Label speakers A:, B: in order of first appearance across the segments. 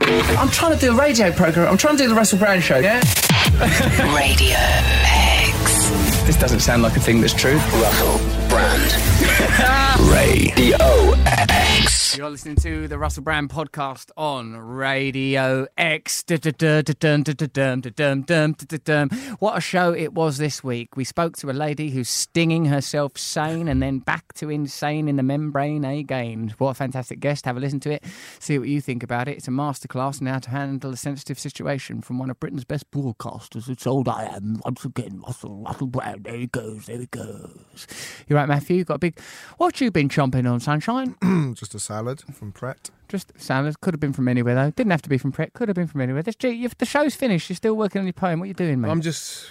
A: I'm trying to do a radio program. I'm trying to do the Russell Brand show. Yeah.
B: Radio X.
A: This doesn't sound like a thing that's true.
B: Russell Brand. Radio X.
C: You're listening to the Russell Brand podcast on Radio X. What a show it was this week. We spoke to a lady who's stinging herself sane and then back to insane in the membrane again. What a fantastic guest. Have a listen to it. See what you think about it. It's a masterclass in how to handle a sensitive situation from one of Britain's best broadcasters. It's old I am. Once again, Russell, Russell Brand. There he goes. There he goes. You're right, Matthew. You've got a big. What you been chomping on, sunshine?
D: Mm, Just a salad from Pret.
C: Just sounded. Could have been from anywhere though. Didn't have to be from Pret. Could have been from anywhere. This, gee, you've, the show's finished. You're still working on your poem. What are you doing, mate?
E: I'm just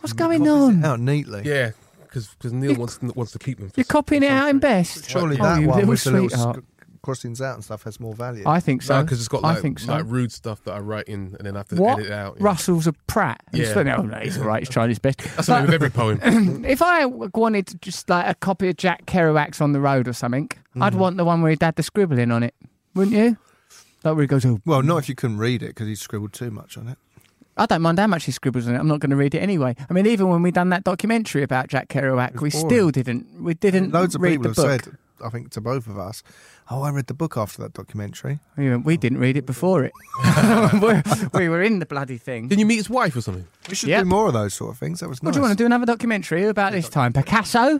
C: What's going on?
D: Out neatly.
E: yeah, because Neil wants wants to keep them. For
C: You're copying it out in best.
D: Surely
C: Oh,
D: that
C: you
D: one
C: little
D: with the little
C: sweetheart.
D: sc- crossings out and stuff has more value.
C: I think so.
E: because it's got
C: I
E: like,
C: think so.
E: like rude stuff that I write in, and then I have to
C: what?
E: edit it out. yeah.
C: Russell's a prat. He's, Oh,
E: Yeah.
C: no, no, he's all right. He's trying his best.
E: That's the name
C: But-
E: of every poem.
C: If I w- wanted to just like a copy of Jack Kerouac's on the road or something,
D: Mm-hmm.
C: I'd want the one where he'd had the scribbling on it, wouldn't you? Like where he goes, oh,
D: Well, not if you couldn't read it because he scribbled too much on it.
C: I don't mind how much he scribbles on it. I'm not going to read it anyway. I mean, even when we done that documentary about Jack Kerouac, we
D: boring.
C: still didn't. We didn't
D: Loads of
C: read
D: people
C: the
D: have
C: book.
D: said, I think to both of us, oh, I read the book after that documentary.
C: We, went, "We didn't read it before it. We're- we were in the bloody thing.
E: Didn't you meet his wife or something?
D: We should
C: Yep.
D: do more of those sort of things. That was nice.
C: What do you want to do? Another documentary about this time? Picasso?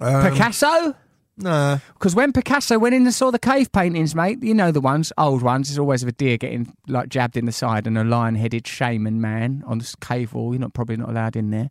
D: Um,
C: Picasso?
D: Nah.
C: Because when Picasso went in and saw the cave paintings, mate, you know the ones, old ones. There's always of a deer getting like jabbed in the side and a lion-headed shaman man on this cave wall. You're not probably not allowed in there.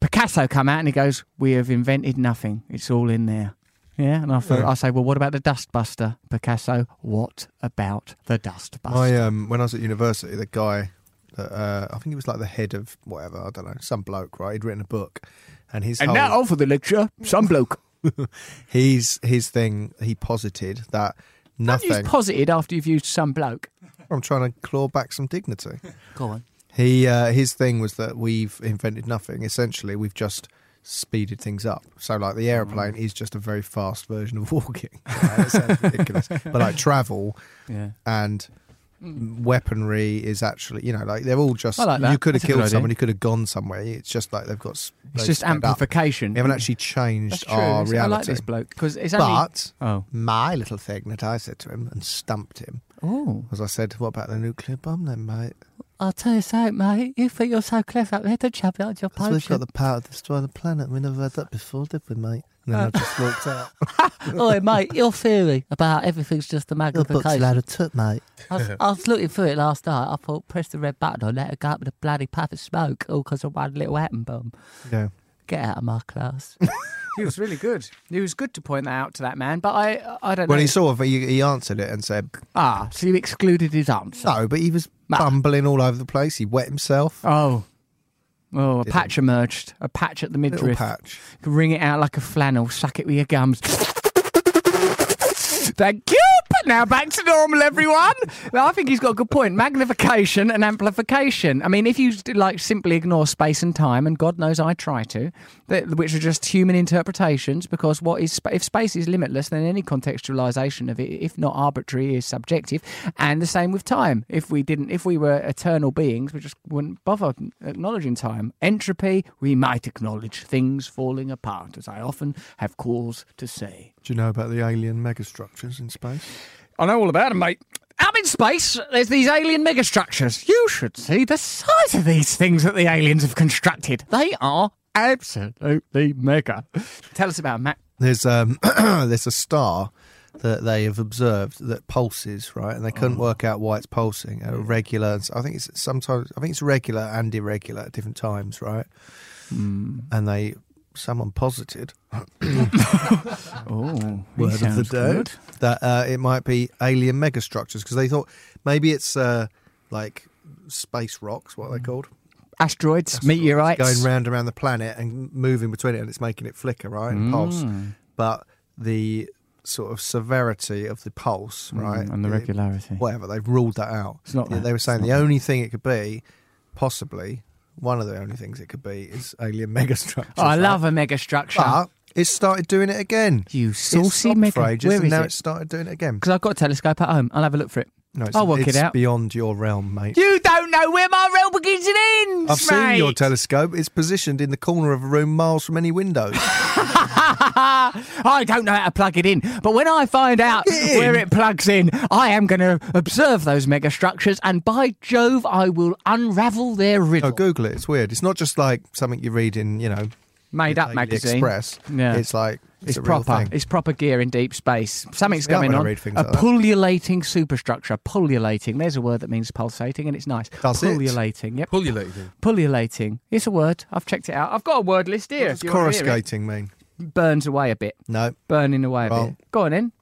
C: Picasso come out and he goes, "We have invented nothing. It's all in there." Yeah, and I thought, I say, well, what about the dustbuster, Picasso? What about the dustbuster?
D: I um when I was at university, the guy that uh, I think he was like the head of whatever I don't know, some bloke, right? He'd written a book, and his
C: and
D: whole,
C: now for the lecture, some bloke.
D: his his thing he posited that
C: You've
D: nothing.
C: posited after you've used some bloke.
D: I'm trying to claw back some dignity.
C: Go on.
D: He uh, his thing was that we've invented nothing. Essentially, we've just speeded things up. So like the aeroplane
C: Mm.
D: is just a very fast version of walking. Right? That sounds ridiculous, but like travel
C: Yeah.
D: and weaponry is actually you know like they're all just
C: Mm. I like that.
D: you could have
C: That's a good
D: killed
C: idea.
D: someone you could have gone somewhere it's just like they've got s-
C: It's
D: they've
C: just
D: sped up.
C: amplification.
D: they haven't actually changed
C: That's true.
D: our
C: It's-
D: reality
C: I like this bloke because it's only.
D: but
C: Oh.
D: my little thing that I said to him and stumped him
C: Oh.
D: was I said what about the nuclear bomb then mate
C: I'll tell you something, mate. You think you're so clever, mate? Don't you have it on your
D: Because we've
C: potion?
D: got the power to destroy the planet. We never had that before, did we, mate? And then I just walked out.
C: Oh, mate, your theory about everything's just a
D: Your book's a
C: magnification.
D: load of tut, mate.
C: I, was, I was looking through it last night. I thought, press the red button on, let it go up with a bloody puff of smoke, all because of one little atom bomb.
D: Yeah.
C: Get out of my class. he was really good. He was good to point that out to that man, but I, I don't
D: When he saw it, he, he answered it and said,
C: ah, so you excluded his answer.
D: no, but he was
C: Nah.
D: bumbling all over the place. He wet himself.
C: Oh. Oh, a patch emerged. A patch at the
D: Little
C: midriff.
D: patch.
C: Wring it out like a flannel. Suck it with your gums. Thank you. But now back to normal, everyone. Well, I think he's got a good point. Magnification and amplification. I mean, if you like simply ignore space and time, and God knows I try to, that, which are just human interpretations, because what is sp- if space is limitless, then any contextualization of it, if not arbitrary, is subjective. And the same with time. If we didn't, if we were eternal beings, we just wouldn't bother acknowledging time. Entropy, we might acknowledge things falling apart, as I often have cause to say.
D: Do you know about the alien megastructures in space?
C: I know all about them, mate. Up in space, there's these alien megastructures. You should see the size of these things that the aliens have constructed. They are absolutely mega. Tell us about Matt.
D: There's um, there's a star that they have observed that pulses, right? And they couldn't work out why it's pulsing. Uh, regular, and s- I think it's sometimes, I think it's regular and irregular at different times, right? And they, someone posited
C: Oh,
D: word of the day that uh, it might be alien megastructures because they thought maybe it's uh, like space rocks, what are they called,
C: Asteroids, Mm. meteorites.
D: going round and round the planet and moving between it, and it's making it flicker, right,
C: Mm,
D: and pulse. But the sort of severity of the pulse, right,
C: Mm, and the
D: it-
C: regularity.
D: whatever they've ruled that out.
C: It's not
D: Yeah,
C: that.
D: They were
C: It's
D: saying
C: not
D: the only thing it could be, possibly one of the only things it could be, is alien megastructures.
C: Oh, I
D: right?
C: love a megastructure.
D: But it started doing it again.
C: You
D: It
C: saucy
D: stopped
C: mega-
D: for ages,
C: Where
D: and
C: is
D: now
C: it?
D: started doing it again.
C: Because I've got a telescope at home. I'll have a look for it.
D: No, it's,
C: I'll Oh, work it
D: it's
C: out.
D: beyond your realm, mate.
C: You don't know where my realm begins and ends,
D: I've seen your
C: mate.
D: telescope. It's positioned in the corner of a room miles from any windows.
C: I don't know how to plug it in, but when I find out
D: in.
C: where it plugs in, I am going to observe those mega structures, and by Jove, I will unravel their riddle.
D: no, Google it. It's weird. It's not just like something you read in, you know,
C: Made up
D: Daily
C: magazine.
D: Express.
C: Yeah.
D: It's like it's,
C: It's
D: a real
C: proper.
D: thing.
C: It's proper gear in deep space. Something's
D: Yeah,
C: going
D: when I
C: on.
D: read things
C: a
D: like that.
C: pullulating superstructure. Pullulating. There's a word that means pulsating, and it's nice.
D: That's it.
C: pullulating. Yep.
E: Pull your lady then.
C: Pullulating. It's a word. I've checked it out. I've got a word list here.
D: What's
C: if you wanna hear it.
D: coruscating mean?
C: Burns away a bit.
D: No.
C: Burning away a
D: Wrong.
C: bit. Go on in.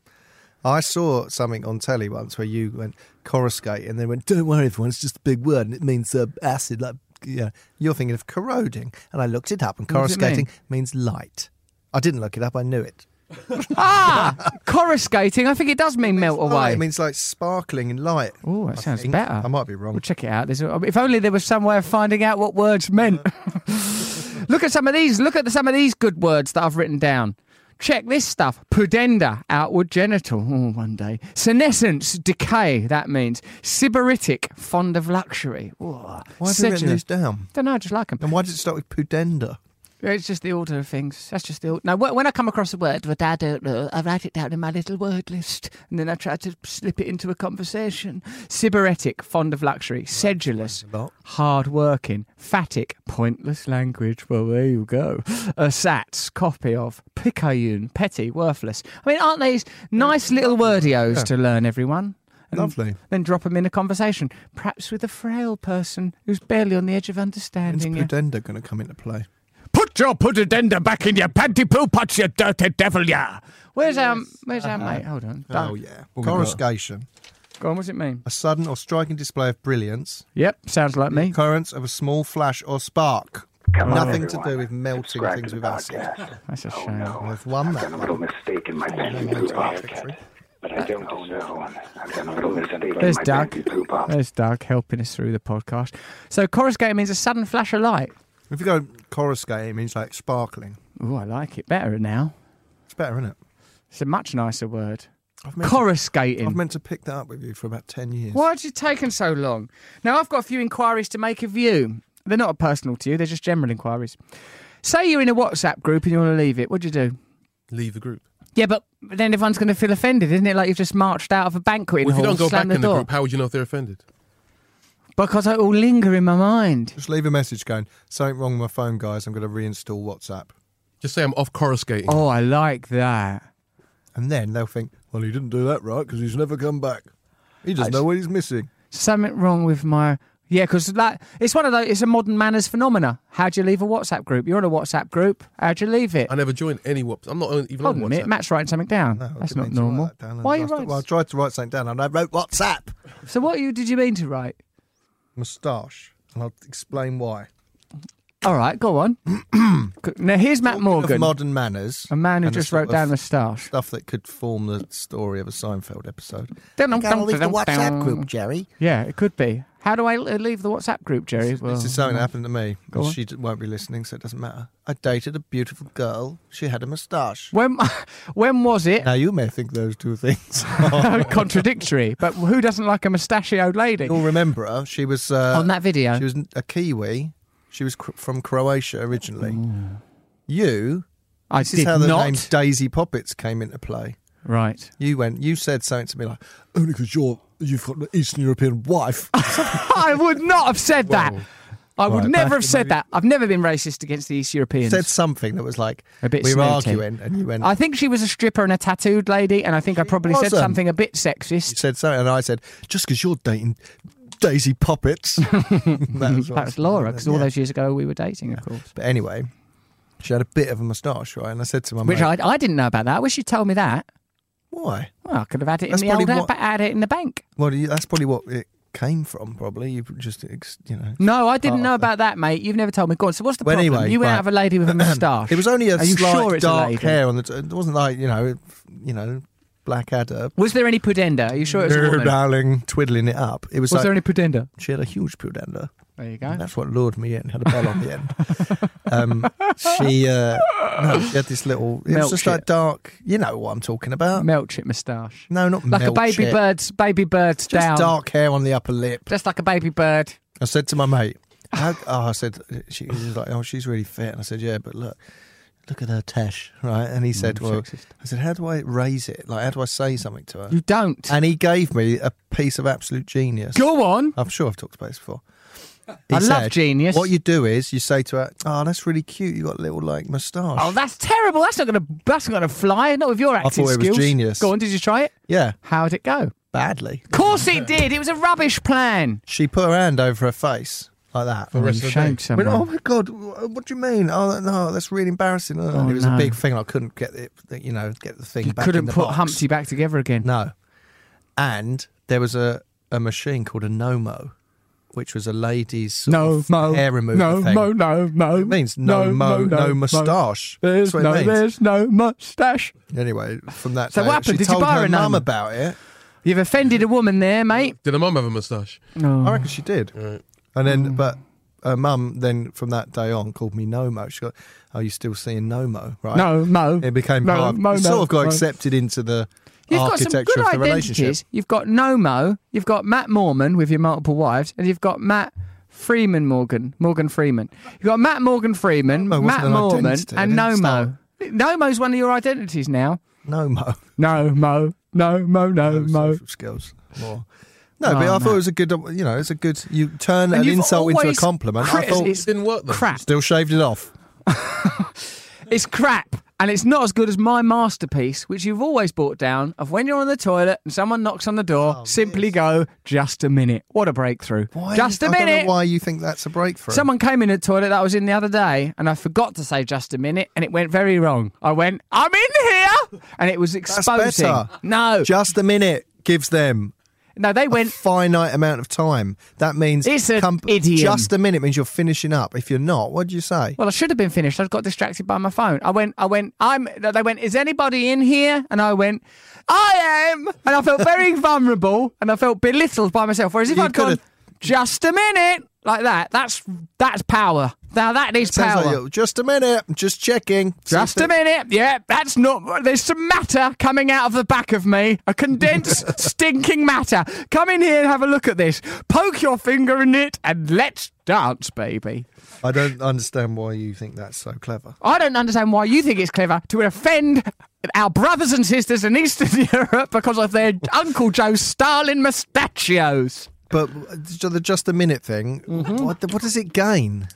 D: I saw something on telly once where you went coruscate and they went, don't worry, everyone, it's just a big word and it means uh, acid. Like, yeah. You're thinking of corroding. And I looked it up and
C: What does it mean?
D: coruscating means light. I didn't look it up, I knew it.
C: Ah, coruscating. I think it does mean melt
D: Light,
C: away.
D: Oh, It means like sparkling in light.
C: Oh, that
D: I
C: sounds
D: think.
C: better.
D: I might be wrong.
C: We'll check it out. There's a, if only there was some way of finding out what words meant. Look at some of these. Look at some of these good words that I've written down. Check this stuff. Pudenda, outward genital. Oh, one day. Senescence, decay, that means. Sybaritic, fond of luxury. Why
D: Why have you written these down?
C: Don't know, I just like them.
D: And why does it start with pudenda?
C: It's just the order of things. That's just the order. Now, wh- when I come across a word that I don't know, I write it down in my little word list, and then I try to slip it into a conversation. Sybaritic, fond of luxury. Sedulous,
D: lot.
C: hard-working. Phatic, pointless language. Well, there you go. Ersatz, copy of. Picayune, petty, worthless. I mean, aren't these nice little wordios to learn, everyone? And
D: Lovely.
C: Then drop them in a conversation, perhaps with a frail person who's barely on the edge of
D: When's
C: understanding you.
D: pudenda going to come into play?
C: Put your pudendenda back in your panty poo pots, you dirty devil, yeah. Where's our where's our mate? Hold on.
D: Oh,
C: Don't-
D: yeah.
E: What we got?
D: Coruscation.
C: Go on, what's it mean?
D: A sudden or striking display of brilliance,
C: Yep, sounds like me.
D: occurrence of a small flash or spark.
F: Come on,
D: Nothing to
F: everyone.
D: do with melting
F: Subscribe
D: things
F: to the
D: with acid.
F: podcast.
C: That's a
F: Oh,
C: shame.
F: no.
D: I've won
F: I've
D: that
F: done a little mistake in my fancy poo pop. But I don't own that one. I've done a little mistake in
C: There's
F: my
C: Doug.
F: fancy poo pop.
C: There's Doug helping us through the podcast. So coruscate means a sudden flash of light.
D: If you go coruscate, it means like sparkling.
C: Ooh, I like it better now.
D: It's better, isn't it?
C: It's a much nicer word.
D: I've meant, to, I've
C: Coruscating.
D: meant to pick that up with you for about 10 years.
C: Why has it taken so long? Now I've got a few inquiries to make of you. They're not personal to you, they're just general inquiries. Say you're in a WhatsApp group and you want to leave it, what do you do?
E: Leave the group.
C: Yeah, but then everyone's going to feel offended, isn't it? Like you've just marched out of a banquet
E: Well, if you
C: hall,
E: don't go back
C: slammed the
E: in the
C: door.
E: group, how would you know if they're offended?
C: because it will linger in my mind.
D: Just leave a message going, something wrong with my phone, guys. I'm going to reinstall WhatsApp.
E: Just say I'm off coruscating.
C: Oh, I like that.
D: And then they'll think, well, he didn't do that right because he's never come back. He doesn't know what he's missing.
C: Something wrong with my yeah, because that it's one of those. It's a modern manners phenomena. How do you leave a WhatsApp group? You're on a WhatsApp group. How do you leave it?
E: I never joined any WhatsApp. I'm not on- even
C: Hold on
E: on
C: a
E: WhatsApp.
C: minute, Matt's writing something down.
D: No, I
C: That's
D: didn't
C: not
D: mean to write
C: normal.
D: that down.
C: Why are you
D: I,
C: writing?
D: well, I tried to write something down and I wrote WhatsApp.
C: so what you did you mean to write?
D: Moustache. And I'll explain why.
C: All right, go on. now here's Matt
D: Talking of
C: Morgan,
D: modern manners.
C: a man who
D: and the
C: just
D: sort
C: wrote
D: of
C: down moustache.
D: Stuff that could form the story of a Seinfeld episode. Jerry.
C: Yeah, it could be. How do I l- leave the WhatsApp group, Jerry? Well,
D: This is something that happened to me.
C: Go on.
D: She d- won't be listening, so it doesn't matter. I dated a beautiful girl. She had a moustache.
C: When when was it uh,
D: Now you may think those two things.
C: contradictory? But who doesn't like a mustachioed lady
D: You'll remember her. She was uh,
C: on that video?
D: She was a Kiwi. She was cr- from Croatia originally. You.
C: I
D: This is
C: Mm. did
D: how the
C: not.
D: name Daisy Poppets came into play.
C: Right.
D: You went. You said something to me like, "Only because you're you've got an Eastern European wife."
C: I would not have said that. I would
D: Right,
C: never
D: back
C: have
D: to
C: said
D: maybe-
C: that. I've never been racist against the East Europeans.
D: said something that was like
C: A bit
D: we were
C: snooty.
D: arguing, and you went.
C: I think she was a stripper and a tattooed lady, and I think I probably said
D: wasn't.
C: something a bit
D: you
C: sexist.
D: said something, and I said, "Just because you're dating Daisy Poppets." that was, what I
C: That was
D: said.
C: Laura, because all
D: Yeah.
C: those years ago we were dating, of course.
D: But anyway, she had a bit of a moustache, right? And I said to my
C: Which
D: mate,
C: I, I didn't know about that. I wish you'd told me that.
D: "Why?
C: Well, I could have had it in
D: That's
C: the old
D: probably
C: app,
D: what-
C: had it in the bank.
D: Well, you- that's probably what it came from. Probably you just, ex- you know."
C: No, I didn't
D: Oh,
C: know
D: okay.
C: about that, mate. You've never told me. Go on. So what's the
D: Well,
C: problem?
D: anyway,
C: you went
D: right.
C: out of a lady with a moustache.
D: It was only a
C: Are you
D: slight
C: sure it's a
D: dark
C: lady?
D: hair on the. T- it wasn't like you know, you know, Blackadder.
C: Was there any pudenda? Are you sure it was a woman?
D: darling, twiddling it up. It was,
C: Was
D: like
C: there any pudenda?
D: she had a huge pudenda.
C: There you go.
D: That's what lured me in. Had a bell on the end. Um, she, uh, no, she had this little. It was
C: Milk
D: just like
C: shit.
D: dark. You know what I'm talking about?
C: Melch it moustache.
D: No, not
C: Like
D: milk
C: a baby
D: shit.
C: bird's baby bird's
D: Just
C: down.
D: dark hair on the upper lip.
C: Just like a baby bird.
D: I said to my mate, how, oh, I said, she was like, oh, she's really fit. And I said, yeah, but look, look at her tesh, right? And he said, well,
C: Mm, sexist. Mm.
D: I said, how do I raise it? Like, how do I say something to her?
C: You don't.
D: And he gave me a piece of absolute genius.
C: Go on.
D: I'm sure I've talked about this before.
C: I love genius.
D: What you do is you say to her, oh, that's really cute. You got a little, like, moustache.
C: Oh, that's terrible. That's not gonna. That's not gonna fly. Not with your acting
D: thought it was
C: skills.
D: genius.
C: Go on. Did you try it?
D: yeah,
C: How'd it go?
D: badly.
C: Of course it did. It was a rubbish plan.
D: She put her hand over her face like that.
E: the rest
C: You
E: of the
C: shamed
E: day.
D: I went,
C: someone.
D: oh my god, wh- what do you mean? Oh no, that's really embarrassing. Oh, and it was
C: no.
D: a big thing. I couldn't get it. You know, get the thing.
C: you
D: back in
C: couldn't
D: the
C: put
D: box.
C: Humpty back together again.
D: No, and there was a, a machine called a Nomo, which was a lady's sort
C: No
D: of
C: mo.
D: hair remover
C: no
D: thing.
C: mo. No mo.
D: It means no, mo, no, moustache.
C: There's
D: That's what
C: no.
D: it means.
C: There's no mustache.
D: Anyway, from that
C: So
D: day,
C: what happened?
D: she
C: Did you
D: told
C: buy
D: her
C: a
D: mum
C: Nomo?
D: about it.
C: You've offended a woman there, mate.
E: Did her mum have a moustache?
D: I reckon she did. And then,
C: Mm.
D: but her mum then from that day on called me Nomo. She got, oh, you still seeing Nomo, right?
C: No mo.
D: It became
C: no,
D: part of,
C: mo,
D: it
C: no,
D: sort of got
C: mo.
D: accepted into the
C: You've got
D: architecture
C: some good
D: of the relationship.
C: identities. You've got Nomo, you've got Matt Mormon with your multiple wives, and you've got Matt Freeman Morgan, Morgan Freeman. You've got Matt Morgan Freeman,
D: Nomo wasn't
C: Matt
D: an
C: Mormon,
D: identity,
C: and
D: it didn't
C: Nomo. Nomo's one of your identities now.
D: Nomo.
C: No mo, no mo, no mo.
D: Social skills more. No,
C: Oh,
D: but I thought
C: Matt.
D: it was a good, you know, it's a good. You turn an
C: you've
D: insult into a
C: always
D: compliment. I
C: criti-
D: thought
E: It didn't work though.
C: Crap.
D: still shaved it off.
C: It's crap. And it's not as good as my masterpiece, which you've always brought down, of when you're on the toilet and someone knocks on the door, simply go, just a minute. What a breakthrough. Just a
D: I
C: minute.
D: Don't know Oh, why you think that's a breakthrough?
C: Someone came in the toilet that I was in the other day, and I forgot to say just a minute, and it went very wrong. I went, "I'm in here," and it was exposing.
D: better.
C: No,
D: just a minute gives them
C: no, they
D: a
C: went.
D: finite amount of time. That means
C: It's a idiom.
D: Just a minute means you're finishing up. If you're not, what do you say?
C: Well, I should have been finished. I got distracted by my phone. I went, I went, I'm. They went, is anybody in here? And I went, I am. And I felt very vulnerable, and I felt belittled by myself. Whereas if
D: You
C: I'd
D: could
C: gone,
D: have-
C: just a minute, like that, that's that's power. Now that needs
D: Sounds
C: power.
D: like you're, just a minute. I'm just checking. See
C: Just
D: if
C: a minute. Yeah, that's not. There's some matter coming out of the back of me. A condensed, stinking matter. Come in here and have a look at this. Poke your finger in it and let's dance, baby.
D: it- I don't understand why you think that's so clever.
C: I don't understand why you think it's clever to offend our brothers and sisters in Eastern Europe because of their Uncle Joe's Stalin mustachios.
D: But uh, the just a minute thing,
C: Mm-hmm.
D: what, what does it gain?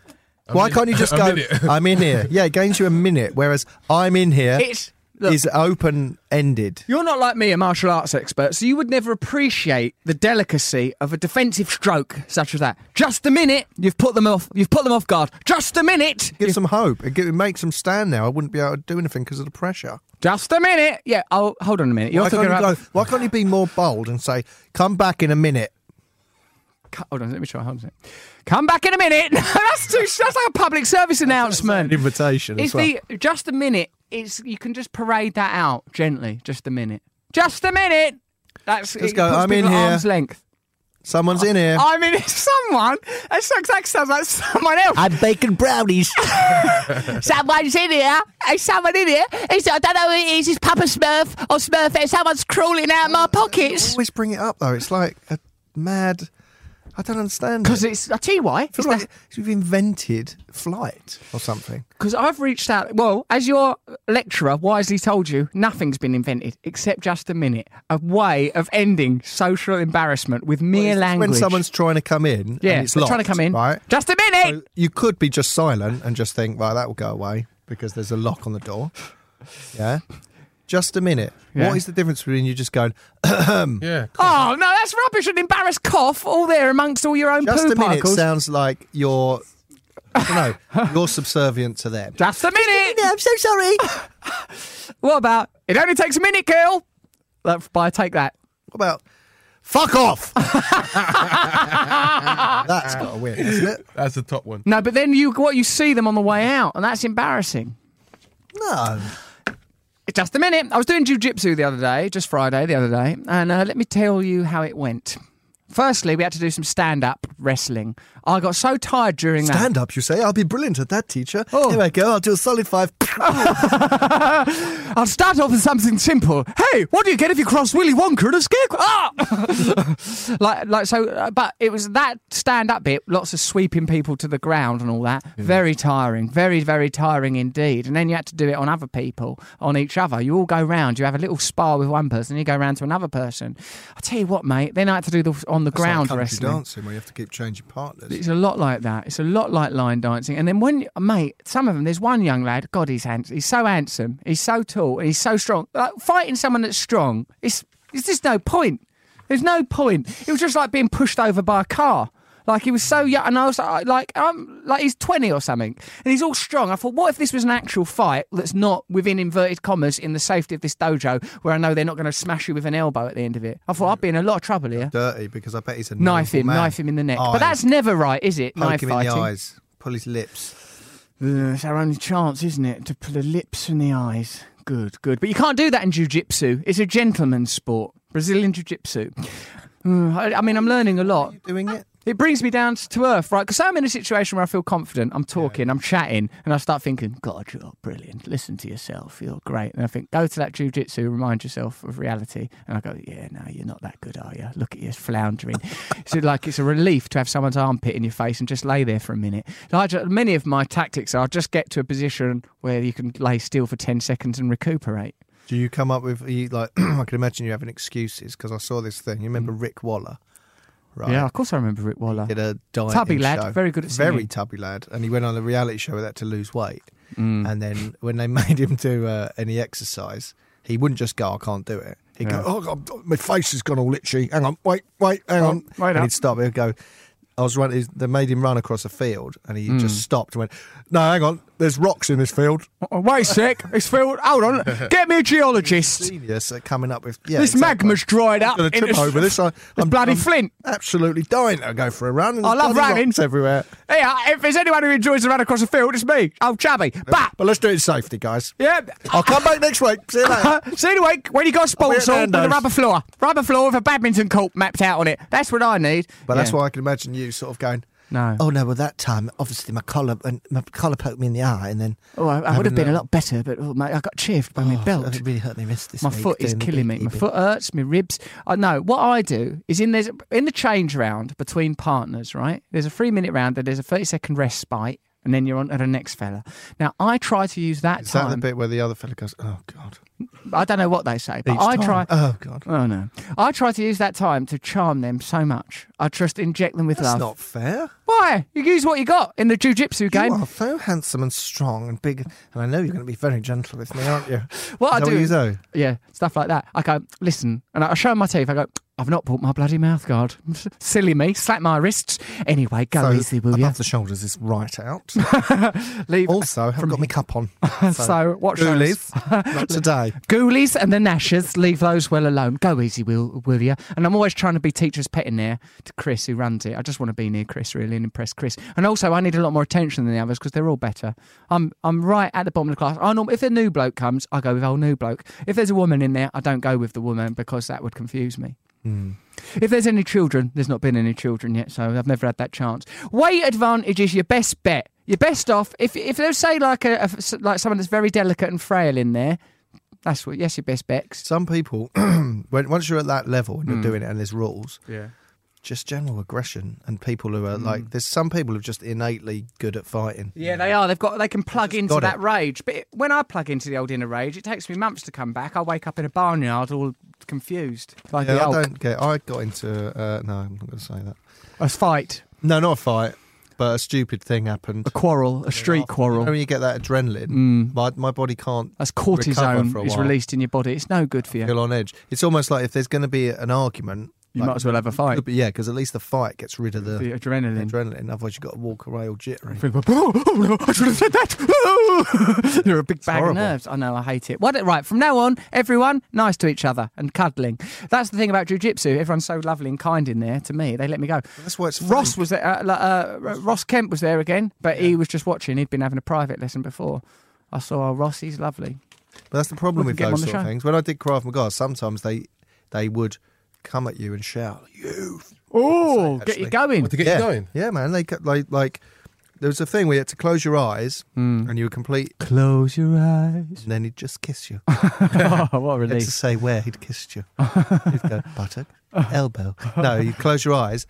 D: Why
E: in-
D: can't you just
E: a
D: go?
E: minute.
D: I'm in here. Yeah, it gains you a minute. Whereas I'm in here
C: It's- look.
D: is open ended.
C: You're not like me, a martial arts expert, so you would never appreciate the delicacy of a defensive stroke such as that. Just a minute, you've put them off. You've put them off guard. Just a minute.
D: Gives them hope. It, gi- it makes them stand now. I wouldn't be able to do anything because of the pressure.
C: Just a minute. Yeah. Oh, hold on a minute. You're
D: Why can't,
C: talking
D: you
C: about.
D: go, why can't you be more bold and say, "Come back in a minute"?
C: Cu- Hold on. Let me try. Hold on. a sec. Come back in a minute. that's too. That's like a public service announcement.
D: invitation
C: It's the just a minute. It's you can just parade that out gently. Just a minute. Just a minute. That's
D: Just
C: it
D: go,
C: puts
D: "I'm in
C: people at
D: here."
C: Arm's length.
D: Someone's in here.
C: I mean, if someone. That sounds like sounds like someone else.
D: I'm baking brownies.
C: Someone's in here. Is someone in here? Is, I don't know who it is. Is Papa Smurf or Smurfette? Someone's crawling out of my pockets.
D: Always bring it up though. It's like a mad. I don't understand.
C: Because
D: it.
C: it's, I tell you why.
D: I feel
C: It's
D: like you've invented flight or something.
C: Because I've reached out. Well, as your lecturer wisely told you, nothing's been invented except just a minute, a way of ending social embarrassment with mere
D: It's
C: language.
D: When someone's trying to come in,
C: yeah,
D: and it's
C: they're
D: locked,
C: trying to come in,
D: right?
C: Just a minute.
D: You could be just silent and just think, right, that will go away because there's a lock on the door. Yeah, just a minute.
C: Yeah.
D: What is the difference between you just going
E: Yeah.
C: oh no, that's rubbish! An embarrassed cough all there amongst all your own
D: just
C: poo
D: a minute?
C: particles.
D: Sounds like you're, I don't know, you're subservient to them.
C: just a minute.
D: I'm so sorry. what
C: What about? It only takes a minute, girl. That, by take that.
D: about fuck off? That's got to win, isn't it?
E: That's the top one.
C: No, but then you what you see them on the way out, and that's embarrassing.
D: No.
C: Just a minute. I was doing jujitsu the other day, just Friday the other day, and uh, let me tell you how it went. Firstly, we had to do some stand-up wrestling. I got so tired during that.
D: Stand up, you say? I'll be brilliant at that, teacher.
C: Oh.
D: Here I go. I'll do a solid five.
C: I'll start off with something simple. Hey, what do you get if you cross Willy Wonka and a scarecrow? Ah! like, like so. uh, But it was that stand-up bit. Lots of sweeping people to the ground and all that. Very tiring. Very, very tiring indeed. And then you had to do it on other people, on each other. You all go round. You have a little spar with one person. You go round to another person. I tell you what, mate. Then I had to do the on the ground
D: country
C: wrestling.
D: dancing where you have to keep changing partners.
C: It's a lot like that. It's a lot like line dancing. And then when, mate, some of them, there's one young lad, God, he's handsome. He's so handsome. He's so tall and he's so strong. Like, fighting someone that's strong, it's, it's just no point. There's no point. It was just like being pushed over by a car. Like he was so young, and I was like, like, I'm like he's twenty or something, and he's all strong. I thought, what if this was an actual fight that's not within inverted commas in the safety of this dojo, where I know they're not going to smash you with an elbow at the end of it? I thought I'd be in a lot of trouble here.
D: Dirty because I bet he's a
C: Knife
D: noble
C: him,
D: man.
C: knife him in the neck. But
D: Eyes.
C: that's never right, is it?
D: poke
C: knife
D: him in
C: fighting.
D: the eyes, pull his lips.
C: Ugh, it's our only chance, isn't it, to put the lips and the eyes. Good, good. But you can't do that in jiu-jitsu. It's a gentleman's sport. Brazilian jiu-jitsu. Ugh, I, I mean, I'm learning a lot.
D: Doing it.
C: It brings me down to earth, right? Because I'm in a situation where I feel confident. I'm talking, I'm chatting, and I start thinking, God, you're brilliant. Listen to yourself. You're great. And I think, go to that jujitsu, remind yourself of reality. And I go, yeah, no, you're not that good, are you? Look at you floundering. so, like, it's a relief to have someone's armpit in your face and just lay there for a minute. So I ju- many of my tactics are just get to a position where you can lay still for 10 seconds and recuperate.
D: Do you come up with are you like? I can imagine you having excuses because I saw this thing. You remember Rick Waller, right?
C: Mm. Yeah, of course I remember Rick Waller.
D: Did a dieting
C: Tubby lad,
D: show.
C: very good at
D: very
C: singing.
D: tubby lad, and he went on a reality show with that to lose weight. And then when they made him do uh, any exercise, he wouldn't just go, "I can't do it." He'd
C: Yeah.
D: go, "Oh, God, my face has gone all itchy. Hang on, wait, wait, hang on."
C: Oh, right
D: and
C: up.
D: he'd stop. He'd go. I was running. They made him run across a field, and he just stopped and went, "No, hang on. There's rocks in this field."
C: Oh, wait a sec. It's filled. Hold on. Get me a geologist.
D: Genius at coming up with yeah,
C: this
D: exactly.
C: magma's dried up.
D: Gonna trip
C: into-
D: over this. I, I'm
C: bloody flint.
D: Absolutely dying to go for a run. And
C: I love
D: bloody rocks
C: running.
D: everywhere.
C: Yeah, uh, if there's anyone who enjoys the run across the field, it's me, old chubby. But
D: But let's do it in safety, guys.
C: yeah,
D: I'll come back next week. See you later.
C: see the week when you got sports
D: I'll be
C: on
D: at
C: and a
D: Nando's.
C: rubber floor, rubber floor with a badminton court mapped out on it. That's what I need.
D: But that's
C: Yeah.
D: why I can imagine you sort of going.
C: No.
D: Oh no! Well, that time, obviously, my collar and my collar poked me in the eye, and then
C: Oh, I, I would have
D: having
C: been a
D: that-
C: lot better, but oh, mate, I got chafed by
D: Oh,
C: my belt.
D: It really hurt my wrist. This
C: My
D: week
C: foot is
D: doing the
C: killing me. My
D: BBB.
C: foot hurts. My ribs. I know. What I do is in there's in the change round between partners. Right, there's a three minute round. Then there's a thirty second respite, and then you're on to the next fella. Now I try to use that
D: Is that the
C: time.
D: bit where the other fella goes? Oh god!
C: I don't know what they say, but
D: Each
C: I
D: time.
C: try.
D: Oh god!
C: Oh no! I try to use that time to charm them so much. I just inject them with
D: That's
C: love.
D: not fair.
C: Why? You use what you got in the jujitsu game.
D: You are so handsome and strong and big, and I know you're going to be very gentle with me, aren't you?
C: What I
D: Is that
C: do
D: you
C: is-
D: though?
C: Yeah, stuff like that. I go, listen, and I I show 'em my teeth. I go, I've not bought my bloody mouth guard. Silly me. Slap my wrists. Anyway, go
D: So
C: easy, will
D: above
C: you?
D: the shoulders is right out.
C: Leave.
D: also, I haven't got my cup on.
C: so watch those.
D: Ghoulies, not today.
C: Ghoulies and the Nashers, leave those well alone. Go easy, will, will you? And I'm always trying to be teacher's pet in there to Chris, who runs it. I just want to be near Chris, really, and impress Chris. And also, I need a lot more attention than the others because they're all better. I'm I'm right at the bottom of the class. I norm- if a new bloke comes, I go with old new bloke. If there's a woman in there, I don't go with the woman because that would confuse me. If there's any children, there's not been any children yet, so I've never had that chance. Weight advantage is your best bet. You're best off if if there's say like a, a- like someone that's very delicate and frail in there. That's what. Yes, your best bets.
D: Some people, when, once you're at that level and you're doing it and there's rules,
C: Yeah.
D: just general aggression and people who are like, there's some people who are just innately good at fighting.
C: Yeah, they are. They've got. They can plug
D: just
C: into
D: got
C: that
D: it.
C: rage. But it- when I plug into the old inner rage, it takes me months to come back. I wake up in a barnyard, all confused, like
D: Yeah,
C: the
D: I
C: old.
D: don't get. I got into. Uh, no, I'm not going to say that.
C: A fight,
D: No, not a fight, but a stupid thing happened.
C: a quarrel, a street
D: You
C: quarrel. Mm. Oh,
D: know when you get that adrenaline, my my body can't.
C: That's
D: recover for a
C: cortisone is
D: while.
C: released in your body. It's no good for you.
D: Feel on edge. It's almost like if there's going to be an argument,
C: You
D: like,
C: might as well have a fight.
D: But yeah, because at least the fight gets rid of the,
C: The adrenaline.
D: adrenaline. Otherwise, you've got to walk away all jittery.
C: People, oh, oh no, I should have said that. You're a big bag
D: horrible.
C: of nerves. I know, I hate it. Why don't- right, from now on, everyone nice to each other and cuddling. That's the thing about jujitsu. Everyone's so lovely and kind in there to me. They let me go.
D: That's why it's
C: Ross
D: fun.
C: was there. Uh, like, uh, R- Ross Kemp was there again, but he was just watching. He'd been having a private lesson before. I saw oh, Ross. He's lovely.
D: But that's the problem
C: We
D: with
C: can get
D: those
C: them
D: sort
C: on
D: of
C: the
D: things. When I did Krav Maga, sometimes they they would come at you and shout, "You!"
C: Oh,
D: That's it,
C: get you
D: actually.
C: going.
E: What, to get
D: yeah,
E: you going?
D: yeah, man. They kept, like like there was a thing where you had to close your eyes
C: Hmm.
D: and you were complete. Close your eyes, and then he'd just kiss you.
C: Oh, what a
D: Had to
C: relief.
D: say where he'd kissed you. he'd go buttock, elbow. No, you'd close your eyes,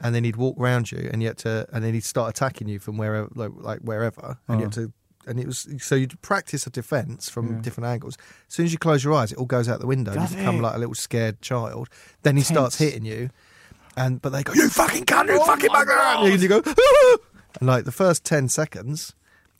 D: and then he'd walk round you, and you had to, and then he'd start attacking you from wherever, like, like wherever, and you had
C: Oh.
D: to. And it was so you'd practice a defense from different angles. As soon as you close your eyes, it all goes out the window. and
C: Does
D: you become
C: it?
D: like a little scared child. Then he starts
C: Tense.
D: hitting you, and but they go, "You fucking cunt!
C: Oh
D: You fucking bugger!" And you go, "Ah!" and like the first ten seconds,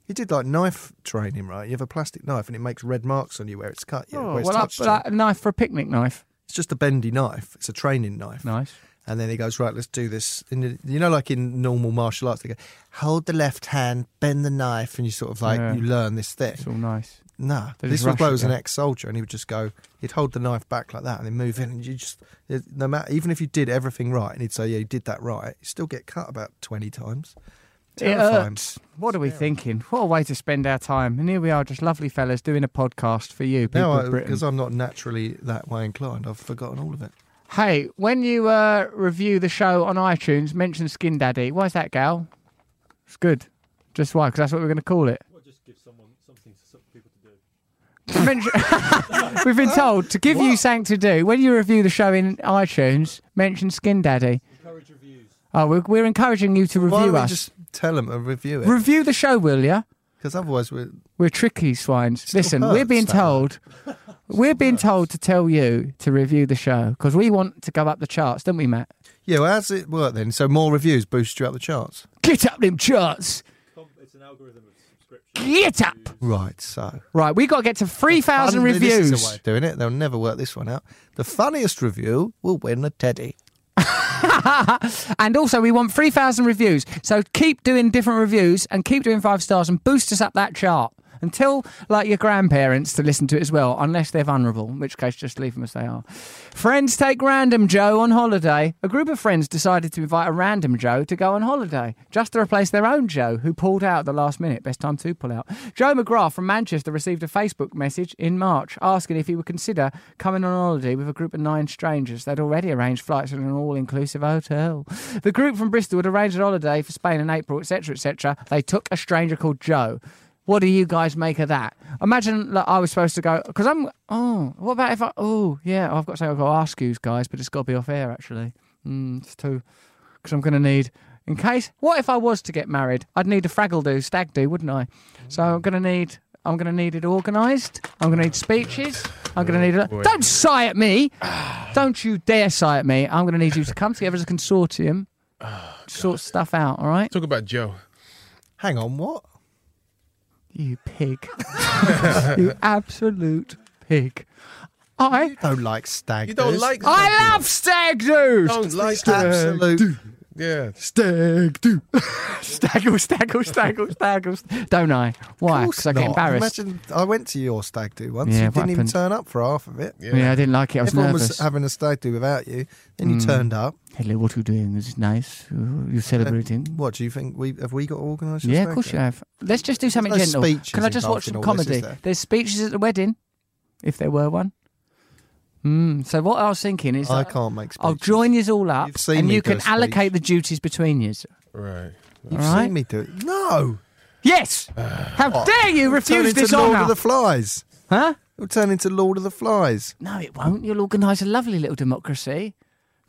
D: he did like knife training, right? You have a plastic knife, and it makes red marks on you where it's cut you.
C: Oh,
D: where it's
C: well, up
D: touched you.
C: that knife for a picnic knife.
D: It's just a bendy knife. It's a training knife.
C: Nice.
D: And then he goes, right, let's do this. And you- you know, like in normal martial arts, they go, hold the left hand, bend the knife, and you sort of like,
C: Yeah.
D: you learn this thing.
C: It's all nice.
D: Nah,
C: They
D: this
C: just
D: was
C: rush
D: blow
C: it,
D: was an
C: yeah.
D: ex soldier, and he would just go, he'd hold the knife back like that, and then move in. And you just, it- no matter, even if you did everything right, and he'd say, yeah, you did that right, you still get cut about 20 times.
C: It
D: Terrifying.
C: hurts. What are we thinking? What a way to spend our time. And here we are, just lovely fellas doing a podcast for you, people
D: Now,
C: of Britain.
D: because I'm not naturally that way inclined, I've forgotten all of it.
C: Hey, when you uh, review the show on iTunes, mention Skin Daddy. Why's that, Gal? It's good. Just why? Because that's what we're going to call it. just give someone something people to do. We've been told to give you something to do. When you review the show in iTunes, mention Skin Daddy. Encourage reviews. Oh, we're, we're encouraging you to
D: Why
C: review
D: don't we
C: us.
D: just tell them and review it?
C: Review the show, will you?
D: Because otherwise, we're.
C: We're tricky swines. Listen, we're
D: hurts,
C: being
D: that
C: told, we're being told to tell you to review the show because we want to go up the charts, don't we, Matt?
D: Yeah, well, how's it work then? So more reviews boost you up the charts.
C: Get up them charts. Get up.
D: Right, so.
C: Right, we got to get to 3,000
D: Fun- This is a way
C: reviews.
D: of doing it. They'll never work this one out. The funniest review will win a teddy.
C: And also, we want 3,000 reviews. So keep doing different reviews and keep doing five stars and boost us up that chart. Until, like, your grandparents to listen to it as well, unless they're vulnerable, in which case just leave them as they are. Friends take Random Joe on holiday. A group of friends decided to invite a Random Joe to go on holiday, just to replace their own Joe, who pulled out at the last minute. Best time to pull out. Joe McGrath from Manchester received a Facebook message in March asking if he would consider coming on holiday with a group of nine strangers. They'd already arranged flights in an all inclusive hotel. The group from Bristol had arranged a holiday for Spain in April, etc., etc. They took a stranger called Joe. What do you guys make of that? Imagine like, I was supposed to go because I'm. Oh, what about if I? Oh, yeah, I've got something I've got to ask you guys, but it's got to be off air actually. Mm, it's too because I'm going to need. In case, what if I was to get married? I'd need a Fraggle Do, Stag Do, wouldn't I? So I'm going to need. I'm going to need it organised. I'm going to need speeches. I'm going to need. A, don't sigh at me. Don't you dare sigh at me. I'm going to need you to come together as a consortium, sort stuff out. All right.
E: Talk about Joe.
D: Hang on, what?
C: You pig. you absolute pig. I
D: Don't like stag.
E: You don't
D: do's.
E: like.
C: I love stag do.
E: Don't like that.
D: absolute.
E: Yeah.
C: Stag do. staggle, staggle, staggle, staggle. Don't I? Why?
D: Course
C: Because I get
D: not.
C: embarrassed.
D: Imagine I went to your stag do once.
C: Yeah,
D: you
C: what
D: didn't even
C: happened?
D: turn up for half of it.
E: Yeah.
C: yeah. I didn't like it. I was
D: Everyone was
C: nervous. Mm.
D: having a stag do without you. Then you turned up.
C: Hello, what are you doing? Is it nice? Uh, You're celebrating?
D: What do you think? We have we got organised? your
C: yeah,
D: stag
C: of course
D: do?
C: you have. Let's just do something
D: no
C: gentle.
D: speeches
C: Can I just
D: involved
C: watch
D: in
C: some
D: all this, is
C: comedy?
D: there?
C: There's speeches at the wedding, if there were one. Mm, so what I was thinking is
D: I
C: that-
D: can't make speeches.
C: I'll join yous all up,
D: You've seen
C: and
D: me
C: you
D: do a
C: can
D: speech.
C: allocate the duties between yous.
E: Right.
D: You've
C: All right.
D: seen me Oh, do it. No.
C: Yes. How dare you
D: Turn
C: refuse
D: into
C: this
D: Lord
C: honour?
D: of the Flies.
C: huh?
D: It'll turn into Lord of the Flies.
C: No, it won't. You'll organise a lovely little democracy.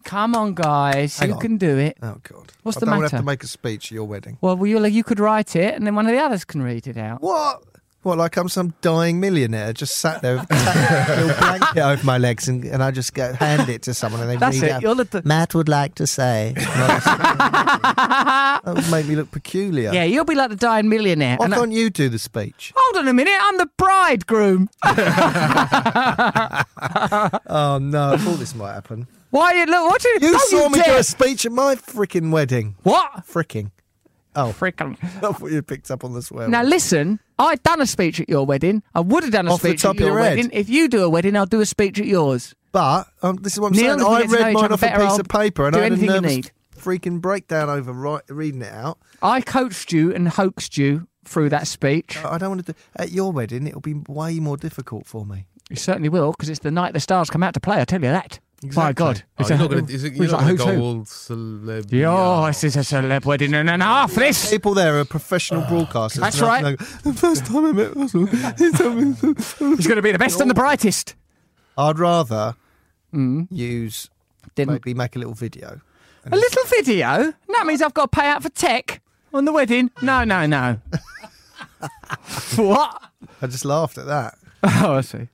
C: Come on, guys,
D: Hang
C: you
D: on.
C: can do it.
D: Oh God!
C: What's
D: I
C: the
D: don't
C: matter?
D: have to make a speech at your wedding.
C: Well, well, you'll, you could write it, and then one of the others can read it out.
D: What? What? Like I'm some dying millionaire just sat there with a little blanket over my legs, and, and I just go hand it to someone, and they
C: That's
D: read
C: it.
D: out,
C: You're the-
D: Matt would like to say. And I just- that would make me look peculiar.
C: Yeah, you'll be like the dying millionaire.
D: Why
C: and I-
D: can't you do the speech?
C: Hold on a minute, I'm the bridegroom.
D: Oh no! I thought this might happen.
C: Why you look? What Oh, you?
D: You
C: don't
D: saw
C: you
D: me do
C: dare-
D: a speech at my freaking wedding.
C: What?
D: Fricking!
C: Frickin'.
D: That's what you picked up on the swear.
C: Now
D: word.
C: listen, I'd done a speech at your wedding. I would have done a
D: Off the
C: speech
D: top
C: at
D: of your
C: your
D: head.
C: wedding. If you do a wedding, I'll do a speech at yours.
D: But um, this is what I'm
C: Neil, if
D: saying.
C: we
D: I
C: get to know
D: read
C: each
D: mine
C: other
D: off a
C: better,
D: piece
C: I'll
D: of paper, and
C: do
D: I had a
C: anything you
D: nervous
C: need.
D: freaking breakdown over write, reading it out.
C: I coached you and hoaxed you through that speech.
D: I don't want to do at your wedding. It'll be way more difficult for me.
C: It certainly will, because it's the night the stars come out to play. I tell you that. My
D: Exactly.
C: God,
E: Oh,
C: It's
E: you're
C: a-
E: not going to. Is it,
C: it's
E: you're not
C: like
E: going
C: who's
E: to go
C: who?
E: all celeb.
C: Yo, this is a celeb wedding and a half. This.
D: People there are professional broadcasters.
C: That's
D: and I
C: right.
D: go, The first time I met Russell. he told me so."
C: It's going to be the best and the brightest.
D: I'd rather
C: Mm.
D: use
C: Didn't
D: maybe make a little video.
C: a little video. That means I've got to pay out for tech on the wedding. No, no, no. what?
D: I just laughed at that.
C: Oh, I see.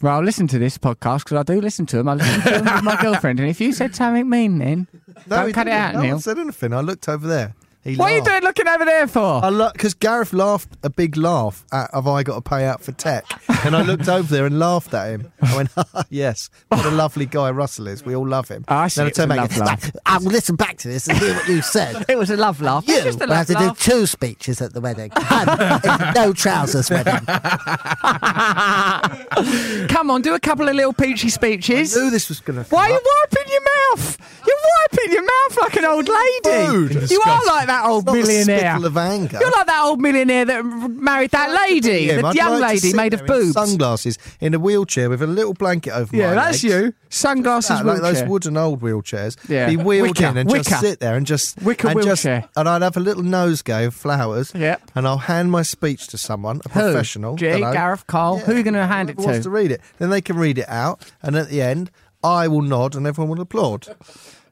C: Well, I'll listen to this podcast because I do listen to them. I listen to them with my girlfriend, and if you said something mean, then don't
D: he
C: cut it
D: didn't.
C: out,
D: no
C: Neil.
D: one said anything. I looked over there. He
C: What are you
D: laughed.
C: doing looking over there for?
D: I
E: Um,
D: look because Gareth laughed a big laugh at "Have I got to pay out for tech?" and I looked over there and laughed at him. I went, "Ah, "Yes, what a lovely guy Russell is. We all love him."
C: Ah, I see.
D: Then
C: It was a
D: turned back
C: love
D: and- I will listen back to this and hear what you said.
C: it was a love laugh. It's just a
G: will have
C: love
G: to
C: laugh.
G: do two speeches at the wedding. And it's no trousers wedding.
C: Come on, do a couple of little peachy speeches.
D: Knew this was gonna.
C: Why are you wiping your mouth? You're wiping your mouth like an old lady.
E: Food.
C: You are
E: Disgusting.
C: like that old
D: Not the
C: millionaire.
D: spittle of anger.
C: You're like that old millionaire that married that lady,
D: Him.
C: the
D: I'd
C: young
D: like to
C: lady
D: sit
C: made
D: there
C: of
D: in
C: boobs.
D: sunglasses in a wheelchair with a little blanket over my
C: yeah, that's
D: legs.
C: you. Sunglasses,
D: That, like those
C: wheelchair.
D: wooden old wheelchairs,
C: Yeah.
D: be wheeled
C: Wicker,
D: in and
C: wicker.
D: just sit there and just
C: Wicker
D: and just-
C: wheelchair.
D: and I'd have a little nosegay of flowers,
C: Yeah.
D: and I'll hand my speech to someone, a professional,
C: Jay,
D: dunno.
C: Gareth, Carl? Who are you gonna hand it
D: whoever Wants
C: to?
D: to read it, then they can read it out, and at the end, I will nod and everyone will applaud.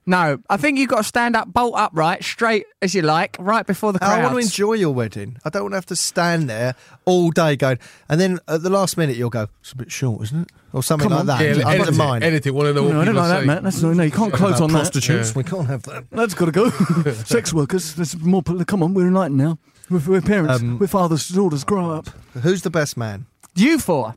C: No, I think you've got to stand up, bolt upright, straight as you like, right before the crowd.
D: I want to enjoy your wedding. I don't want to have to stand there all day going, and then at the last minute you'll go, "It's a bit short, isn't it?" or something
C: Come
D: like
C: on.
D: that.
E: Yeah, edit,
D: Undermine.
E: it, edit it. Want to know what
C: No, I don't
E: people
C: like that,
E: say.
C: mate. That's no, no, you can't close on that.
D: prostitutes. We can't have that.
C: That's got to go. Sex workers. There's more. Come on, we're enlightened now. We're, we're parents.
E: Um,
C: we're fathers, daughters. Grow up.
D: Who's the best man?
C: You four.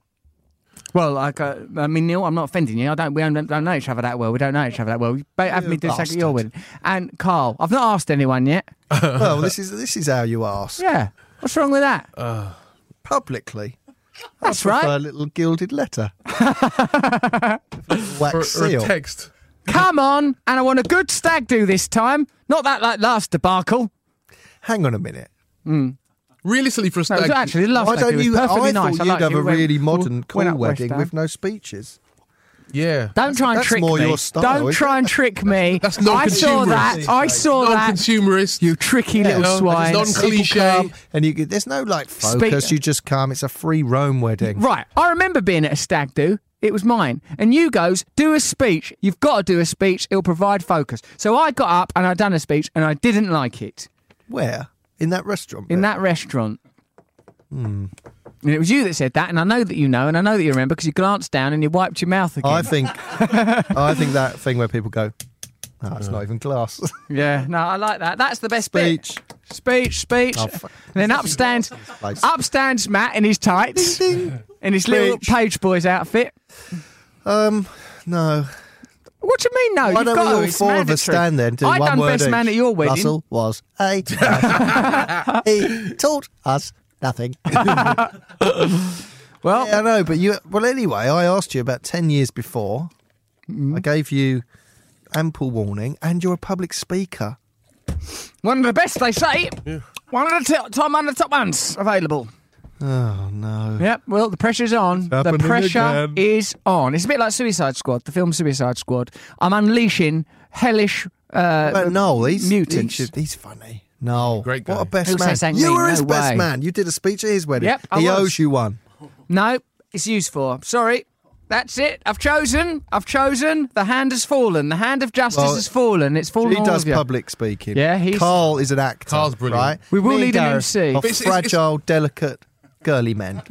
C: Well, like, uh, I mean, Neil, I'm not offending you. I don't. We don't, don't know each other that well. We don't know each other that well. You both have me do something you're with. And Carl, I've not asked anyone yet.
D: well, this is this is how you ask
C: Yeah. What's wrong with that?
D: Uh, publicly.
C: That's
D: prefer a
C: right.
D: little gilded letter. Wax
E: Or, or a
D: seal.
E: text.
C: Come on, and I want a good stag do this time. Not that like last debacle.
D: Hang on a minute.
E: Realistically, for a
C: No, it
E: stag,
C: was actually the last.
D: Why
C: stag do.
D: don't
C: Oh, It was
D: you? I
C: perfectly
D: thought
C: nice. I
D: you'd
C: liked
D: have
C: it.
D: a
C: We went-
D: really
C: we
D: modern,
C: went
D: cool
C: up West
D: wedding
C: Ham.
D: with no speeches.
E: yeah.
C: Don't try and
D: that's
C: trick
D: more
C: me.
D: your style,
C: Don't
D: isn't
C: try and trick me.
E: That's
C: I saw
E: non-consumerist.
C: that. I saw that.
E: Non-consumerist.
C: You tricky
E: No,
C: little
E: it's
C: swine.
E: non-cli- Cliche.
D: People come and you, there's no like
C: Speak-
D: focus. You just come. It's a free roam wedding.
C: Right. I remember being at a stag do. It was mine. And you goes, do a speech. You've got to do a speech. It'll provide focus. So I got up and I done a speech and I didn't like it
D: Where in that restaurant?
C: in
D: bit?
C: that restaurant.
D: Hmm.
C: And it was you that said that. And I know that you know. And I know that you remember because you glanced down and you wiped your mouth again.
D: I think. I think that thing where people go. No, it's not even glass.
C: Yeah. No, I like that. That's the best bit.
D: Speech.
C: Speech, speech.
D: Oh, fuck.
C: and then up stands,
D: place.
C: up stands Matt in his tights, in his little
D: Speech.
C: page boy's outfit.
D: No.
C: What do you mean? No,
D: Why
C: you've
D: don't
C: got
D: we
C: to,
D: all
C: it's
D: four of us
C: mandatory.
D: stand there and do
C: I
D: one
C: done
D: word
C: best
D: each?
C: man at your wedding.
D: Russell was a.
G: He taught us nothing.
C: Well,
D: Yeah, I know, but you. Well, anyway, I asked you about 10 years before.
C: Mm-hmm.
D: I gave you ample warning, and you're a public speaker.
C: one of the best they say. One of the top, top, one of the top ones available.
D: Oh, no.
C: Yep. Well, the pressure's on. The
D: happening
C: pressure
D: again.
C: is on. It's a bit like Suicide Squad, the film Suicide Squad. I'm unleashing hellish. Uh,
D: But Noel, he's,
C: mutants.
D: he should- he's funny. No.
E: Great
D: What a
E: guy.
D: best
C: He'll say
D: man.
C: something
D: you
C: mean,
D: were his
C: no
D: best
C: way.
D: man. You did a speech at his wedding.
C: Yep, I
D: he
C: was.
D: owes you one.
C: no, it's used for. Sorry. That's it. I've chosen. I've chosen. The hand has fallen. The hand of justice
D: Well,
C: has fallen. It's fallen.
D: He
C: on all
D: does
C: of you.
D: public speaking.
C: Yeah, he's-
D: Carl is an actor.
E: Carl's brilliant.
D: Right?
C: We will
D: Me and
C: need an
D: Gareth
C: MC.
D: are
C: But
E: it's- it's-
D: fragile, delicate, girly men.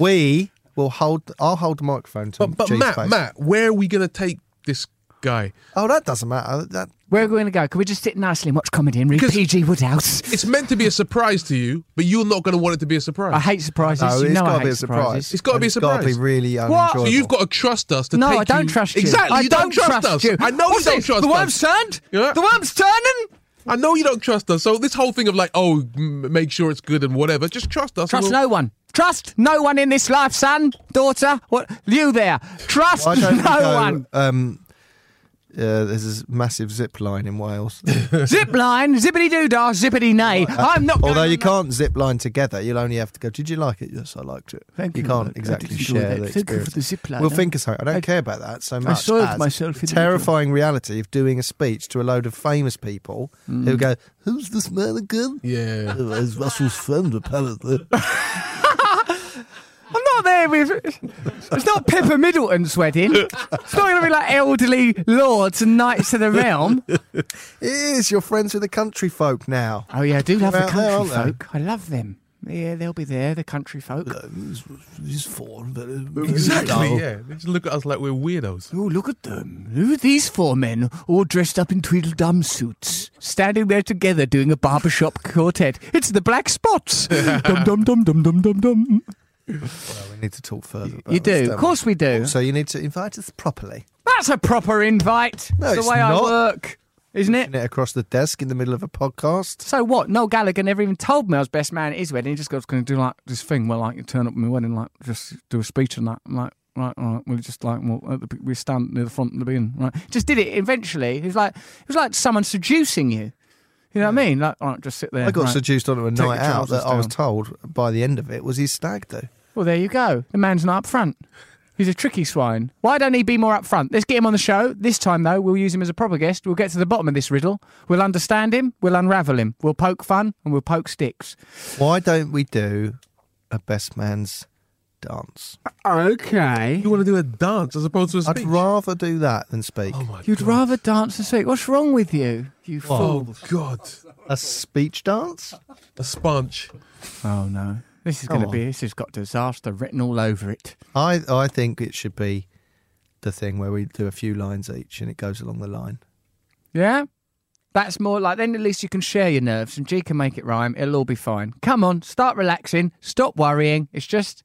D: we will hold. I'll hold the microphone to
E: But, but
D: G's
E: Matt,
D: face.
E: Matt, where are we going to take this guy?
D: Oh, that doesn't matter. That
C: Where are we going to go? Can we just sit nicely and watch comedy and read PG Woodhouse?
E: It's meant to be a surprise to you, but you're not going to want it to be a surprise.
C: I hate surprises.
D: No,
C: you
D: it's
C: know I
D: got
C: hate
D: to be a
C: surprises.
D: surprise.
E: It's gotta be a
D: It's got to be
E: surprise.
D: really
C: What?
D: unenjoyable.
E: So you've got to trust us to
C: No,
E: take
C: I don't
E: you-
C: trust you.
E: Exactly,
C: I
E: you don't, trust, us.
C: you.
E: I know
C: What's
E: you don't
C: this?
E: trust
C: The
E: us.
C: worm's turned.
E: Yeah.
C: The worm's turning.
E: I know you don't trust us. So this whole thing of like, oh, m- make sure it's good and whatever, just trust us.
C: Trust
E: and we'll-
C: no one. Trust no one in this life, son, daughter. What you there? Trust
D: Why don't
C: no
D: we go,
C: one.
D: Um, uh, there's this massive zip line in Wales.
C: zip line, zippity doo dah, zippity nay. I'm not.
D: Although
C: gonna-
D: you can't zip line together, you'll only have to go. Did you like it? Yes, I liked it.
H: Thank you,
D: can't
H: Mark. I
D: exactly
H: did enjoy
D: share
H: that.
D: the
H: Thank you for
D: experience.
H: the zip line.
D: We'll think of something. I don't care about that so much.
H: solved
D: as
H: myself
D: the
H: in the
D: terrifying reality of doing a speech to a load of famous people who go, "Who's this man again?"
E: Yeah.
D: "Oh, he's Russell's friend, apparently.
C: I'm not there with. It's not Pippa Middleton sweating. It's not going to be like elderly lords and knights of the realm.
D: It is. You're friends with the country folk now.
C: Oh yeah, I do love the
D: They're out
C: country
D: there, aren't
C: folk. I love them. Yeah, they'll be there, the country folk.
D: He's four, but
E: Exactly. Yeah. They just look at us like we're weirdos.
C: Oh, look at them. Who are these four men, all dressed up in Tweedledum suits, standing there together doing a barbershop quartet? It's the Black Spots. dum dum dum dum dum dum dum.
D: We need to talk further. About
C: You
D: this,
C: do,
D: don't
C: of
D: we?
C: course we do.
D: So you need to invite us properly.
C: That's a proper invite.
D: No,
C: That's
D: it's
C: the way I
D: not.
C: work, isn't it?
D: Isn't it across the desk in the middle of a podcast?
C: So what? Noel Gallagher never even told me I was best man at his wedding. He just goes, going to do like this thing where like you turn up at my wedding, like just do a speech and that, and like. Right, all right. We just like well, at the, we stand near the front of the beginning. Right, just did it eventually. It was like it was like someone seducing you. You know what I mean? Like, all right, just sit there.
D: I got
C: right.
D: seduced onto a
C: Take
D: night
C: your
D: out that
C: trousers
D: I was
C: down.
D: told by the end of it was his stag do.
C: Well, there you go. The man's not up front. He's a tricky swine. Why don't he be more up front? Let's get him on the show. This time, though, we'll use him as a proper guest. We'll get to the bottom of this riddle. We'll understand him. We'll unravel him. We'll poke fun and we'll poke sticks.
D: Why don't we do a best man's dance?
H: Okay.
E: You want to do a dance as opposed to a
D: I'd
E: speech?
D: rather do that than speak.
E: oh my
C: You'd
E: God.
C: rather dance and speak. What's wrong with you, you fool?
E: Oh God.
D: a speech dance?
E: A sponge.
C: Oh no, this is
D: Go
C: going to
D: on.
C: be. This has got disaster written all over it.
D: I I think it should be the thing where we do a few lines each and it goes along the line.
C: Yeah, that's more like. Then at least you can share your nerves, and G can make it rhyme. It'll all be fine. Come on, start relaxing. Stop worrying. It's just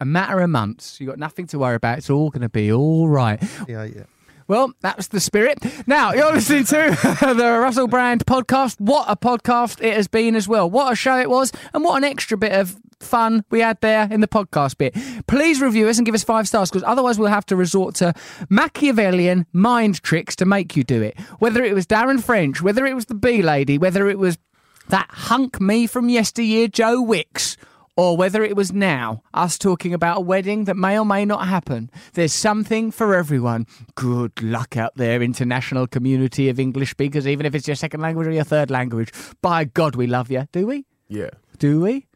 C: a matter of months. You got nothing to worry about. It's all going to be all right.
D: Yeah, yeah.
C: Well, that was the spirit. Now, you're listening to the Russell Brand podcast. What a podcast it has been as well. What a show it was, and what an extra bit of fun we had there in the podcast bit. Please review us and give us five stars because otherwise we'll have to resort to Machiavellian mind tricks to make you do it. Whether it was Darren French, whether it was the Bee Lady, whether it was that hunk me from yesteryear, Joe Wicks, or whether it was now, us talking about a wedding that may or may not happen. There's something for everyone. Good luck out there, international community of English speakers, even if it's your second language or your third language. By God, we love you. Do we?
E: Yeah.
C: Do we?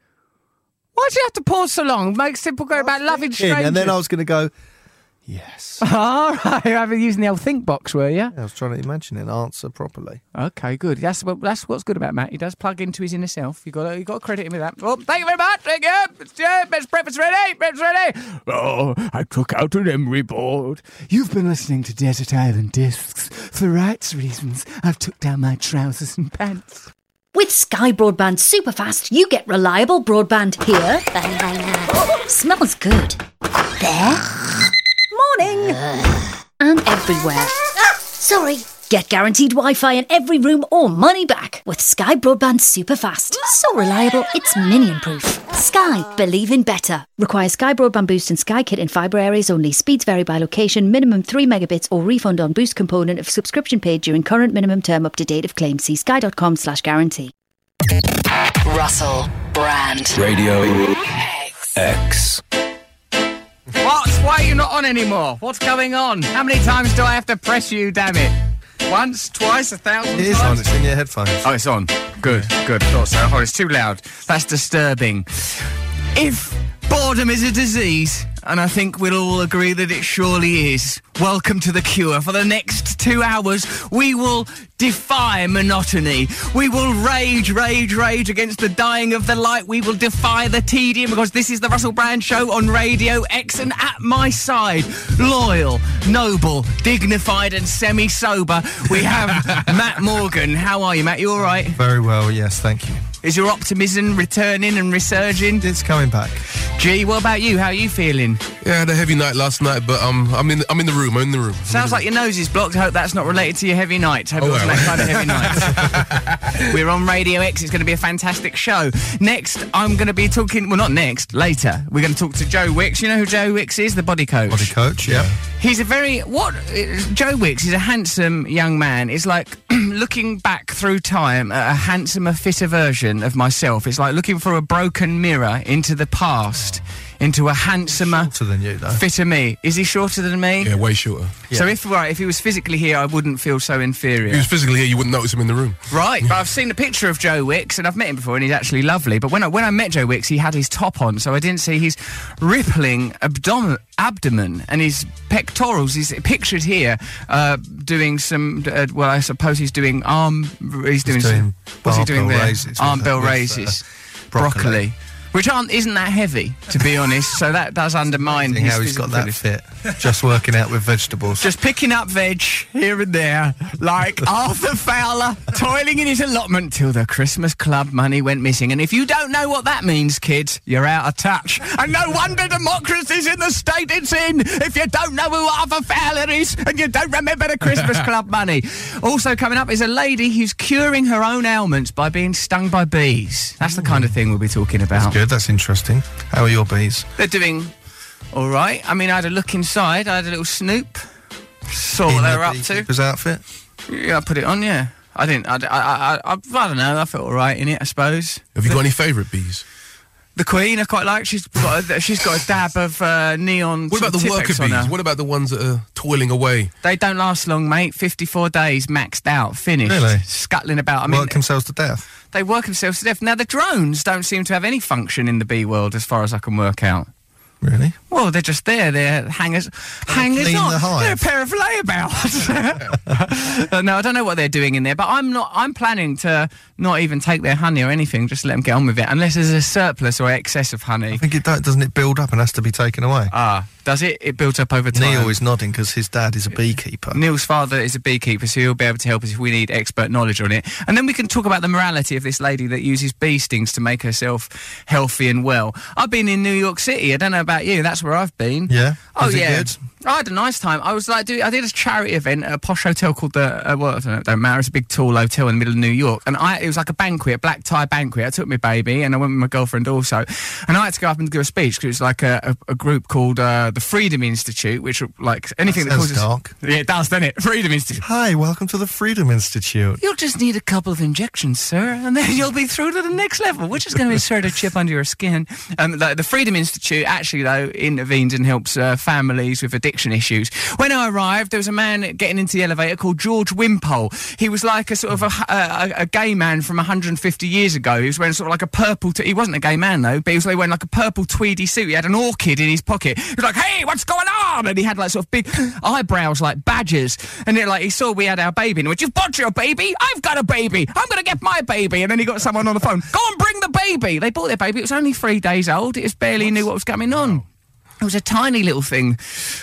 C: Why do you have to pause so long? Make simple go about loving strangers.
D: And then I was going to go, yes.
C: All right, I've been using the old think box, were you?
D: I was trying to imagine an answer properly.
C: Okay, good. That's what that's what's good about Matt. He does plug into his inner self. You got you got to credit him with that. Well, thank you very much. Thank you. It's, uh, best breakfast ready. Breakfast ready. Oh, I took out an emery board. You've been listening to Desert Island Discs for rights reasons. I've took down my trousers and pants.
I: With Sky Broadband Superfast, you get reliable broadband here. Bang, bang, bang. Smells good. There. Morning. And everywhere. Ah, sorry. Get guaranteed Wi Fi in every room or money back with Sky Broadband Superfast. So reliable, it's minion proof. Sky, believe in better. Requires Sky Broadband Boost and Sky Kit in fibre areas only. Speeds vary by location, minimum 3 megabits or refund on boost component of subscription paid during current minimum term up to date of claim. See sky.com slash guarantee.
B: Russell Brand.
A: Radio
B: X.
A: X.
C: What? Why are you not on anymore? What's going on? How many times do I have to press you? Damn it! Once, twice, a thousand
D: It is on, it's in your headphones.
C: Oh, it's on. Good, good. Thought so. Oh, it's too loud. That's disturbing. If boredom is a disease, and I think we'll all agree that it surely is, welcome to the cure. For the next two hours, we will defy monotony. We will rage, rage, rage against the dying of the light. We will defy the tedium because this is the Russell Brand Show on Radio X, and at my side, loyal, noble, dignified, and semi sober, we have Matt Morgan. How are you, Matt? You all right?
D: Very well, yes, thank you.
C: Is your optimism returning and resurging?
D: It's coming back.
C: Gee, what about you? How are you feeling?
E: Yeah, I had a heavy night last night, but um, I'm in I'm in the room. room. I'm in the room.
C: Sounds like your nose is blocked. Hope that's not related to your heavy night. Hope it
E: Oh,
C: wasn't
E: well.
C: that kind of heavy night. We're on Radio X. It's going to be a fantastic show. Next, I'm going to be talking. Well, not next. Later, we're going to talk to Joe Wicks. You know who Joe Wicks is? The body coach.
D: Body coach, yeah.
C: He's a very what uh, Joe Wicks is a handsome young man. It's like looking back through time at a handsomer, fitter version of myself. It's like looking through a broken mirror into the past, into a handsomer,
D: Shorter than you, though.
C: fitter me. Is he shorter than me?
E: Yeah, way shorter.
C: So if right, if he was physically here, I wouldn't feel so inferior.
E: If he was physically here, you wouldn't notice him in the room.
C: Right, but I've seen a picture of Joe Wicks and I've met him before and he's actually lovely. But when I, when I met Joe Wicks, he had his top on, so I didn't see his rippling abdomen, abdomen and his pectorals. He's pictured here uh, doing some, uh, well, I suppose he's doing arm, he's
D: doing
C: doing, some, what's he doing
D: barbell
C: there?
D: raises
C: arm
D: with-
C: bell
D: with, uh,
C: raises.
D: broccoli.
C: broccoli. Which aren't, isn't that heavy, to be honest, so that does undermine
D: Seeing
C: his
D: how he's got
C: physical
D: that fit. Just working out with vegetables.
C: just picking up veg here and there, like Arthur Fowler toiling in his allotment till the Christmas club money went missing. And if you don't know what that means, kids, you're out of touch. And no wonder democracy's in the state it's in if you don't know who Arthur Fowler is and you don't remember the Christmas club money. Also coming up is a lady who's curing her own ailments by being stung by bees. That's the kind of thing we'll be talking about.
D: Good, that's interesting. How are your bees?
C: They're doing all right. I mean, I had a look inside. I had a little snoop. Saw what
D: In
C: they
D: the
C: were up to.
D: beekeeper's outfit?
C: Yeah, I put it on. Yeah, I didn't. I, I, I, I, I don't know. I felt all right in it, I suppose.
E: Have you got any favourite bees?
C: The Queen, I quite like. She's got a, she's got a dab of uh, neon.
E: What
C: sort
E: about the
C: of
E: worker
C: Tippex on her.
E: bees? What about the ones that are toiling away?
C: They don't last long, mate. Fifty-four days maxed out, finished,
D: Really?
C: scuttling about. I mean,
D: Work themselves to death.
C: they work themselves to death. Now the drones don't seem to have any function in the bee world, as far as I can work out.
D: Really?
C: Well, they're just there. They're hangers, hangers
D: clean
C: on.
D: the hive.
C: they're a pair of layabouts. Uh, no, I don't know what they're doing in there, but I'm not. I'm planning to not even take their honey or anything. Just let them get on with it, unless there's a surplus or excess of honey.
D: I think it do- doesn't it build up and has to be taken away.
C: Ah, does it? It builds up over time.
D: Neil is nodding because his dad is a beekeeper.
C: Neil's father is a beekeeper, so he'll be able to help us if we need expert knowledge on it. And then we can talk about the morality of this lady that uses bee stings to make herself healthy and well. I've been in New York City. I don't know about you. That's where I've been.
D: Yeah?
C: Oh
D: Was it
C: yeah.
D: good?
C: I had a nice time. I was like, do, I did a charity event at a posh hotel called the. Uh, well, I don't know. Don't matter. It's a big tall hotel in the middle of New York, and I it was like a banquet, a black tie banquet. I took my baby, and I went with my girlfriend also, and I had to go up and give a speech because it was like a, a, a group called uh, the Freedom Institute, which were, like anything that,
D: That sounds
C: causes
D: dark.
C: Yeah, it does, doesn't it? Freedom Institute.
D: Hi, welcome to the Freedom Institute.
C: You'll just need a couple of injections, sir, and then you'll be through to the next level, which is going to insert a chip under your skin. Um, the, the Freedom Institute actually, though, intervenes and helps uh, families with addiction issues. When I arrived, there was a man getting into the elevator called George Wimpole. He was like a sort of a, hu- a, a- a gay man from 150 years ago. He was wearing sort of like a purple. T- he wasn't a gay man though, but he was like wearing like a purple tweedy suit. He had an orchid in his pocket. He was like, "Hey, what's going on?" And he had like sort of big eyebrows like badgers. And then like he saw we had our baby, and he went, "You've got your baby. I've got a baby. I'm gonna get my baby." And then he got someone on the phone. Go and bring the baby. They bought their baby. It was only three days old. It was barely knew what was going on. It was a tiny little thing.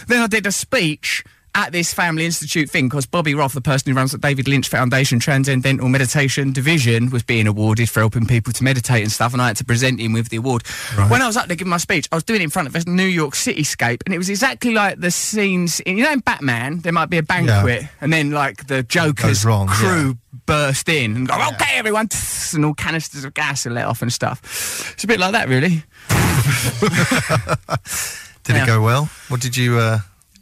C: Then I did a speech at this Family Institute thing because Bobby Roth, the person who runs the David Lynch Foundation Transcendental Meditation Division, was being awarded for helping people to meditate and stuff, and I had to present him with the award. When I was up there giving my speech, I was doing it in front of this New York Cityscape, and it was exactly like the scenes in, you know, in Batman, there might be a banquet, and then like the Joker's
D: wrong, yeah.
C: crew burst in and go, okay, everyone, and all canisters of gas are let off and stuff. It's a bit like that, really.
D: Did
C: Yeah.
D: it go well? What did you? Uh,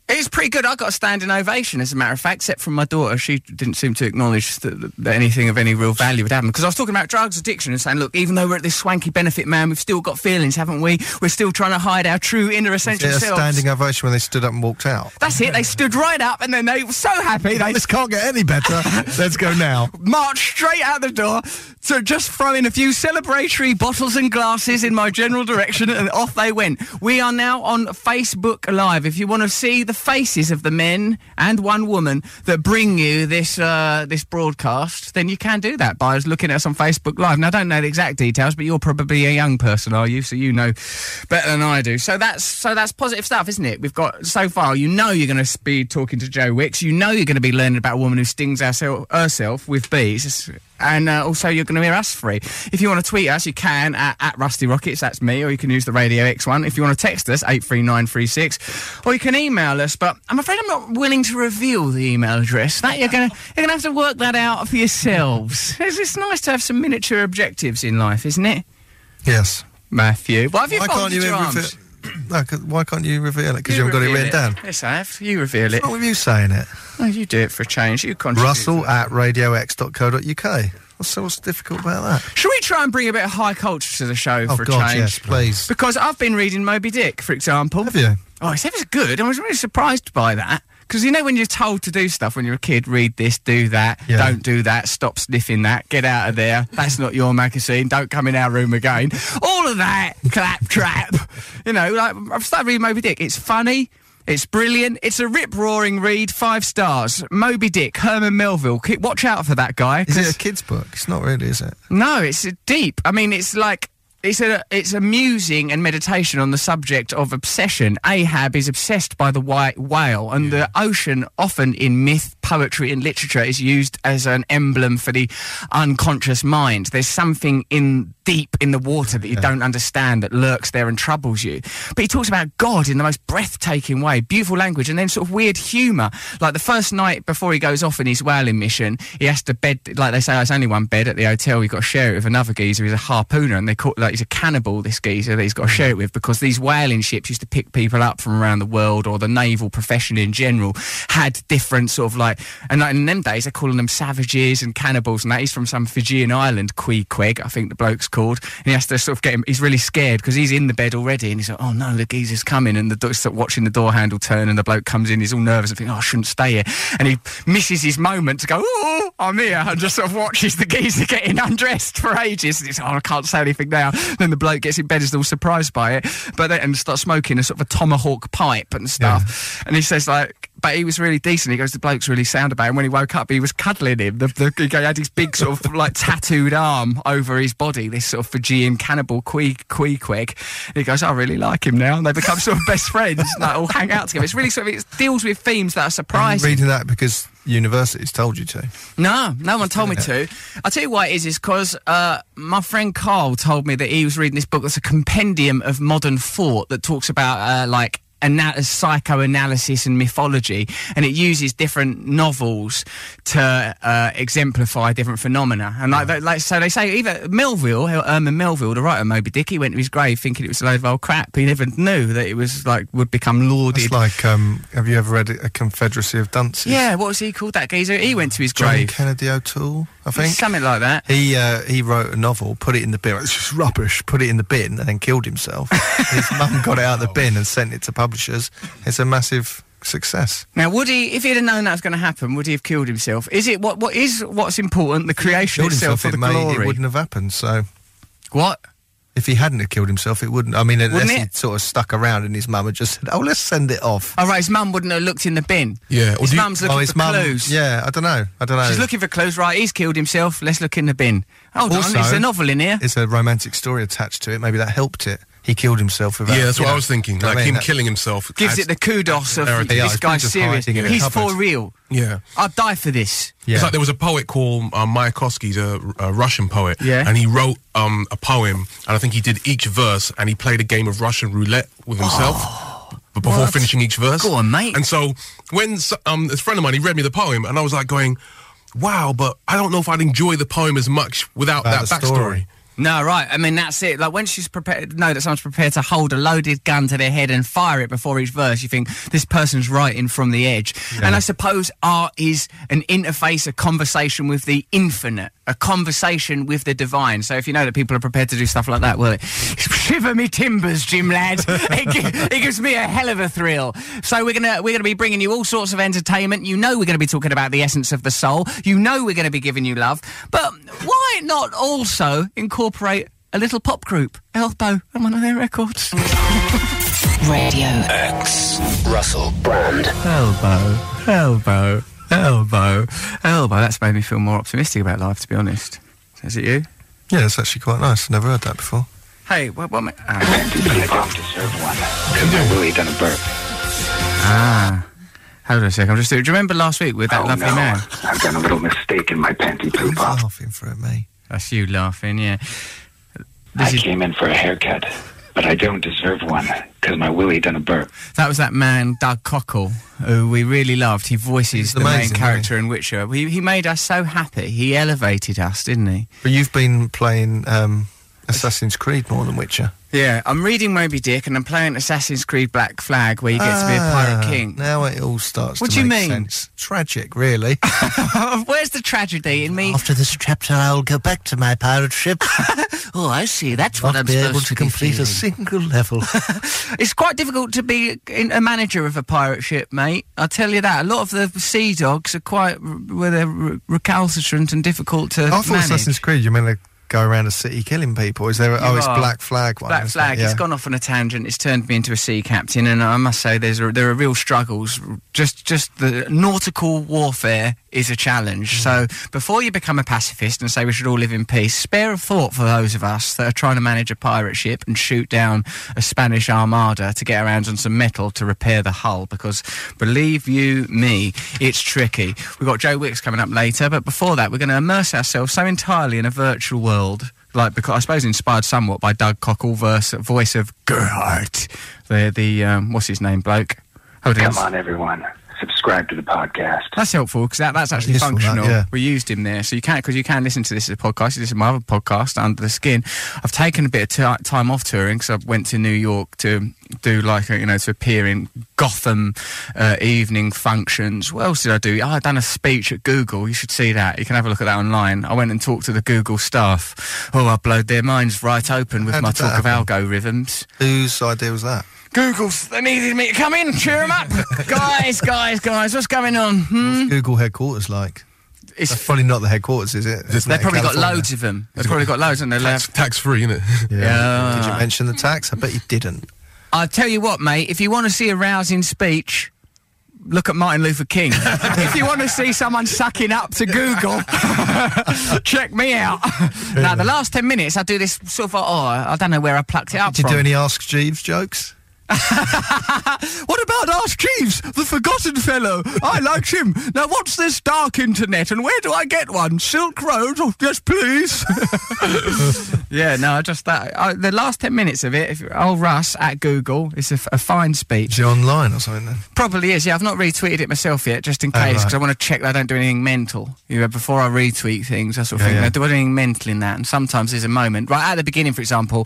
C: It was pretty good. I got a standing ovation, as a matter of fact, except from my daughter. She didn't seem to acknowledge that, that anything of any real value would happen. Because I was talking about drugs addiction and saying, look, even though we're at this swanky benefit man, we've still got feelings, haven't we? We're still trying to hide our true inner
D: did
C: essential
D: a
C: selves.
D: standing ovation when they stood up and walked out.
C: That's it. They stood right up and then they were so happy they
D: This can't get any better. Let's go now.
C: marched straight out the door to just throw in a few celebratory bottles and glasses in my general direction and off they went. We are now on Facebook Live. If you want to see the faces of the men and one woman that bring you this uh, this broadcast, then you can do that by us looking at us on Facebook Live. Now, I don't know the exact details, but you're probably a young person, are you? So you know better than I do. So that's so that's positive stuff, isn't it? We've got so far. You know you're going to be talking to Joe Wicks. You know you're going to be learning about a woman who stings herself, herself with bees. It's And uh, also, you're going to hear us free. If you want to tweet us, you can at, at Rusty Rockets, that's me, or you can use the Radio X one. If you want to text us, 83936, or you can email us, but I'm afraid I'm not willing to reveal the email address. That You're going to you're gonna have to work that out for yourselves. It's, it's nice to have some miniature objectives in life, isn't it,
D: Yes.
C: Matthew? Why have you
D: Why
C: folded
D: can't you
C: your
D: reveal
C: arms?
D: it? No, 'cause- why can't you reveal it? Because you, haven't got it
C: reveal
D: written down.
C: Yes, I have. You reveal it.
D: What were you saying it?
C: Oh, you do it for a change. You contribute.
D: Russell at radiox.co.uk. What's, what's difficult about that?
C: Should we try and bring a bit of high culture to the show
D: Oh,
C: for a
D: God,
C: change?
D: yes, please.
C: Because I've been reading Moby Dick, for example.
D: Have you?
C: Oh, it's ever so good. I was really surprised by that. Because you know when you're told to do stuff when you're a kid, read this, do that,
D: Yeah.
C: don't do that, stop sniffing that, get out of there, that's not your magazine, don't come in our room again. All of that clap trap. You know, like I've started reading Moby Dick. It's funny, it's brilliant, it's a rip roaring read, five stars. Moby Dick, Herman Melville. Keep, watch out for that guy.
D: Is
C: 'cause-
D: it a kid's book? It's not really, is it?
C: no, it's uh, deep. I mean, it's like it's a it's amusing and meditation on the subject of obsession. Ahab is obsessed by the white whale, and the ocean, often in myth, poetry, and literature, is used as an emblem for the unconscious mind. There's something in deep in the water that you don't understand that lurks there and troubles you. But he talks about God in the most breathtaking way, beautiful language, and then sort of weird humour. Like the first night before he goes off on his whaling mission, he has to bed, like they say, there's only one bed at the hotel. You've got to share it with another geezer. He's a harpooner, and they call like he's a cannibal. This geezer that he's got to share it with because these whaling ships used to pick people up from around the world, or the naval profession in general had different sort of like. And like in them days, they're calling them savages and cannibals, and that he's from some Fijian island, Queequeg, I think the bloke's called. And he has to sort of get him. He's really scared because he's in the bed already, and he's like, "Oh no, the geezer's coming!" And the do- sort of watching the door handle turn, and the bloke comes in. He's all nervous and thinking, "Oh, I shouldn't stay here," and he misses his moment to go, "Oh, I'm here," and just sort of watches the geezer getting undressed for ages. And he's, "Oh, I can't say anything now." Then the bloke gets in bed, is all surprised by it, but then and starts smoking a sort of a tomahawk pipe and stuff. And he says like but he was really decent. He goes, the bloke's really sound about him. When he woke up, he was cuddling him. The, the, he had his big sort of like tattooed arm over his body, this sort of Fijian cannibal quee quee quig. And he goes, I really like him now. And they become sort of best friends and like, all hang out together. It's really sort of, it deals with themes that are
D: I'm
C: surprising.
D: reading that because universities told you to.
C: No, no one told me to. I'll tell you why it is, is because uh, my friend Carl told me that he was reading this book that's a compendium of modern thought that talks about, uh, like, ana- psychoanalysis and mythology, and it uses different novels to uh, exemplify different phenomena. And like, they- like, so they say, either Melville, Herman Melville, the writer of Moby Dick, he went to his grave thinking it was a load of old crap. He never knew that it was, like, would become lauded.
D: It's like, um, have you ever read A Confederacy of Dunces?
C: yeah, what was he called, that geezer? He went to his
D: John
C: grave.
D: Kennedy O'Toole, I think.
C: Something like that.
D: He uh, he wrote a novel, put it in the bin. It's just rubbish. Put it in the bin, and then killed himself. His mum got it out of
C: Oh.
D: the bin and sent it to publishers. It's a massive success.
C: Now, would he, if he'd have known that was going to happen, would he have killed himself? Is it what? What is what's important? The creation
D: Killed himself,
C: itself for
D: it,
C: the
D: may- it
C: glory?
D: wouldn't have happened. So
C: what?
D: if he hadn't have killed himself, it wouldn't. I mean, unless
C: Wouldn't
D: he
C: it?
D: sort of stuck around and his mum had just said, "Oh, let's send it off."
C: All right, his mum wouldn't have looked in the bin.
E: Yeah, or
C: his
E: do you-
C: mum's looking for clues.
D: oh, Yeah, I don't know. I don't know.
C: she's looking for clues. Right, he's killed himself. Let's look in the bin. Hold
D: Also-
C: on, there's a novel in here.
D: It's a romantic story attached to it. Maybe that helped it. He killed himself without.
E: Yeah, that's
D: you
E: what I
D: know,
E: was thinking.
D: know what I
E: Like
D: mean?
E: him
D: That-
E: killing himself
C: Gives
E: adds-
C: it the kudos of
E: Yeah,
C: this
D: it's
C: guy's
D: just
C: serious.
D: hiding in a
C: He's
D: cupboard.
C: for real.
E: Yeah.
C: I'd die for this.
D: Yeah.
E: It's like there was a poet called uh, Mayakovsky, a, a Russian poet,
C: Yeah.
E: and he wrote um, a poem, and I think he did each verse, and he played a game of Russian roulette with himself. But before
C: What?
E: finishing each verse,
C: Go on, mate.
E: And so when s- um, this friend of mine he read me the poem, and I was like going, "Wow!" But I don't know if I'd enjoy the poem as much without
D: Without
E: that
D: the
E: backstory.
D: story.
C: No, right. I mean, that's it. Like when she's prepared, know that someone's prepared to hold a loaded gun to their head and fire it before each verse. You think this person's writing from the edge. And I suppose art is an interface, a conversation with the infinite, a conversation with the divine. So if you know that people are prepared to do stuff like that, well, it shiver me timbers, Jim lad. it, gi- it gives me a hell of a thrill. So we're gonna we're gonna be bringing you all sorts of entertainment. You know we're gonna be talking about the essence of the soul. You know we're gonna be giving you love. But why not also incorporate a little pop group, Elbow, on one of their records?
B: Radio.
H: Russell Brand.
C: Elbow, elbow, elbow, elbow. That's made me feel more optimistic about life, to be honest. Is it you?
D: Yeah, that's actually quite nice. Never heard that before.
C: Hey, what? what ma- ah.
F: I don't deserve one. Because I really done a burp.
C: Ah. Hold on a sec. I'm just. Do you remember last week with that
F: oh,
C: lovely
F: no.
C: man?
F: I've done a little mistake in my panty
D: He's
F: pooper.
D: laughing for it, me.
C: That's you laughing. Yeah.
F: I
C: This is,
F: came in for a haircut, but I don't deserve one because my Willie done a burp.
C: that was that man Doug Cockle, who we really loved. He voices
D: He's
C: the
D: amazing,
C: main character in Witcher. He, he made us so happy. He elevated us, didn't he?
D: But you've been playing um, Assassin's Creed more than Witcher.
C: Yeah, I'm reading Moby Dick and I'm playing Assassin's Creed Black Flag, where you get to be a pirate
D: Ah,
C: king.
D: Now it all starts.
C: What
D: to
C: do you
D: make
C: mean?
D: sense. Tragic, really.
C: Where's the tragedy in me?
G: After this chapter, I'll go back to my pirate ship.
C: Oh, I see. That's
G: not be able to complete a single level.
C: It's quite difficult to be in- a manager of a pirate ship, mate. I'll tell you that. A lot of the sea dogs are quite, well, they're re- recalcitrant and difficult to
D: I thought
C: manage.
D: Assassin's Creed. You meant to go around a city killing people? Is there? A, oh,
C: You
D: it's
C: are.
D: Black Flag. One,
C: Black
D: isn't
C: flag.
D: It?
C: It's
D: Yeah.
C: gone off on a tangent. It's turned me into a sea captain, and I must say, there's a, there are real struggles. Just just the nautical warfare is a
D: Mm.
C: challenge. So before you become a pacifist and say we should all live in peace, spare a thought for those of us that are trying to manage a pirate ship and shoot down a Spanish armada to get our hands on some metal to repair the hull. Because believe you me, it's tricky. We've got Joe Wicks coming up later, but before that, we're going to immerse ourselves so entirely in a virtual world like because I suppose inspired somewhat by Doug Cockle, verse, voice of Gerhardt, the the um, what's his name bloke. Hold
F: Come
C: on.
F: on, everyone. Subscribe to the podcast.
C: That's helpful because that, that's actually
D: Useful, that,
C: functional.
D: yeah.
C: We used him there, so you can't because you can listen to this as a podcast. This is my other podcast, Under the Skin. I've taken a bit of ti time off touring because I went to New York to do like a, you know to appear in Gotham uh, evening functions. What else did I do? Oh, I done a speech at Google. You should see that. You can have a look at that online. I went and talked to the Google staff. Oh, I blowed their minds right open with
D: How
C: my
D: did that
C: talk of
D: happen?
C: algorithms.
D: Whose idea was that?
C: Google's they needed me to come in, cheer them up, guys, guys, guys. What's going on? Hmm?
D: Google headquarters like?
C: It's
D: That's probably not the headquarters, is it? Isn't
C: They've
D: it
C: probably got
D: California?
C: loads of them. They've probably got loads, and they
E: Tax,
C: left.
E: tax free, innit?
C: Yeah.
D: Did you mention the tax? I bet you didn't.
C: I'll tell you what, mate. If you want to see a rousing speech, look at Martin Luther King. if you want to see someone sucking up to Google, check me out. now, the last ten minutes, I do this sort of. Oh, I don't know where I plucked it up
D: Did you
C: from.
D: do any Ask Jeeves jokes?
C: What about Ask Jeeves, the forgotten fellow? I liked him. Now, what's this dark internet and where do I get one? Silk Road? Oh, yes, please. yeah, no, I just that. I, the last 10 minutes of it, if, old Russ at Google, it's a, f- a fine speech.
D: Is it online or something? Then?
C: Probably is. Yeah, I've not retweeted it myself yet, just in
D: Oh,
C: case, because
D: right.
C: I want to check that I don't do anything mental. You know, before I retweet things, I sort
D: Yeah,
C: of think,
D: yeah.
C: "Now, do I do anything mental in that? And sometimes there's a moment, right at the beginning, for example,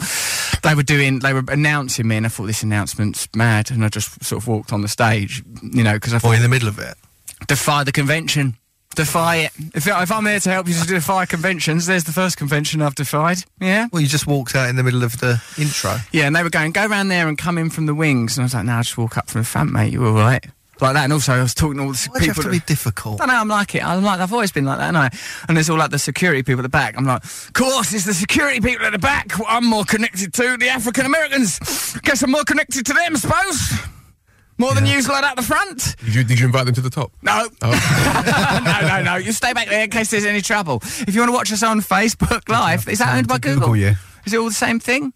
C: they were doing, they were announcing me, and I thought this announcement's mad, and I just sort of walked on the stage, you know, because I
D: Or
C: thought,
D: in the middle of it?
C: defy the convention. Defy it. If, if I'm here to help you to defy conventions, there's the first convention I've defied. Yeah?
D: Well, you just walked out in the middle of the intro.
C: Yeah, and they were going, go round there and come in from the wings. And I was like, no, I'll just walk up from the front, mate. You're all right. Like that. And also, I was talking to all the
D: Why do you
C: people.
D: have to
C: that-
D: be difficult?
C: I don't know, I'm like it. I'm like, I've always been like that, and I. And there's all like the security people at the back. I'm like, of course, it's the security people at the back. who I'm more connected to the African Americans. Guess I'm more connected to them, I suppose. More than usual at the front.
E: Did you, did you invite them to the top?
C: No.
E: Oh.
C: no, no, no. You stay back there in case there's any trouble. If you want to watch us on Facebook Live, is that owned by
D: to
C: Google?
D: Google you.
C: Is it all the same thing?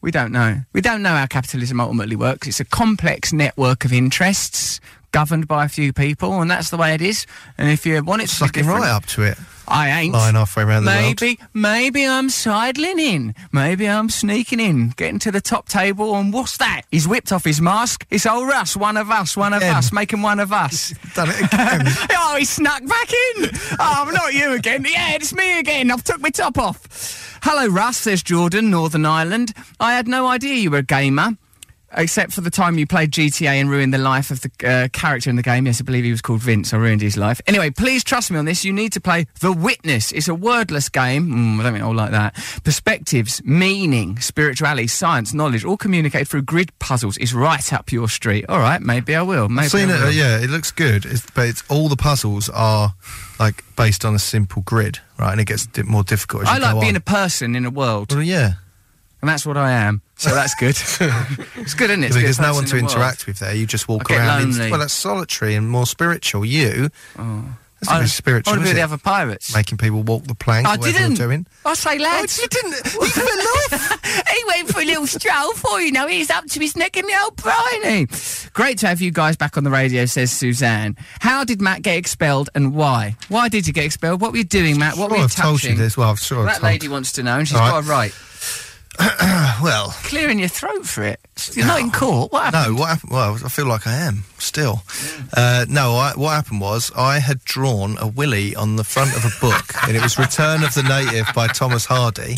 C: We don't know. We don't know how capitalism ultimately works. It's a complex network of interests governed by a few people, and that's the way it is. And if you want it to be
D: Sucking
C: different,
D: right up to it.
C: I ain't.
D: Lying halfway around the world.
C: Maybe, maybe I'm sidling in. Maybe I'm sneaking in, getting to the top table, and what's that? He's whipped off his mask. It's old Russ, one of us, one of
D: Again.
C: us, making one of us.
D: Done it again.
C: oh, he snuck back in. Oh, I'm not you again. Yeah, it's me again. I've took my top off. Hello, Russ, says Jordan, Northern Ireland. I had no idea you were a gamer. Except for the time you played GTA and ruined the life of the uh, character in the game. Yes, I believe he was called Vince. I ruined his life. Anyway, please trust me on this. You need to play The Witness. It's a wordless game. Mm, I don't think I'll like that. Perspectives, meaning, spirituality, science, knowledge, all communicated through grid puzzles. Is right up your street. All right, maybe I will. Maybe
D: I've seen
C: I
D: it.
C: will.
D: uh, Yeah, it looks good. It's, but it's all the puzzles are like based on a simple grid, right? And it gets di- more difficult. As
C: I
D: you
C: like
D: go
C: being
D: on.
C: a person in a world,
D: Well, yeah,
C: and that's what I am. So that's good. it's good, isn't it? It's
D: because
C: good
D: there's no
C: person
D: one
C: in
D: to
C: a world.
D: interact with there. You just walk
C: I get
D: around. in-
C: lonely. Oh.
D: well, that's solitary and more spiritual. You That's a bit spiritual,
J: I want to
D: is
J: be the
D: it?
J: other pirates.
D: Making people walk the plank.
J: I
D: whatever you're
J: didn't.
D: Doing.
J: I say, lads.
C: Oh,
D: you didn't. You fell off.
J: he went for a little stroll for you know he's up to his neck in the old briny.
C: Great to have you guys back on the radio, says Suzanne. How did Matt get expelled and why? Why did you get expelled? What were you doing, Matt? What
D: Well,
C: were you
D: I've told you
C: touching?
D: this. Well, I've sure I've
C: That
D: told
C: lady wants to know, and she's
D: All right.
C: got a right.
D: Well,
C: Clearing your throat for it. You're not in court. What happened?
D: no. What happened? Well, I feel like I am still. Uh, no, I, what happened was I had drawn a willy on the front of a book, and it was Return of the Native by Thomas Hardy.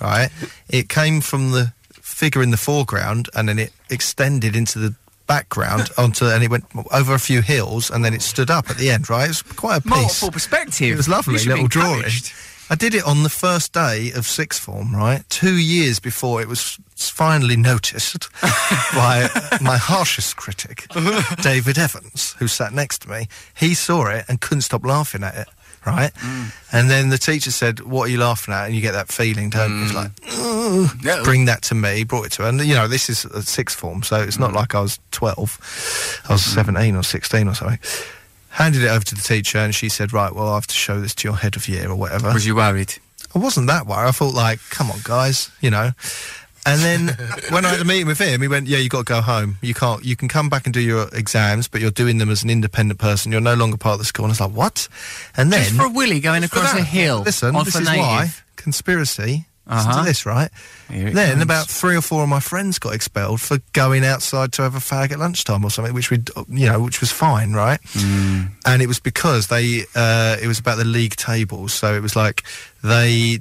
D: Right. It came from the figure in the foreground, and then it extended into the background onto, and it went over a few hills, and then it stood up at the end. Right. It was quite a piece.
C: Multiple perspective.
D: It was lovely
C: You should be
D: little drawing.
C: encouraged.
D: I did it on the first day of sixth form, right? Two years before it was finally noticed by my harshest critic, David Evans, who sat next to me. He saw it and couldn't stop laughing at it, right?
C: Mm.
D: And then the teacher said, What are you laughing at? And you get that feeling, don't you? It's
C: Mm.
D: like, bring that to me, brought it to her. And, you know, this is a sixth form, so it's
C: Mm.
D: not like I was 12. I was 17 or 16 or something. Handed it over to the teacher, and she said, Right, well, I have to show this to your head of year or whatever.
J: Was you worried?
D: I wasn't that worried. I thought, like, come on, guys, you know. And then when I had a meeting with him, he went, "Yeah, you got to go home. You can't. You can come back and do your exams, but you're doing them as an independent person. You're no longer part of the school." And I was like, "What?" And then
C: Just for a willy going across a
D: that.
C: hill.
D: Listen,
C: on
D: this
C: for
D: is
C: native.
D: why conspiracy. Listen
C: Uh-huh.
D: to this, right?
C: Here it
D: Then
C: comes.
D: about three or four of my friends got expelled for going outside to have a fag at lunchtime or something, which we, you know, which was fine, right?
C: Hmm.
D: And it was because they, uh, it was about the league tables, so it was like they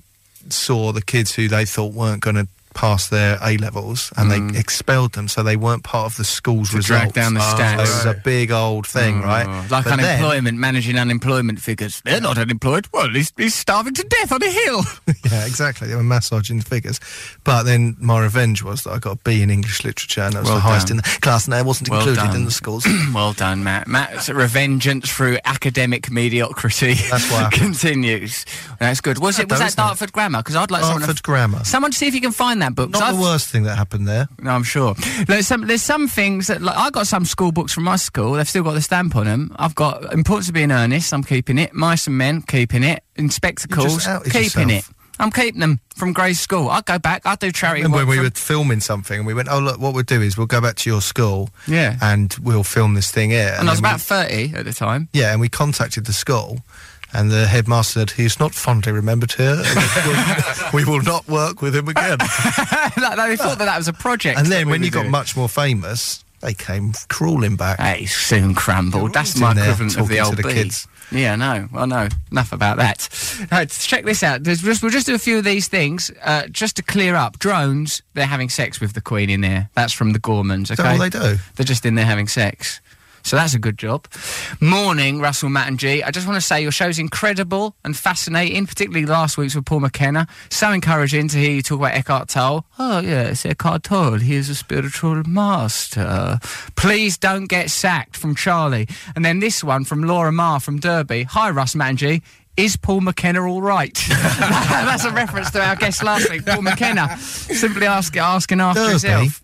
D: saw the kids who they thought weren't going to pass their A levels, and they expelled them, so they weren't part of the school's
C: Hmm. To
D: results.
C: drag down the
D: So
C: stats. Hmm.
D: it was a big old thing, right?
C: Oh, Like
D: But then-
C: unemployment, managing unemployment figures. They're not unemployed. Well, he's, he's starving to death on a hill.
D: Yeah, exactly. They were massaging the figures. But then my revenge was that I got a B in English literature and it was
C: Well
D: the highest
C: done.
D: in the class and I wasn't
C: Well
D: included
C: done.
D: in the schools.
C: well done, Matt. Matt's revengeance through academic mediocrity
D: That's what happened.
C: continues. That's good. Was it was
D: though,
C: that
D: isn't it?
C: Dartford Grammar? Because I'd like someone
D: Hartford
C: to,
D: grammar.
C: someone to see if you can find that book. 'cause
D: Not
C: I've-
D: the worst thing that happened there.
C: No, I'm sure. There's some there's some things that like I got some school books from my school. They've still got the stamp on them. I've got Importance of Being Earnest. I'm keeping it. Mice and Men. Keeping it.
D: You
C: Inspectacles.
D: just outed
C: Keeping
D: yourself.
C: it. I'm keeping them from Gray's school. I go back. I do charity
D: And when
C: work.
D: we
C: from-
D: were filming something and we went, oh, look, what we'll do is we'll go back to your school
C: Yeah.
D: and we'll film this thing here.
C: and I was
D: then we-
C: about thirty at the time.
D: Yeah, and we contacted the school, and the headmaster said he's not fondly remembered here. and we, will, we will not work with him again.
C: like, they thought that that was a project.
D: and
C: that
D: then
C: we
D: when
C: were
D: you got
C: doing.
D: much more famous, they came crawling back.
C: Hey, soon crumbled.
D: always
C: That's my
D: in there
C: equivalent of
D: talking
C: the
D: to
C: old
D: the
C: bee.
D: kids.
C: Yeah, I know. I know. Enough about that. Right, check this out. There's just, we'll just do a few of these things uh, just to clear up. Drones, they're having sex with the queen in there. That's from the Gormans, okay?
D: that all they do?
C: They're just in there having sex. So that's a good job. Morning, Russell, Matt, and G. I just want to say your show's incredible and fascinating, particularly last week's with Paul McKenna. So encouraging to hear you talk about Eckhart Tolle. Oh, yes, Eckhart Tolle. He is a spiritual master. Please don't get sacked from Charlie. And then this one from Laura Marr from Derby. Hi, Russ, Matt, and G. Is Paul McKenna all right? That's a reference to our guest last week, Paul McKenna. Simply ask, asking after
D: Derby?
C: himself.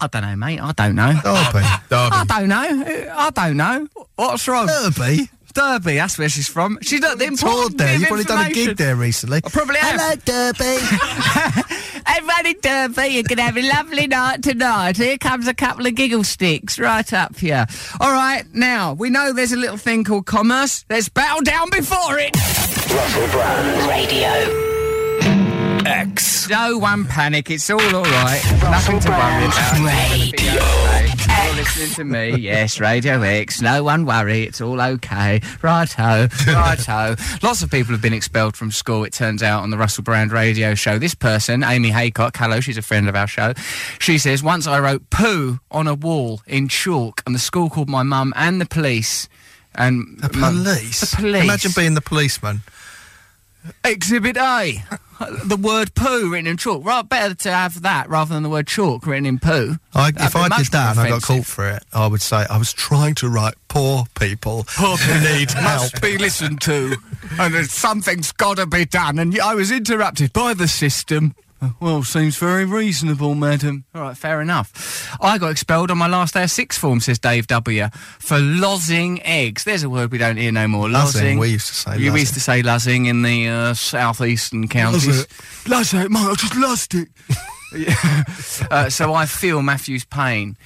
C: I don't know, mate. I don't know.
D: Derby.
C: I
E: Derby.
C: don't know. I don't know. What's wrong?
D: Derby?
C: Derby, that's where she's from. She's not the
D: toured
C: important
D: there.
C: bit of
D: You've probably done a
C: information.
D: gig there recently.
C: I probably have.
G: Hello, Derby.
C: Everyone in Derby, you're going to have a lovely night tonight. Here comes a couple of giggle sticks right up here. All right, now, we know there's a little thing called commerce. Let's bow down before it.
H: Russell Brand.
B: Radio.
H: X.
C: No one panic. It's all all right. Nothing to worry about.
B: Radio
C: You're listening to me, yes, Radio X. No one worry, it's all okay. Righto, righto. Lots of people have been expelled from school, it turns out, on the Russell Brand radio show. This person, Amy Haycock, hello, she's a friend of our show. She says, Once I wrote poo on a wall in chalk, and the school called my mum and the police. And
D: The
C: mum-
D: police.
C: The police.
D: Imagine being the policeman.
C: Exhibit A. The word poo written in chalk. Right, better to have that rather than the word chalk written in poo.
D: I,
C: That'd
D: if
C: be
D: I
C: much
D: did
C: more
D: that and I got
C: offensive.
D: caught for it, I would say I was trying to write poor people
C: Pub
D: need help.
C: must be listened to, and there's- something's got to be done. And y- I was interrupted by the system.
K: Well, seems very reasonable, madam.
C: All right, fair enough. I got expelled on my last day of sixth form, says Dave W, for lozing eggs. There's a word we don't hear no more. Lozing.
K: Luzzing, we used to say
C: You
K: luzzing.
C: used to say lozing in the uh, southeastern counties.
K: That's it, mate. I just lost it.
C: uh, so I feel Matthew's pain.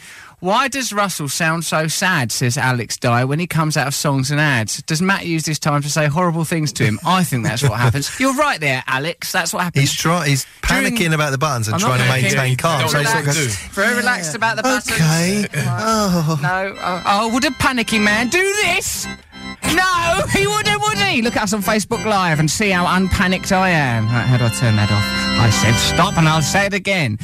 C: Why does Russell sound so sad, says Alex Dyer, when he comes out of songs and ads? Does Matt use this time to say horrible things to him? I think that's what happens. You're right there, Alex. That's what happens.
D: He's try- he's panicking about the buttons and
C: I'm
D: trying
C: not
D: to
C: panicking.
D: maintain calm.
C: Don't
D: So he sort of
C: relax.
D: goes,
C: Very relaxed about the buttons.
D: Okay.
C: Oh. No. Oh, oh, would a panicking man do this? No, he wouldn't, would he? Look at us on Facebook Live and see how unpanicked I am. Right, how do I turn that off? I said stop and I'll say it again.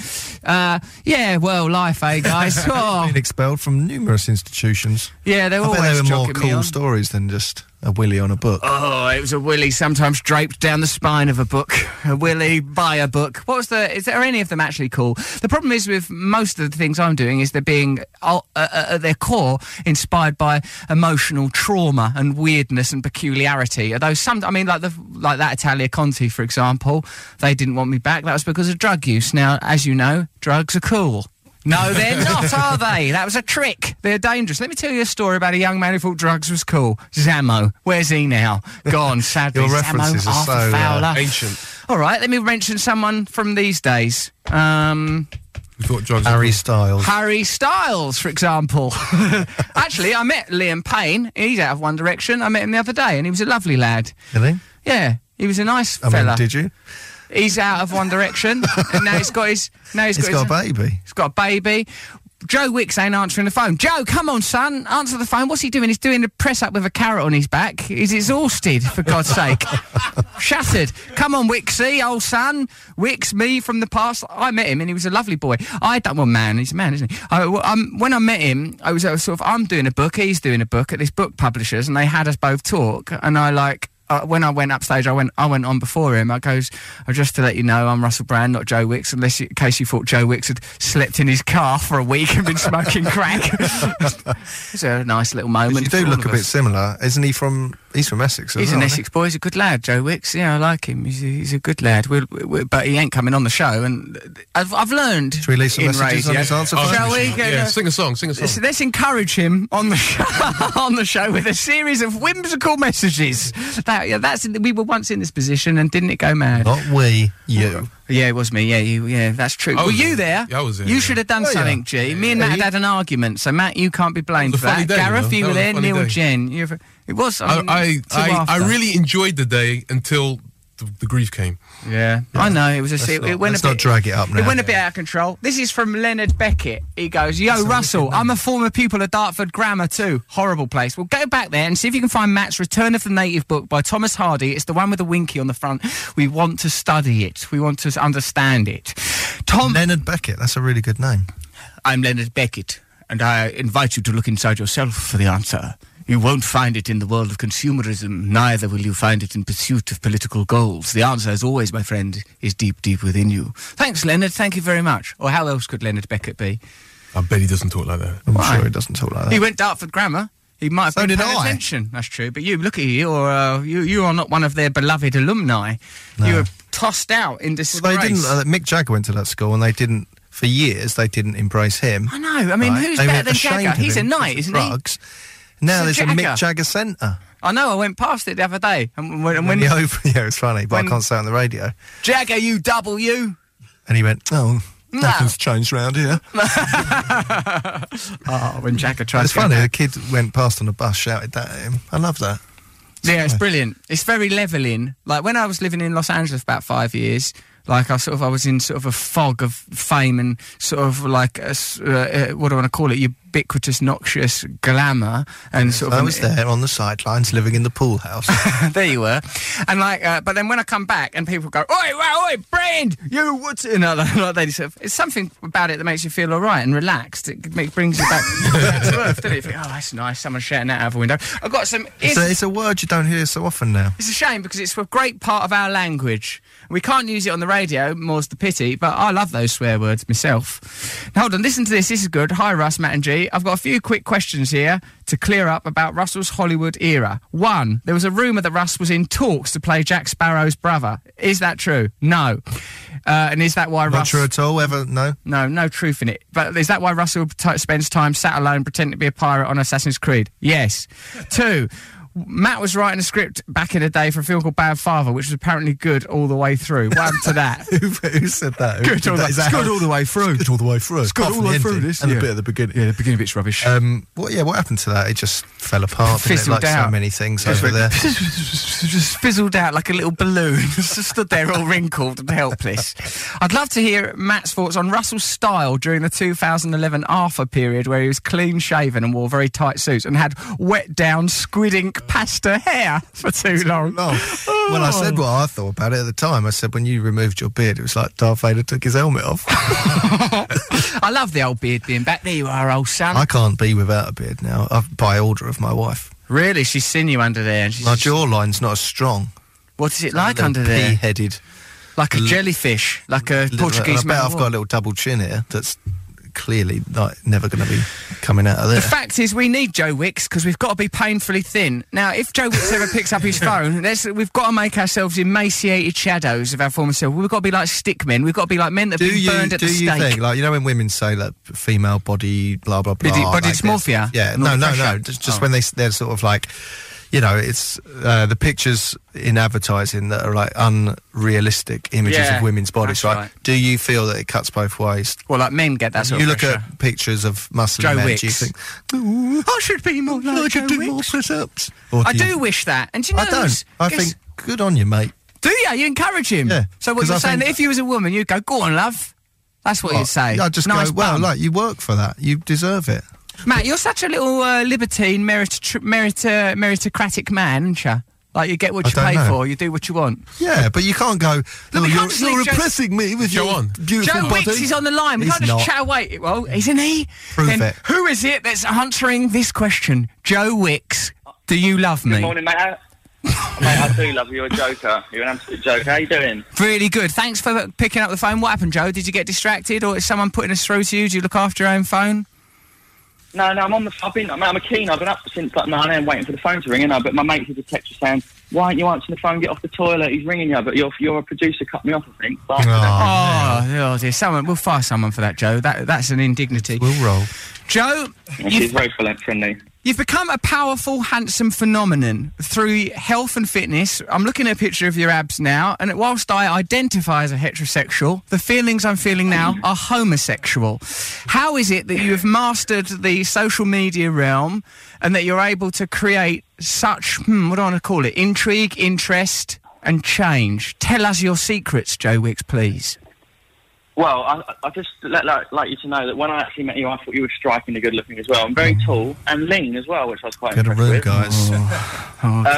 C: Uh, yeah, well, life, eh, guys? Oh.
D: been expelled from numerous institutions.
C: Yeah, they're
D: I bet there
C: always
D: were more
C: chucking me
D: cool
C: on.
D: stories than just a willy on a book.
C: Oh, it was a willy sometimes draped down the spine of a book. A willy by a book. What was the? Is there any of them actually cool? The problem is with most of the things I'm doing is they're being uh, uh, at their core inspired by emotional trauma and weirdness and peculiarity. Although some, I mean, like the like that Italia Conti, for example, they didn't want me back. That was because of drug use. Now, as you know, drugs are cool. No, they're not, are they? That was a trick. They're dangerous. Let me tell you a story about a young man who thought drugs was cool. Zamo. Where's he now? Gone, sadly.
D: Your references
C: Zamo,
D: are so,
C: Arthur
D: uh,
C: Fowler.
E: ancient.
C: All right, let me mention someone from these days. Um,
E: We thought drugs.
D: Harry Styles.
C: Harry Styles, for example. Actually, I met Liam Payne. He's out of One Direction. I met him the other day, and he was a lovely lad.
D: Really?
C: Yeah, he was a nice
D: I
C: fella.
D: mean, did you?
C: He's out of One Direction, and now he's got his now
D: He's
C: got his,
D: got a baby.
C: He's got a baby. Joe Wicks ain't answering the phone. Joe, come on, son, answer the phone. What's he doing? He's doing a press up with a carrot on his back. He's exhausted, for God's sake. Shattered. Come on, Wicksy, old son. Wicks, me from the past. I met him and he was a lovely boy. I don't, well, man, he's a man, isn't he? I, well, um, when I met him, I was, I was sort of, I'm doing a book, he's doing a book at this book publishers, and they had us both talk, and I like, uh, when I went upstage, I went I went on before him. I goes, "Oh, just to let you know, I'm Russell Brand, not Joe Wicks, unless you, in case you thought Joe Wicks had slept in his car for a week and been smoking crack. it's a nice little moment.
D: You do
C: for all
D: look a
C: of
D: bit
C: us.
D: similar. Isn't he from... He's from Essex,
C: He's
D: isn't
C: an
D: he?
C: Essex boy. He's a good lad, Joe Wicks. Yeah, I like him. He's a, he's a good lad. We'll, we we- but he ain't coming on the show, and I've, I've learned. Should
D: we leave some
C: in
D: messages on
C: radio-
D: his answer
E: phone?
C: Shall we?
E: Yeah, sing a song. Sing a song.
C: Let's, let's encourage him on the show, on the show with a series of whimsical messages. That, yeah, that's we were once in this position, and didn't it go mad?
E: Oh.
D: Not we, you.
C: Yeah, it was me. Yeah, you, yeah, that's true.
E: I
C: Were
E: was
C: you
E: there.
C: there?
E: Oh, Yeah, I was there,
C: You
E: yeah.
C: should have done
E: Oh, yeah.
C: something, G. Me and Matt had, had an argument, so Matt, you can't be blamed
E: It was
C: for
E: a funny
C: that.
E: day, you
C: Gareth,
E: know.
C: you
E: That
C: were
E: was a
C: there.
E: funny
C: Neil,
E: day.
C: Jen, you. were- It was. I, mean,
E: I
C: two
E: I, I,
C: after.
E: really enjoyed the day until the, the grief came.
C: Yeah. I know it was. A,
E: Let's
C: it,
E: not-
C: it went
E: let's
C: a bit,
E: not drag it up
C: It
E: now.
C: went a bit out of control. This is from Leonard Beckett. He goes, "Yo, Russell, I'm a former pupil of Dartford Grammar too. Horrible place. Well, go back there and see if you can find Matt's Return of the Native book by Thomas Hardy. It's the one with the winky on the front. We want to study it. We want to s- understand it. Tom,
D: Leonard Beckett. That's a really good name.
C: I'm Leonard Beckett, and I invite you to look inside yourself for the answer." You won't find it in the world of consumerism, neither will you find it in pursuit of political goals. The answer, as always, my friend, is deep, deep within you. Thanks, Leonard. Thank you very much. Or how else could Leonard Beckett be?
E: I bet he doesn't talk like that.
D: I'm
C: Why?
D: sure he doesn't talk like
C: He
D: that.
C: went Dartford Grammar. He might have
D: So
C: been
D: did
C: paying
D: I.
C: attention. That's true. But you, look at you, you're, uh, you, you are not one of their beloved alumni. You were tossed out in disgrace.
D: Well, they didn't. Uh, Mick Jagger went to that school, and they didn't. For years, they didn't embrace him.
C: I know. I mean,
D: right?
C: who's
D: They were
C: better than
D: ashamed
C: Jagger?
D: of
C: He's a
D: him 'cause
C: knight,
D: of
C: isn't he?
D: drugs. Now
C: He's
D: there's
C: a
D: a
C: Jagger.
D: Mick Jagger Centre.
C: I know. I went past it the other day, and when, and
D: When
C: when
D: he opened, yeah, it's funny, but
C: when-
D: I can't say it on the radio.
C: Jagger, you W.
D: And he went, "Oh,
C: No.
D: nothing's changed round here."
C: Oh, when Jagger tried.
D: It's
C: to go
D: funny.
C: back.
D: The kid went past on the bus, shouted that at him. I love that.
C: Yeah, it's brilliant. It's very leveling. Like when I was living in Los Angeles about five years, like I sort of I was in sort of a fog of fame and sort of like a s uh, uh, what do I want to call it? Ubiquitous, noxious glamour and sort of
D: I
C: an-
D: was there on the sidelines, living in the pool house.
C: there you were. And like, uh, but then when I come back and people go, oi, wow, oi, brand, you what's you know, like, like they sort of, it's something about it that makes you feel all right and relaxed. It make, brings you back, back to earth, doesn't it? You think, oh, that's nice. Someone shouting that out of a window. I've got some.
D: it's,
C: here's-
D: a, it's a word you don't hear so often now.
C: it's a shame because it's a great part of our language. We can't use it on the radio, more's the pity, but I love those swear words myself. Now, hold on, listen to this. This is good. Hi, Russ, Matt, and G. I've got a few quick questions here to clear up about Russell's Hollywood era. One, there was a rumour that Russ was in talks to play Jack Sparrow's brother. Is that true? No. Uh, and is that why
D: Not
C: Russ-
D: true at all. Ever no.
C: No, no truth in it. But is that why Russell t- spends time sat alone pretending to be a pirate on Assassin's Creed? Yes. Two, Matt was writing a script back in the day for a film called Bad Father, which was apparently good all the way through. What happened to that?
D: who, who said that? Who
C: Good
D: did
C: all the-
D: Is
C: it's good
D: how-
C: all the
E: way through. It's good all the way through.
D: It's good
E: Apart
D: all
E: from
D: the way through.
E: ending
D: This
E: and
D: yeah.
E: a bit of the beginning. Yeah, the beginning bit's rubbish.
D: Um, what? Yeah, what happened to that? It just fell apart. Didn't it?
C: Fizzled
D: Like so
C: out.
D: many things over there.
C: just fizzled out like a little balloon. just stood there all wrinkled and helpless. I'd love to hear Matt's thoughts on Russell's style during the 2011 Arthur period, where he was clean shaven and wore very tight suits and had wet down squid ink pasta hair for too long.
D: When I said what I thought about it at the time, I said when you removed your beard, it was like Darth Vader took his helmet off.
C: I love the old beard being back. There you are, old son.
D: I can't be without a beard now. I've, by order of my wife.
C: Really, she's seen you under there, and she's
D: My jawline's not as strong.
C: what is it like
D: Little
C: under there?
D: Pea-headed.
C: Like a
D: L-
C: jellyfish, like a
D: little-
C: Portuguese
D: and I
C: man.
D: bet I've got a little double chin here. That's clearly not, never going to be coming out of there.
C: The fact is, we need Joe Wicks because we've got to be painfully thin. Now, if Joe Wicks ever picks up his phone, let's, we've got to make ourselves emaciated shadows of our former self. We've got to be like stick men. We've got to be like men that have
D: do
C: been
D: you
C: burned at
D: do
C: the
D: you
C: stake.
D: think like you know when women say like female body blah blah blah
C: Body- body
D: like
C: dysmorphia?
D: this? Yeah,
C: And
D: no,
C: all
D: no,
C: the
D: no.
C: pressure?
D: Just, just
C: Oh.
D: when they s- they're sort of like, you know, it's uh, the pictures in advertising that are like unrealistic images
C: Yeah,
D: of women's bodies,
C: that's
D: right?
C: right.
D: Do you feel that it cuts both ways?
C: well, like men get that sort
D: you
C: of
D: look
C: pressure.
D: at pictures of muscly
C: Joe
D: men. Do you
C: Wicks.
D: think?
C: I should be more like Joe
D: do more
C: Wicks.
D: sit-ups.
C: I do wish that. And do you know
D: I don't.
C: who's-
D: I
C: guess-
D: think good on you, mate.
C: Do you? You encourage him.
D: Yeah,
C: So what
D: 'cause
C: you're
D: I
C: saying?
D: think-
C: That if you was a woman, you'd go, "Go on, love." That's what, you'd say.
D: I just
C: nice
D: go well.
C: bum.
D: Like you work for that. You deserve it.
C: Matt, you're such a little uh, libertine, merit- merit- uh, meritocratic man, aren't you? Like you get what
D: I
C: you
D: don't
C: pay
D: know.
C: for, you do what you want.
D: Yeah, but you can't go.
C: No,
D: "Oh,
C: we
D: you're,
C: can't just
D: you're
C: leave Joe-
D: oppressing me with
E: Go
D: your
E: on.
D: beautiful
C: Joe
D: body.
C: Wicks is on the line. We
D: He's
C: can't just
D: not.
C: chat wait. Well, isn't he?
D: Prove
C: then
D: it.
C: Who is it that's answering this question? Joe Wicks, do you love me?
L: Good morning, mate. I- mate, I do love you. You're a joker. You're an absolute joker. How you doing?
C: Really good. Thanks for picking up the phone. What happened, Joe? Did you get distracted, or is someone putting us through to you? Do you look after your own phone?
L: No, no, I'm on the. I've been. I'm, I'm a keen. I've been up since like nine a.m. waiting for the phone to ring, and I. But my mates have just texted you saying, "Why aren't you answering the phone? Get off the toilet. He's ringing you." But your your producer cut me off. I think. But,
C: Oh, oh dear. Someone, we'll fire someone for that, Joe. That, that's an indignity.
D: We'll roll.
C: Joe,
L: She's
C: you've
L: very friendly.
C: You've become a powerful, handsome phenomenon through health and fitness. I'm looking at a picture of your abs now, and whilst I identify as a heterosexual, the feelings I'm feeling now are homosexual. How is it that you have mastered the social media realm and that you're able to create such, hmm, what do I want to call it, intrigue, interest, and change? Tell us your secrets, Joe Wicks, please.
L: Well, I, I just like, like, like you to know that when I actually met you, I thought you were strikingly good looking as well. I'm
C: Mm.
L: very tall and lean as well, which I was quite
D: Get a
L: impressed
D: room,
L: with.
D: guys.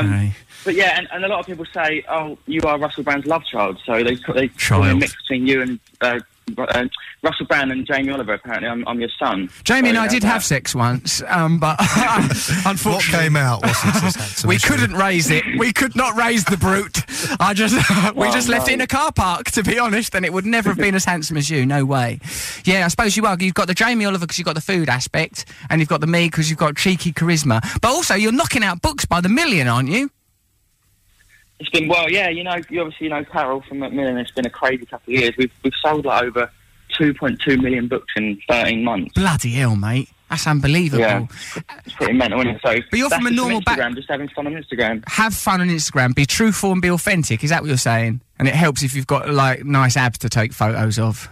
C: Okay.
L: But yeah, and, and a lot of people say, "Oh, you are Russell Brand's love child." So they they call me a
C: Child.
L: mix between you and uh, Ru- uh, Russell Brand and Jamie Oliver. Apparently, I'm, I'm your son.
C: Jamie and
L: So,
C: I
L: yeah,
C: did
L: that-
C: have sex once, um, but
D: What
C: unfortunately.
D: came out wasn't as handsome.
C: We
D: as you.
C: couldn't raise it. We could not raise the brute. I just we
L: Well,
C: just left it in
L: no.
C: a car park, to be honest, and it would never have been as handsome as you. No way. Yeah, I suppose you are. You've got the Jamie Oliver because you've got the food aspect, and you've got the me because you've got cheeky charisma. But also, you're knocking out books by the million, aren't you?
L: It's been well, yeah. You know, you obviously know Carol from Macmillan. It's been a crazy couple of years. We've we've sold like over 2.2 million books in 13 months.
C: Bloody hell, mate. That's unbelievable.
L: Yeah, it's pretty mental, isn't it? So,
C: But you're
L: that's
C: from a
L: just
C: normal
L: Instagram,
C: back-
L: just having fun on Instagram.
C: Have fun on Instagram. Be truthful and be authentic. Is that what you're saying? And it helps if you've got like nice abs to take photos of.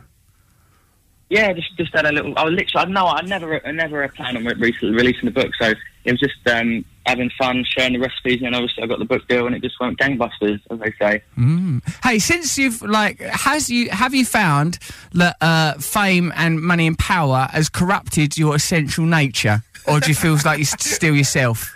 L: Yeah, just just had a little. I was literally. I know. I never. I never had planned on re- re- releasing the book, so it was just um, having fun, sharing the recipes, and obviously I got the book deal, and it just went gangbusters, as they say.
C: Mm. Hey, since you've like, has you have you found that uh, fame and money and power has corrupted your essential nature, or do you feel like you're st- still yourself?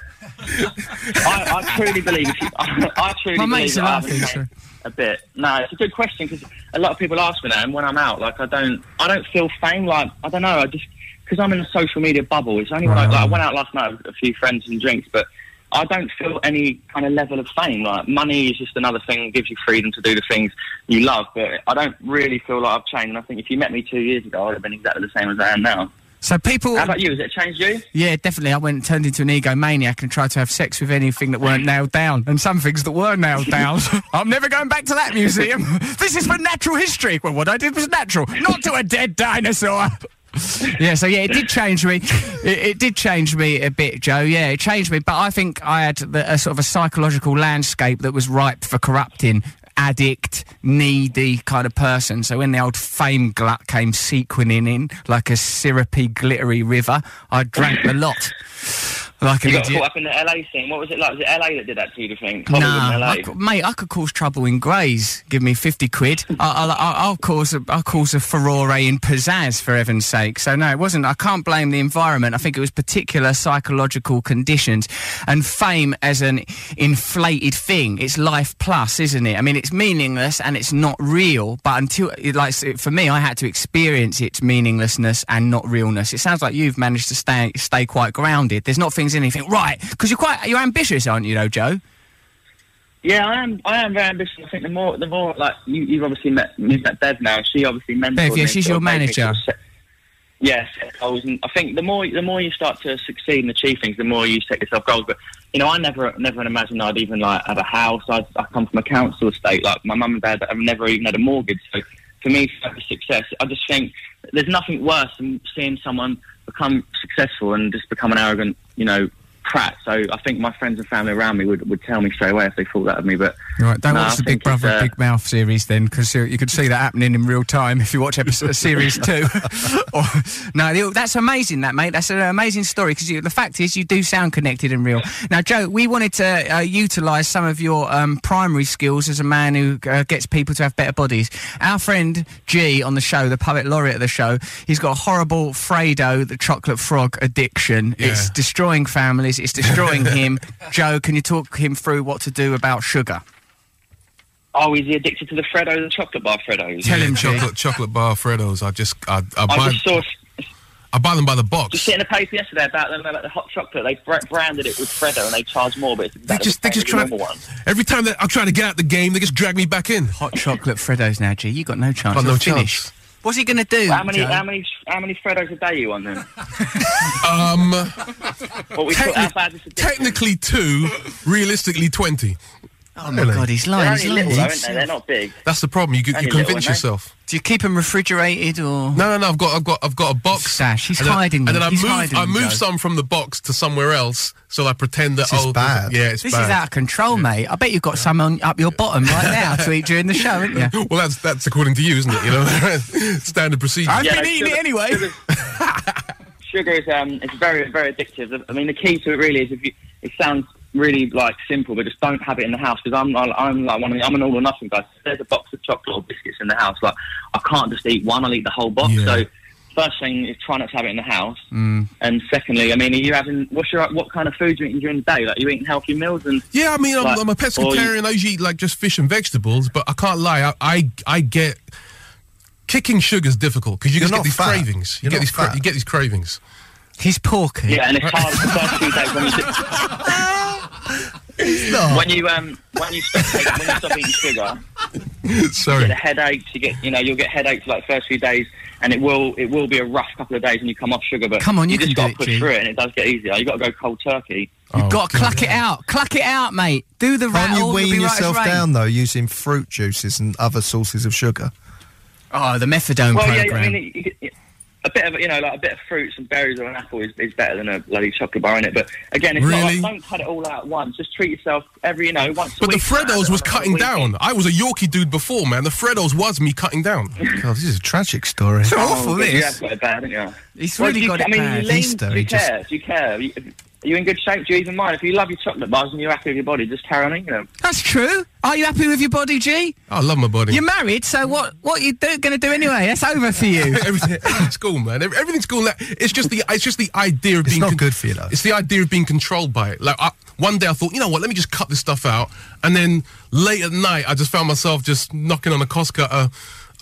L: I, I truly believe. If you, I, truly
C: My
L: believe
C: mates
L: that
C: are
L: I
C: laughing,
L: haven't
C: so-
L: changed a bit. No, it's a good question because a lot of people ask me that, and when I'm out, like I don't, I don't feel fame. Like I don't know. I just because I'm in a social media bubble. It's only when I,
C: Right.
L: like, I went out last night with a few friends and drinks, but. I don't feel any kind of level of fame. Like money is just another thing that gives you freedom to do the things you love. But I don't really feel like I've changed. And I think if you met me two years ago, I'd have been exactly the same as I am now.
C: So people.
L: How about you? Has it changed you?
C: Yeah, definitely. I went and turned into an egomaniac and tried to have sex with anything that weren't nailed down, and some things that were nailed down. I'm never going back to that museum. this is for natural history. Well, what I did was natural, not to a dead dinosaur. yeah, so yeah, it did change me. It, it did change me a bit, Joe. Yeah, it changed me, but I think I had the, a sort of a psychological landscape that was ripe for corrupting. Addict, needy kind of person. So when the old fame glut came sequining in like a syrupy, glittery river, I drank the lot. Like an
L: you got
C: idiot.
L: caught up in the LA scene. What was it like? Was it LA that did that to you? Do you think? Hollywood and
C: Nah,
L: LA.
C: I, cou- mate, I could cause trouble in Greys. Give me fifty quid. I, I'll, I'll, I'll cause a, I'll cause a furore in pizzazz for heaven's sake. So no, it wasn't. I can't blame the environment. I think it was particular psychological conditions and fame as an inflated thing. It's life plus, isn't it? I mean, it's meaningless and it's not real. But until it, like s- for me, I had to experience its meaninglessness and not realness. It sounds like you've managed to stay stay quite grounded. There's not things in anything right because you're quite you're ambitious, aren't you, though, Joe?
L: Yeah, I am. I am very ambitious. I think the more, the more like you, you've obviously met, you've met Bev now. She obviously mentored
C: Bev, yeah,
L: me,
C: she's
L: sort
C: your
L: of made me
C: manager.
L: sort of set- Yes, set goals, and I think the more, the more you start to succeed and achieve things, the more you set yourself goals. But you know, I never, never imagined I'd even like have a house. I, I come from a council estate. Like my mum and dad, I've never even had a mortgage. So for me, for success, I just think there's nothing worse than seeing someone become successful and just become an arrogant, you know, prat. So I think my friends and family around me would, would tell me straight away if they thought that of me. But
C: Right, don't
L: no, I
C: watch the
L: think
C: Big Brother,
L: it's, uh,
C: Big Mouth series then, because you, you could see that happening in real time if you watch episode series two. or, no, you- that's amazing, that mate. That's an amazing story because the fact is you do sound connected and real. Now, Joe, we wanted to uh, utilise some of your um, primary skills as a man who uh, gets people to have better bodies. Our friend G on the show, the poet laureate of the show, he's got a horrible Fredo, the chocolate frog addiction. It's
E: Yeah.
C: destroying families. It's destroying him. Joe, can you talk him through what to do about sugar?
L: Oh, is he addicted to the Freddo, the chocolate bar Freddos?
E: Yeah, chocolate chocolate bar Freddos. I just I, I,
L: I
E: buy
L: just saw,
E: I buy them by the box.
L: just sitting in a paper yesterday about them about the hot chocolate. They br- branded it with Freddo and they charge more, but it's
E: They just they just try
L: normal one.
E: every time that I try to get out the game, they just drag me back in.
C: Hot chocolate Freddos now, G. You got no chance.
E: Got no
C: You're
E: chance.
C: finished. What's he going to do?
L: How many,
C: Joe?
L: how many, how many Freddos a day you on then?
E: Um,
L: What we
E: techni-
L: call, how bad is
E: technically two, realistically twenty.
C: Oh my God, he's lying.
L: They're
C: He's
L: only
C: lying.
L: little, though, aren't they? They're not big.
E: That's the problem. You,
L: Only
E: you
L: little, eh?
E: convince
L: aren't they?
E: yourself.
C: Do you keep them refrigerated or?
E: No, no, no. I've got, I've got, I've got a box.
C: Sash. He's
E: and then-
C: hiding
E: And then
C: them.
E: I
C: He's
E: move,
C: hiding
E: I
C: them,
E: move
C: Joe.
E: some from the box to somewhere else, so I pretend that
C: This is
E: oh,
C: bad.
E: yeah, it's
C: this
E: bad.
C: is out of control, mate. I bet you've got some on, up your bottom right now to eat during the show, haven't you?
E: well, that's that's according to you, isn't it? You know, standard procedure.
C: I've been eating it anyway.
L: sugar is um, it's very very addictive. I mean, the key to it really is if you. It sounds really like simple, but just don't have it in the house because I'm I'm- I'm like one of the, I'm an all or nothing guy. If There's a box of chocolate or biscuits in the house. Like I can't just eat one. I'll eat the whole box.
E: Yeah.
L: So first thing is try not to have it in the house. And secondly, I mean, are you having what's your what kind of food you eating during the day? Like you eating healthy meals and
E: Yeah, I mean, I'm,
L: like,
E: I'm a
L: or you-
E: pescatarian. I usually eat like just fish and vegetables, but I can't lie. I I, I get kicking sugar's difficult because you
D: You're
E: just get
D: not
E: these
D: fat.
E: cravings. You
D: You're
E: get
D: not
E: these cra-
D: fat.
E: you get these cravings.
C: He's porky.
L: Yeah, and it's hard the first few days when you do- when you um when you stop taking, when you stop eating sugar, you
E: Sorry.
L: get a headache. You get you know you'll get headaches like first few days, and it will it will be a rough couple of days when you come off sugar. But
C: Come on, you
L: just
C: can
L: got
C: do
L: to
C: it,
L: push
C: G.
L: through it, and it does get easier. You got to go cold turkey.
C: You've got to cluck it out. Cluck it out, mate. Do the
D: Can't
C: rattle.
D: you
C: you'll be
D: wean
C: right as
D: yourself
C: rain.
D: down though using fruit juices and other sources of sugar?
C: Oh, the methadone
L: well,
C: program.
L: yeah, I mean, you- you- a bit of you know like a bit of fruits and berries or an apple is, is better than a bloody chocolate bar in it. But again, it's not
E: Really?
L: like, don't cut it all out at once. Just treat yourself every you know once. a
E: But the
L: week.
E: Freddos was cutting down. I was a Yorkie dude before, man. The Freddos was me cutting down.
D: God, Oh, this is a tragic story.
C: it's awful,
L: Oh, yeah, You
C: this.
L: have got it bad, haven't you?
C: He's
L: Well,
C: really
L: do you,
C: got it
L: I mean,
C: bad.
L: You lean,
D: He's
L: do
D: dirty,
L: you
D: just-
L: care? Do you care? Are you, are you in good shape? Do you even mind? If you love your chocolate bars and you're happy with your body, just carry on eating them.
C: That's true. Are you happy with your body, G?
E: I love my body.
C: You're married, so what? What you do, going to do anyway? That's over for you.
E: Everything, everything's cool, man. Every- Everything's cool. Like, It's just the it's just the idea of
D: It's
E: being
D: not good for you, though.
E: It's the idea of being controlled by it. Like I, one day I thought, you know what? Let me just cut this stuff out, and then late at night I just found myself just knocking on a cost cutter.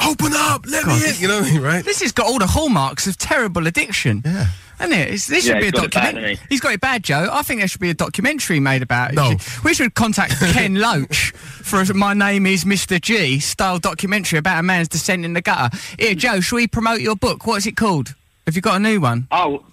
E: Open up, let me in. You know what I mean, right?
C: This has got all the hallmarks of terrible addiction. Yeah. Hasn't it? It's- this
L: Yeah,
C: should be a
L: he's got it bad,
C: documentary.
L: hasn't he?
C: He's got it bad, Joe. I think there should be a documentary made about it.
E: No.
C: We should contact Ken Loach for a My Name is Mr. G style documentary about a man's descent in the gutter. Here, Joe, shall we promote your book? What is it called? Have you got a new one?
L: Oh,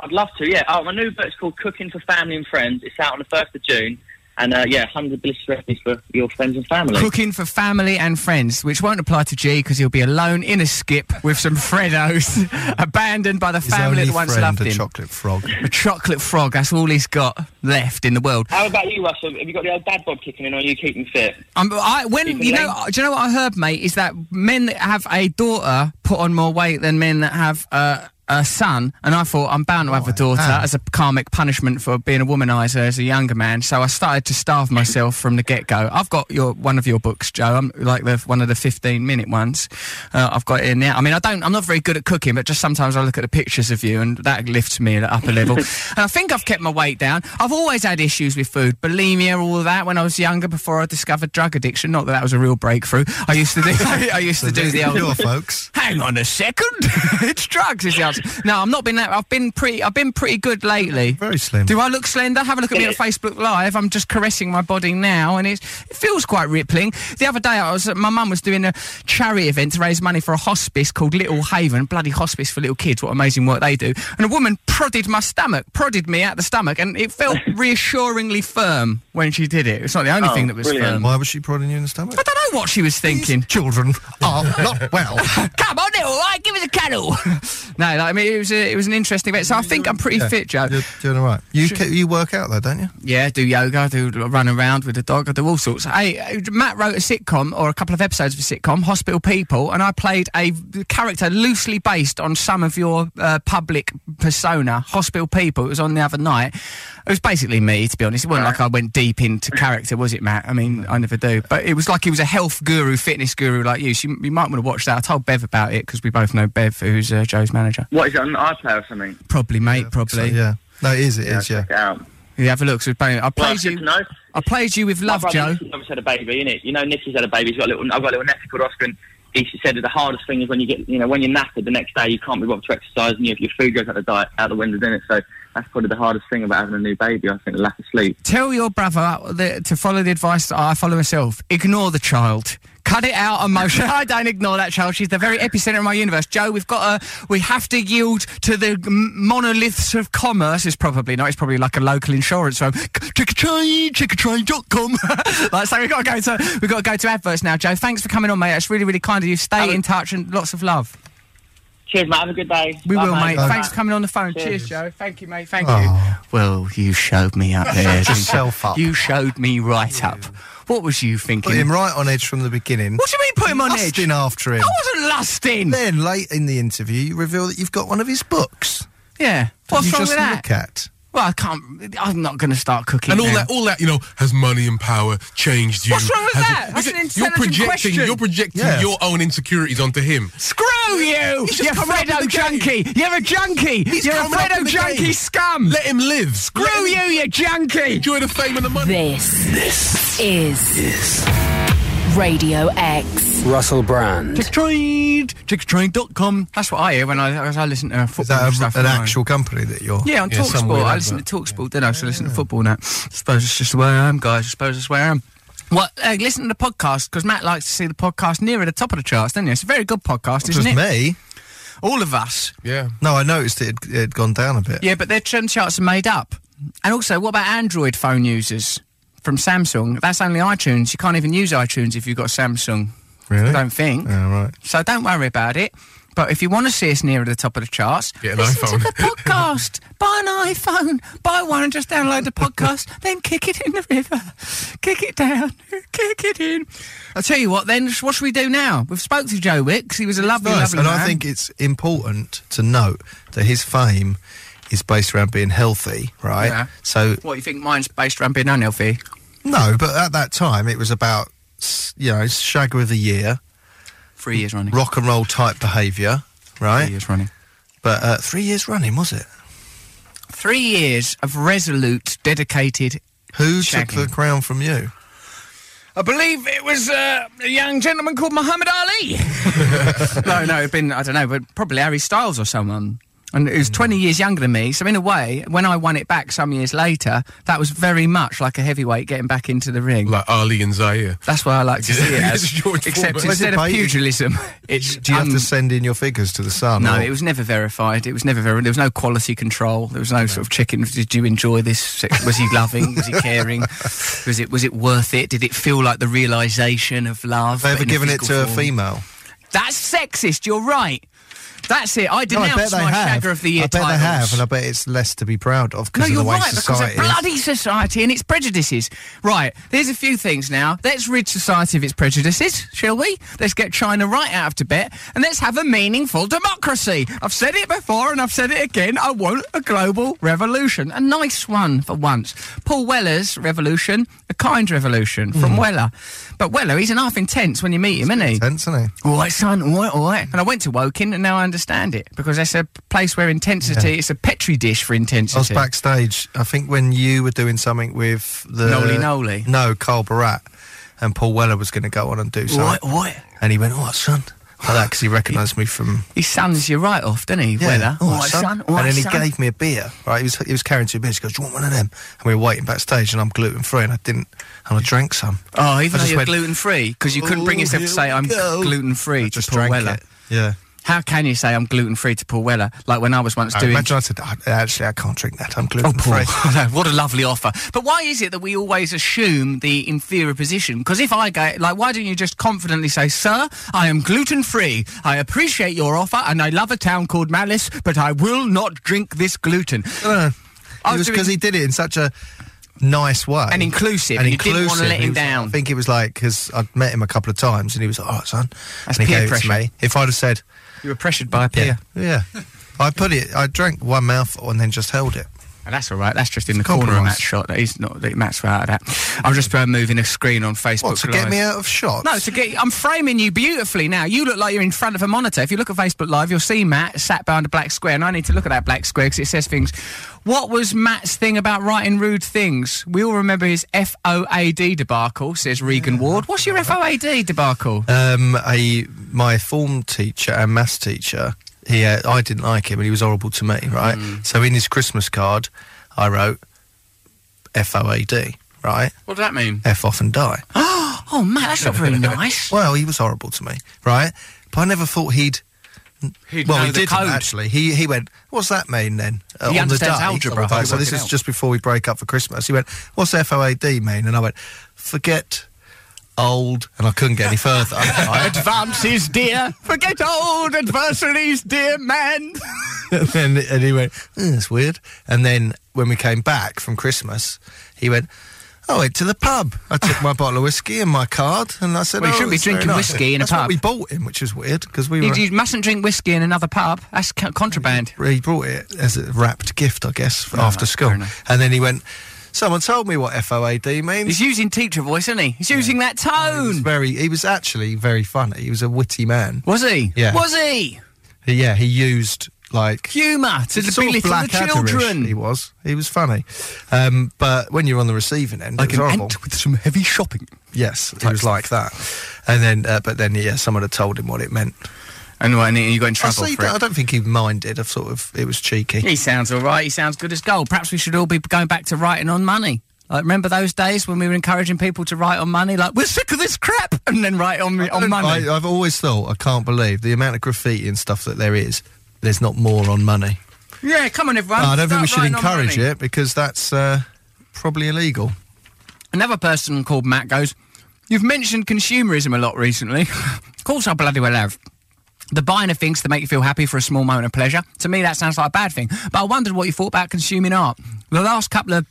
L: I'd love to. Yeah. Oh, my new book's called Cooking for Family and Friends. It's out on the first of June, and uh, yeah, hundred delicious recipes for your friends and family.
C: Cooking for family and friends, which won't apply to G because he'll be alone in a skip with some Freddos, abandoned by the
D: His
C: family
D: only
C: that once
D: friend,
C: loved
D: a
C: him.
D: chocolate frog.
C: A chocolate frog, that's all he's got left in the world.
L: How about you, Russell? Have you got the old dad bod kicking in, or are you keeping fit?
C: Um, I, when
L: Keeping
C: you know,
L: lame?
C: do you know what I heard, mate? Is that men that have a daughter put on more weight than men that have uh, a son? And I thought I'm bound to have a daughter as a karmic punishment for being a womanizer as a younger man. So I started to starve myself from the get go. I've got your one of your books, Joe. I'm like the one of the 15 minute ones. Uh, I've got it in now. I mean, I don't. I'm not very good at cooking, but just sometimes I look at the pictures of you, and that lifts me up a level. and I think I've kept my weight down. I've always had issues with food, bulimia, all of that. When I was younger, before I discovered drug addiction, not that that was a real breakthrough. I used to do. I used to do the old.
D: Sure, folks.
C: Hang on a second. it's drugs is the answer. No, I'm not been that. I've been pretty. I've been pretty good lately. Very
D: slim.
C: Do I look slender? Have a look at me on Facebook Live. I'm just caressing my body now, and it's, it feels quite rippling. The other day, I was my mum was doing a charity event to raise money for a hospice called Little Haven, bloody hospice for little kids. What amazing work they do! And a woman prodded my stomach, prodded me at the stomach, and it felt reassuringly firm when she did it. It's not the only thing that was firm.
D: Why was she prodding you in the stomach?
C: I don't know what she was thinking.
D: children are not well.
C: Come on, little, right? Give us a cuddle. no, like, I mean, it was a, it was an interesting event. So I think I'm pretty
D: Yeah,
C: fit, Joe.
D: You're doing all right. You ca- you work out though, don't you?
C: Yeah, I do yoga, I do run around with the dog, I do all sorts. Hey, uh, Matt wrote a sitcom or a couple of episodes of a sitcom, Hospital People, and I played a v- character loosely based on some of your uh, public persona, Hospital People. It was on the other night. It was basically me, to be honest. It wasn't like I went deep into character, was it, Matt? I mean, I never do. But it was like he was a health guru, fitness guru like you. So you, you might want to watch that. I told Bev about it because we both know Bev, who's uh, Joe's manager.
L: What is it on an iPlayer or something?
C: Probably, mate, probably. yeah.
D: No, it is, it is.
L: Yeah, check it out.
C: You have a look. So it's banging. I
L: Well,
C: played
L: that's
C: you.
L: good to know.
C: I played you with
L: My
C: love,
L: brother
C: Joe.
L: Nicky's obviously had a baby, innit? You know, Nicky's had a baby. He's got a little. I've got a little nephew called Oscar. And he said that the hardest thing is when you get, you know, when you're knackered the next day, you can't be bothered to exercise, and your, your food goes out the diet, out the window, doesn't it? So that's probably the hardest thing about having a new baby. I think the lack of sleep.
C: Tell your brother that, to follow the advice that I follow myself. Ignore the child. Cut it out emotionally. I don't ignore that child. She's the very epicenter of my universe. Joe, we've got a, we have to yield to the m- monoliths of commerce. It's probably not. It's probably like a local insurance firm. Chickatrain, chickatrain.com. like, so we've got to go to, we've got to go to adverts now, Joe. Thanks for coming on, mate. That's really, really kind of you. Stay in touch and lots of love.
L: Cheers, mate. Have a good day.
C: We
L: Bye,
C: will, mate.
L: Bye,
C: Thanks for coming on the phone. Cheers, Joe. Thank you, mate. Thank you. Well, you showed me up there. didn't you?
D: Yourself up.
C: You showed me right up. What was you thinking?
D: Put him right on edge from the beginning.
C: What do you mean put him on edge?
D: Lusting after him.
C: I wasn't lusting.
D: Then late in the interview, you reveal that you've got one of his books.
C: Yeah.
D: that
C: What's
D: you
C: wrong
D: just
C: with that?
D: Look at.
C: Well, I can't. I'm not going to start cooking.
E: And all
C: now.
E: that, all that, you know, has money and power changed you?
C: What's wrong with
E: Has
C: that?
E: it-
C: That's
E: is
C: an
E: it- you're
C: intelligent
E: projecting,
C: question.
E: You're projecting
C: Yeah.
E: your own insecurities onto him.
C: Screw you!
E: He's just
C: You're a
E: coming up in
C: Fredo
E: the
C: junkie! You're a junkie!
E: He's
C: You're a
E: coming up in
C: Fredo
E: the
C: junkie
E: game.
D: Mm.
C: scum!
E: Let him live.
C: Screw you, you junkie!
E: Enjoy the fame and the money.
B: This, this is, Radio X.
H: Russell Brand.
C: Ticktrade, ticktrade.com. That's what I hear when I, as I listen to football
D: Is that
C: stuff.
D: a, an
C: online.
D: actual company that you're?
C: Yeah, on Talksport. I listen to Talksport, didn't I? So I listen to football now. I suppose it's just the way I am, guys. I suppose that's where I am. Well, uh, listen to the podcast because Matt likes to see the podcast nearer the top of the charts, doesn't he? It's a very good podcast,
D: Just
C: isn't it?
D: me.
C: All of us.
E: Yeah.
D: No, I noticed it had, it had gone down a bit.
C: Yeah, but their trend charts are made up. And also, what about Android phone users from Samsung? That's only iTunes. You can't even use iTunes if you've got Samsung.
D: Really?
C: I don't think.
D: Yeah, right.
C: So don't worry about it. But if you want to see us nearer the top of the charts,
E: Get an
C: listen
E: iPhone.
C: to the podcast. buy an iPhone. Buy one and just download the podcast. then kick it in the river. Kick it down. Kick it in. I'll tell you what then, what should we do now? We've spoke to Joe Wicks. He was a lovely,
D: Nice,
C: lovely
D: and
C: man.
D: I think it's important to note that his fame is based around being healthy, right?
C: Yeah.
D: So
C: What, you think mine's based around being unhealthy?
D: no, but at that time it was about s- you know shagger of the year,
C: Three years running.
D: rock and roll type behaviour, right?
C: Three years running.
D: But uh, three years running was it?
C: Three years of resolute, dedicated.
D: Who
C: Shagging.
D: took the crown from you?
C: I believe it was uh, a young gentleman called Muhammad Ali. no, no, it'd been I don't know, but probably Harry Styles or someone. and it was
E: Hmm.
C: 20 years younger than me. So in a way, when I won it back some years later, that was very much like a heavyweight getting back into the ring.
E: Like Ali and Zaire.
C: That's what I like to see it as.
E: It's George
C: Except
E: Foreman.
C: instead of
E: Was it paid?
C: pugilism, it's
E: Do you have to
D: send in your figures to the sun?
C: No,
D: or-
C: it was never verified. It was never verified. There was no quality control. There was no sort of chicken. Did you enjoy this? sex- Was he loving? was he caring? Was it was it worth it? Did it feel like the realization of
D: Have
C: love?
D: they
C: but
D: ever
C: in
D: given it
C: physical
D: to a
C: form?
D: female?
C: That's sexist. You're right. That's it.
D: No,
C: I
D: I bet
C: denounce
D: they
C: my
D: have.
C: Shagger of the Year
D: I bet
C: titles.
D: they have, and I bet it's less to be proud of
C: No,
D: because
C: you're
D: of the way
C: right, because
D: society
C: of
D: is.
C: bloody society and its prejudices. Right, there's a few things now. Let's rid society of its prejudices, shall we? Let's get China right out of Tibet and let's have a meaningful democracy. I've said it before and I've said it again. I want a global revolution. A nice one for once. Paul Weller's revolution, a kind revolution from Weller. But Weller, he's enough intense when you meet him, isn't he?
D: Hmm. Intense, isn't he?
C: All right, son. All right, all right. And I went to Woking, and now I understand it because that's a place where intensity.
D: Yeah.
C: It's a petri dish for intensity.
D: I was backstage. I think when you were doing something with the
C: Nolly Nolly?
D: No, Carl Barat, and Paul Weller was going to go on and do
C: Right,
D: something.
C: what?
D: And he went, "Oh, son," like that because he recognised me from.
C: His son's your right off, doesn't he?
D: Yeah,
C: Weller.
D: "All
C: All
D: right,
C: right,
D: son."
C: son. All
D: and
C: right,
D: then he
C: son.
D: gave me a beer. Right, he was he was carrying two beers. He goes, "Do you want one of them?" And we were waiting backstage, and I'm gluten free, and I didn't, and I drank some.
C: Oh,
D: I
C: even though
D: just
C: you're
D: went,
C: gluten free, because you couldn't bring
D: "Oh,
C: yourself to
D: here
C: say
D: we
C: I'm
D: go."
C: gluten free to
D: just
C: Paul
D: drank
C: Weller.
D: it. Yeah.
C: How can you say I'm gluten free to Paul Weller? Like when I was once
D: I
C: doing.
D: imagine I said, "I- "Actually, I can't drink that. I'm gluten
C: Oh,
D: free."
C: Paul. I know, what a lovely offer. But why is it that we always assume the inferior position? Because if I go, like, why don't you just confidently say, Sir, I am gluten free. I appreciate your offer and I love a town called Malice, but I will not drink this gluten.
D: No,
C: I
D: it was
C: doing-
D: because he did it in such a nice way
C: And inclusive,
D: and
C: and you didn't wanna
D: inclusive.
C: let him
D: He was-
C: down.
D: I think it was like because I'd met him a couple of times, and he was like, "All right, son,"
C: That's
D: and he
C: peer
D: gave it
C: pressure.
D: to me. If I'd have said,
C: You were pressured by a peer.
D: "Yeah, yeah," I put it. I drank one mouthful and then just held it.
C: And Oh, that's all right. That's just in the corner of
D: Compromise.
C: Matt's shot. That he's not. That Matt's right out of that. I'm just uh, moving a screen on Facebook.
D: What to get
C: Live.
D: me out of shots?
C: No, to get. I'm framing you beautifully now. You look like you're in front of a monitor. If you look at Facebook Live, you'll see Matt sat behind a black square, and I need to look at that black square because it says things. What was Matt's thing about writing rude things? We all remember his FOAD debacle. Says Regan Ward. What's your FOAD debacle?
D: Um, a my form teacher and maths teacher. He, uh, I didn't like him, and he was horrible to me. Right.
C: Hmm.
D: So in his Christmas card, I wrote F O A D. Right.
C: What does that mean?
D: F off and die.
C: Oh, Matt, that's not very nice.
D: Well, he was horrible to me, right? But I never thought he'd.
C: He'd
D: well,
C: know
D: he
C: the
D: didn't
C: code.
D: actually. He he went. What's that mean then? Uh,
C: He
D: on the day,
C: understands algebra.
D: on the day.
C: He could
D: So
C: work
D: this
C: it
D: is
C: out.
D: just before we break up for Christmas. He went. What's FOAD mean? And I went. Forget old. And I couldn't get any further. right?
C: Advances, dear. Forget old adversaries, dear man.
D: and, then, and he went, "Eh, that's weird. And then when we came back from Christmas, he went, I went to the pub. I took my bottle of whiskey and my card, and I said,
C: Well, you
D: oh,
C: shouldn't be
D: it's very
C: drinking
D: nice.
C: whiskey in a
D: That's
C: pub.
D: What we bought him, which was weird because we
C: You,
D: were.
C: you mustn't drink whiskey in another pub. That's co- contraband.
D: he brought it as a wrapped gift, I guess,
C: Oh,
D: for after school. And then he went, Someone told me what FOAD means.
C: He's using teacher voice, isn't he? He's using that
D: He was
C: tone.
D: very, he was actually very funny. He was a witty man.
C: Was he?
D: Yeah.
C: Was he?
D: He- Yeah, he used like.
C: Humour to
D: sort of
C: belittle the
D: Blackadder-ish
C: children.
D: He was. He was funny. Um, but when you're on the receiving end,
C: Like
D: it was
C: an
D: horrible.
C: ant with some heavy shopping.
D: Yes, it was like that. And then, uh, but then, yeah, someone had told him what it meant.
C: And what, and you got in trouble
D: I, see,
C: for it?
D: I don't think he minded. I've sort of, it was cheeky.
C: He sounds all right. He sounds good as gold. Perhaps we should all be going back to writing on money. Like, remember those days when we were encouraging people to write on money? Like, we're sick of this crap, and then write on, on money.
D: I, I've always thought I can't believe the amount of graffiti and stuff that there is. There's not more on money.
C: yeah, come on, everyone.
D: No, I don't think we should
C: start writing on
D: encourage
C: money.
D: it because that's uh, probably illegal.
C: Another person called Matt goes, You've mentioned consumerism a lot recently. of course, I bloody well have. The buying of things to make you feel happy for a small moment of pleasure. To me, that sounds like a bad thing. But I wondered what you thought about consuming art. The last couple of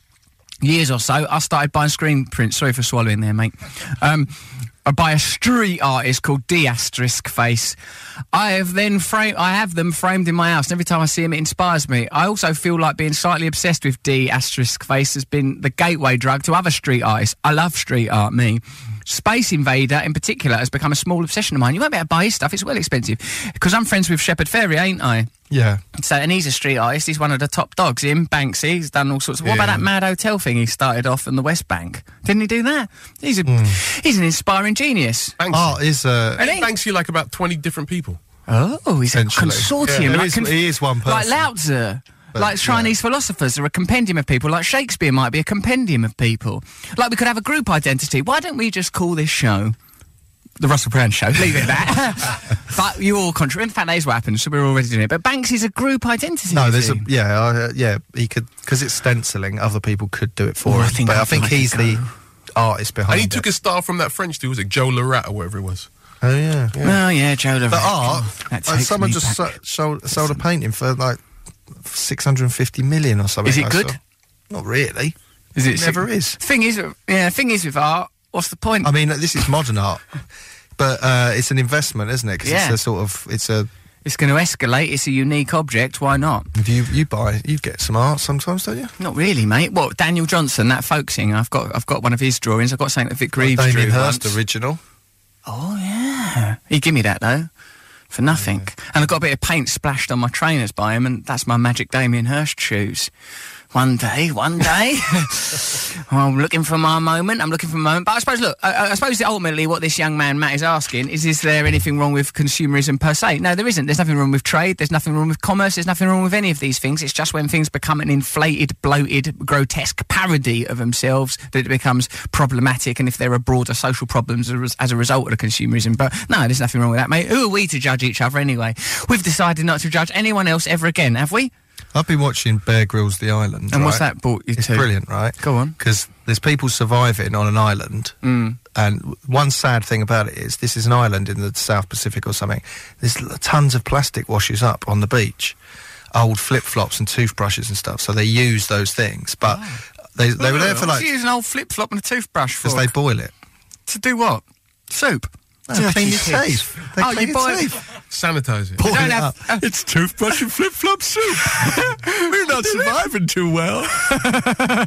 C: years or so, I started buying screen prints. Sorry for swallowing there, mate. Um, uh, by a street artist called D asterisk face. I have then frame I have them framed in my house, and every time I see them, it inspires me. I also feel like being slightly obsessed with D asterisk face has been the gateway drug to other street artists. I love street art, me. Space Invader, in particular, has become a small obsession of mine. You won't be able to buy his stuff; it's well expensive. Because I'm friends with Shepard Ferry, ain't I?
D: Yeah.
C: So, and he's a street artist. He's one of the top dogs. Him, Banksy. He's done all sorts. Of, what about
D: Yeah.
C: that mad hotel thing he started off in the West Bank? Didn't he do that?
D: Hmm.
C: He's a he's an inspiring genius.
E: Banksy.
D: Art is. Uh,
E: Banksy like about 20 different people.
C: Oh, he's a
D: Essentially.
C: consortium.
D: Yeah, there
C: like
D: is-
C: conf-
D: he is one
C: Like
D: person.
C: Lao Tzu.
D: But,
C: like Chinese philosophers are a compendium of people. Like Shakespeare might be a compendium of people. Like we could have a group identity. Why don't we just call this show the Russell Brand Show? Leave it at that. but you all contra. In fact, that is what happens. So we're already doing it. But Banksy's a group identity.
D: No,
C: is
D: there's a
C: he?
D: yeah, uh, yeah. He could because it's stenciling. Other people could do it for
C: Oh, I
D: him,
C: think
D: but
C: I'd
D: I think
C: like
D: he's
C: to
D: the artist behind
E: And he
D: it.
E: took his style from that French dude, was it Joe Larat or whatever it was?
D: oh yeah,
E: Oh, yeah, Joe
D: But
E: Lorette.
D: art,
E: That
D: like,
E: takes
D: someone
E: me
D: just so,
E: back.
D: sold, sold a painting for like six hundred and fifty million or something.
C: Is it
D: I
C: good?
D: saw. Not really.
C: Is it-
D: never is.
C: Thing is, yeah. Thing is with art, what's the point?
D: I mean, this is modern art, but uh, it's an investment, isn't it? 'Cause
C: Yeah.
D: it's a sort of it's a
C: It's going to escalate. It's a unique object. Why not?
D: you you buy you get some art sometimes, don't you?
C: Not really, mate. What Daniel Johnson, that folk singer? I've got, I've got one of his drawings. I've got something that Vic Greaves
D: Damien
C: drew
D: Hirst
C: once.
D: original.
C: Oh yeah, he give me that though, for nothing. And I got a bit of paint splashed on my trainers by him, and that's my magic Damien Hirst shoes. One day, one day, Oh, I'm looking for my moment. I'm looking for my moment. But I suppose, look, I, I suppose ultimately what this young man Matt is asking is: Is there anything wrong with consumerism per se? No, there isn't. There's nothing wrong with trade. There's nothing wrong with commerce. There's nothing wrong with any of these things. It's just when things become an inflated, bloated, grotesque parody of themselves that it becomes problematic. And if there are broader social problems as as a result of the consumerism, but no, there's nothing wrong with that, mate. Who are we to judge each other anyway? We've decided not to judge anyone else ever again, have we?
D: I've been watching Bear Grylls The Island.
C: And what's
D: right?
C: that brought you
D: it's
C: to?
D: brilliant, right?
C: Go on.
D: Because there's people surviving on an island. Mm. And w- one sad thing about it is this is an island in the South Pacific or something. There's l- tons of plastic washes up on the beach, old flip flops and toothbrushes and stuff. So they use those things. But they, they were there for like.
C: Just use an old flip flop and a toothbrush for
D: Because they boil it.
C: to do what? Soup.
D: No, they clean your
C: Dirty
D: teeth. They
C: oh,
D: clean
C: you
D: your
C: buy
D: teeth.
E: Sanitize it.
C: You don't have-
E: it's toothbrush and flip flop soup. We're not surviving too well.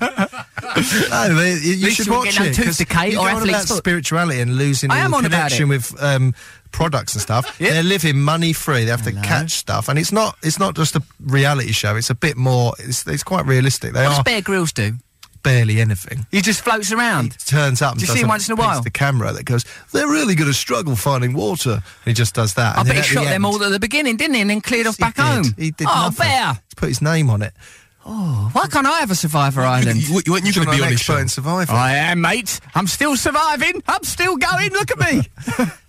D: No, they, you, you
C: least
D: should
C: you won't
D: watch
C: get no
D: it. 'cause
C: tooth decay
D: you go
C: or
D: on about
C: athlete's foot.
D: spirituality and losing
C: I
D: all
C: am
D: the
C: on about
D: connection
C: it.
D: with um, products and stuff. They're living money free. They have to catch stuff, and it's not it's not just a reality show. It's a bit more. It's, it's quite realistic. They
C: What does
D: are
C: Bear Grylls do?
D: barely anything.
C: He just floats around.
D: Turns up. And
C: Do you see
D: does
C: him
D: a
C: once in a
D: piece
C: while?
D: to The camera that goes. They're really going to struggle finding water. And he just does that.
C: I
D: and then
C: bet he
D: at the
C: shot them
D: end-
C: all at the beginning, didn't he? And then cleared off back
D: He did.
C: home.
D: He did.
C: Oh,
D: nothing.
C: Bear!
D: He's put his name on it.
C: Oh, why can't I have a Survivor Island?
E: You, you, weren't you
D: John,
E: going to be
D: I'm
E: on this
D: expert
E: show?
D: in survival.
C: I am, mate. I'm still surviving. I'm still going. Look at me.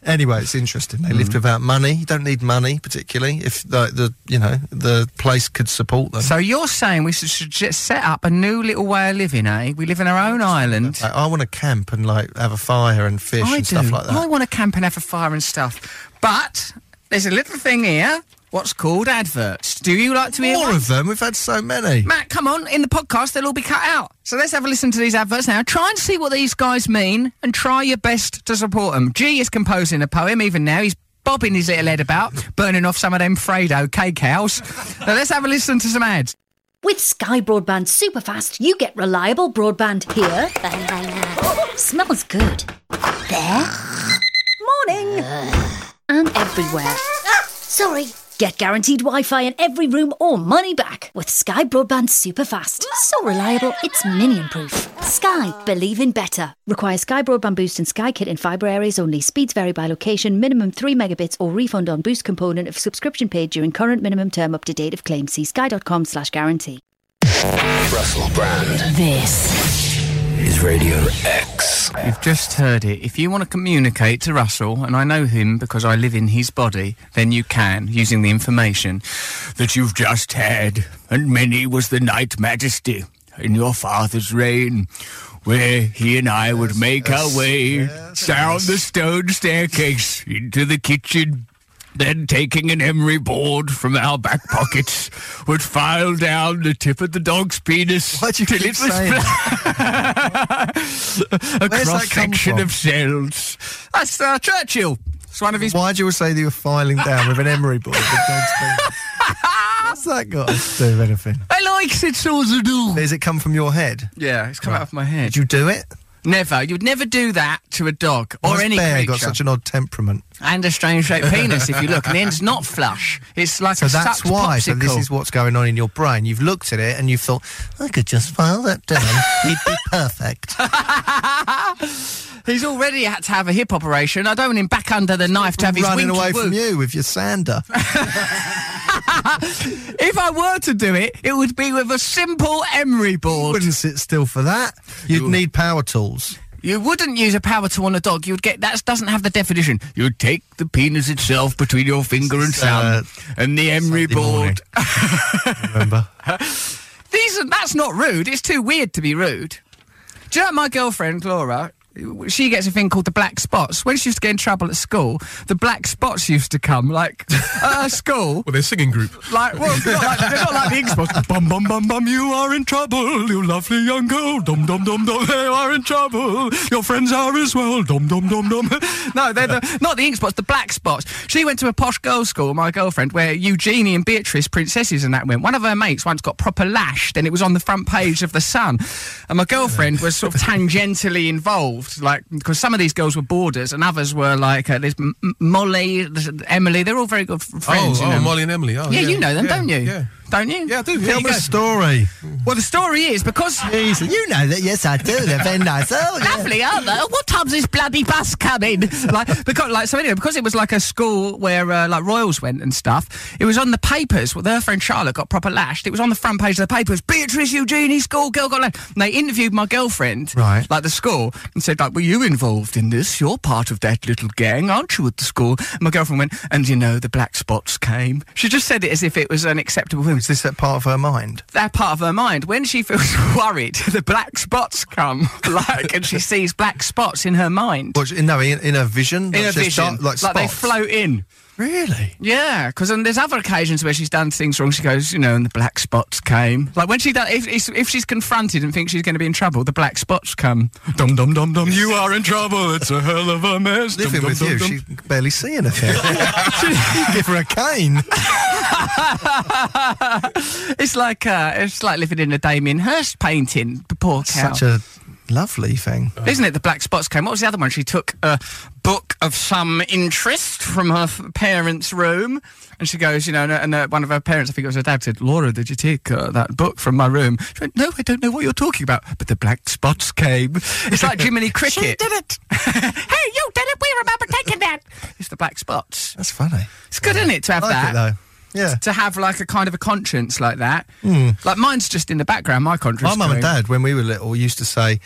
D: Anyway, it's interesting. They
C: Mm.
D: lived without money. You don't need money particularly if the, the you know the place could support them.
C: so you're saying we should, should just set up a new little way of living, eh? We live in our own island.
D: Like, I want to camp and like have a fire and fish
C: I
D: and
C: do.
D: stuff like that.
C: I want to camp and have a fire and stuff. But there's a little thing here. What's called adverts? Do you like to hear
D: More
C: one?
D: of them. We've had so many.
C: Matt, come on. In the podcast, they'll all be cut out. So let's have a listen to these adverts now. Try and see what these guys mean and try your best to support them. G is composing a poem even now. He's bobbing his little head about, burning off some of them Fredo cake house. now let's have a listen to some ads.
I: With Sky Broadband Superfast, you get reliable broadband here. Smells good. There. Morning. and everywhere. Sorry. Get guaranteed Wi Fi in every room or money back with Sky Broadband Superfast. So reliable, it's minion proof. Sky, believe in better. Requires Sky Broadband Boost and Sky Kit in fibre areas only. Speeds vary by location, minimum 3 megabits or refund on boost component of subscription paid during current minimum term up to date of claim. See sky.com slash guarantee.
H: Russell Brand.
B: This
H: Is Radio X.
C: You've just heard it. If you want to communicate to Russell, and I know him because I live in his body, then you can using the information that you've just had.
M: and many was the night majesty in your father's reign, where he and I would make our way down the stone staircase into the kitchen. Then, taking an emery board from our back pockets, would file down the tip of the dog's penis till it was
D: saying
M: a
D: Where's that come
M: cross section
D: from?
M: of cells.
C: That's uh, Churchill. It's one of his.
D: Why do you say that you're filing down with an emery board? with dog's penis? What's that got to do with anything?
C: I likes it so as I do.
D: Does it come from your head?
C: Yeah, it's come out of my head.
D: Did you do it?
C: Never. You'd never do that to a dog or
D: Why's
C: any
D: bear
C: creature.
D: got such an odd temperament.
C: and a strange shaped penis, if you look. And the end's not flush. It's like
D: So
C: a
D: that's
C: sucked
D: why.
C: Popsicle.
D: So this is what's going on in your brain. You've looked at it and you've thought, I could just file that down. He'd be perfect.
C: He's already had to have a hip operation. I don't want him back under the knife to have his
D: running
C: winky
D: away
C: woo.
D: from you with your sander.
C: if I were to do it, it would be with a simple emery board. You
D: wouldn't sit still for that. You'd need power tools.
C: You wouldn't use a power tool on a dog. You'd get that doesn't have the definition.
M: You take the penis itself between your finger and thumb and the emery board.
D: Remember?
C: Uh, These are, that's not rude. It's too weird to be rude. Do you know my girlfriend Laura? She gets a thing called the black spots. When she used to get in trouble at school, the black spots used to come like at her school.
E: Well, they're singing group.
C: Like, well, they're not like, they're not like the Xbox.
K: Bum bum bum bum, you are in trouble, you lovely young girl. Dum dum dum dum, they are in trouble. Your friends are as well. Dum dum dum dum.
C: No, they're the, not the ink spots, the black spots. She went to a posh girls' school, my girlfriend, where Eugenie and Beatrice, princesses and that went. One of her mates once got proper lashed and it was on the front page of The Sun. And my girlfriend was sort of tangentially involved, like, because some of these girls were boarders and others were like, uh, there's M- M- Molly, there's Emily, they're all very good f- friends.
E: oh,
C: you
E: oh,
C: know.
E: Molly and Emily. Oh,
C: yeah, you know them,
E: yeah,
C: don't you?
E: Yeah.
C: Don't you? Yeah, I do.
D: Tell the story.
C: Well, the story is because.
G: you know that. Yes, I do. They're very nice. Oh, yeah.
C: Lovely, aren't they? What time's this bloody bus coming? like, because, like, so anyway, because it was like a school where uh, like royals went and stuff. It was on the papers. Well, their friend Charlotte got proper lashed. It was on the front page of the papers. Beatrice Eugenie schoolgirl got lashed. And they interviewed my girlfriend,
M: Right.
C: Like the school, and said like, "Were you involved in this? You're part of that little gang, aren't you?" At the school, and my girlfriend went, "And you know, the black spots came." She just said it as if it was an acceptable thing.
D: Is this a part of her mind?
C: that part of her mind. When she feels worried, the black spots come, like, and she sees black spots in her mind.
D: What, no, in, in her vision?
C: In her
D: Like just
C: vision,
D: dark- like,
C: they
D: spots?
C: float in.
D: Really?
C: Yeah, because there's other occasions where she's done things wrong. She goes, you know, and the black spots came. Like when she does, if, if if she's confronted and thinks she's going to be in trouble, the black spots come.
K: Dum dum dum dum, you are in trouble. It's a hell of a mess. Dum,
D: Living
K: dum,
D: with
K: dum,
D: you,
K: dum.
D: she can barely see anything. Give her a cane.
C: it's like uh, it's like living in a Damien Hirst painting. The poor cow.
D: Such a lovely thing.
C: Isn't it the black spots came? What was the other one? She took a book of some interest from her f- parents' room, and she goes, you know, and, and uh, one of her parents, I think it was her dad, said, "Laura, did you take uh, that book from my room?" She went, "No, I don't know what you're talking about." But the black spots came. It's like Jiminy Cricket.
J: She did
C: it. hey, you did it. We remember taking that. It's the black spots.
D: That's funny.
C: It's good, isn't it, to have
D: I like
C: that?
D: it though. Yeah.
C: To have like a kind of a conscience like that.
D: Hmm.
C: Like mine's just in the background. My conscience.
D: My mum and
C: going,
D: dad, when we were little, used to say,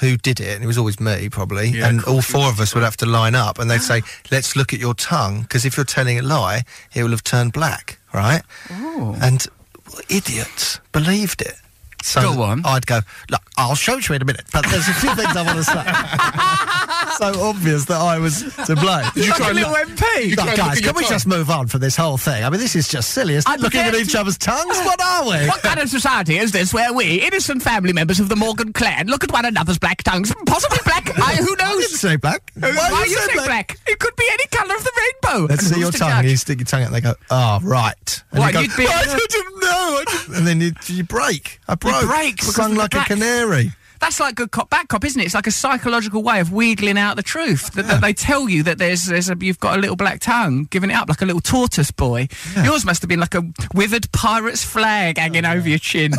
D: who did it? And it was always me, probably. and all four of us would have to line up and they'd say, let's look at your tongue, because if you're telling a lie, it will have turned black, right?
G: Oh.
D: And idiots believed it. So
G: Go on.
D: I'd go, look, I'll show it to you in a minute, but there's a few things I want to say. so obvious that I was to blame.
G: Did you Like try a and little look- MP. you
D: Look,
G: try and look
D: guys,
G: at your
D: can we
G: tongue?
D: just move on from this whole thing? I mean, this is just silly. It's
G: I'm
D: looking at
G: prepared
D: each
G: to-
D: other. tongues? What are we?
M: What kind of society is this where we, innocent family members of the Morgan clan, look at one another's black tongues, possibly black, I, who knows?
D: didn't say black.
M: Why,
D: Why
M: you say black? It could be any colour of the rainbow.
D: Let's see
M: Who's
D: your
M: to
D: tongue.
M: judge?
D: And you stick your tongue out and they go, oh, right. And
M: Why,
D: you go,
M: you'd be-
D: "Oh, I didn't know. I didn't-" and then you, you break. I broke.
C: break because
D: Sung
C: of the
D: like
C: black.
D: a canary.
C: That's like good cop, bad cop, isn't it? It's like a psychological way of wheedling out the truth. That, that they tell you that there's, there's a, you've got a little black tongue, giving it up like a little tortoise boy. Yours must have been like a withered pirate's flag hanging
D: Oh,
C: over your chin.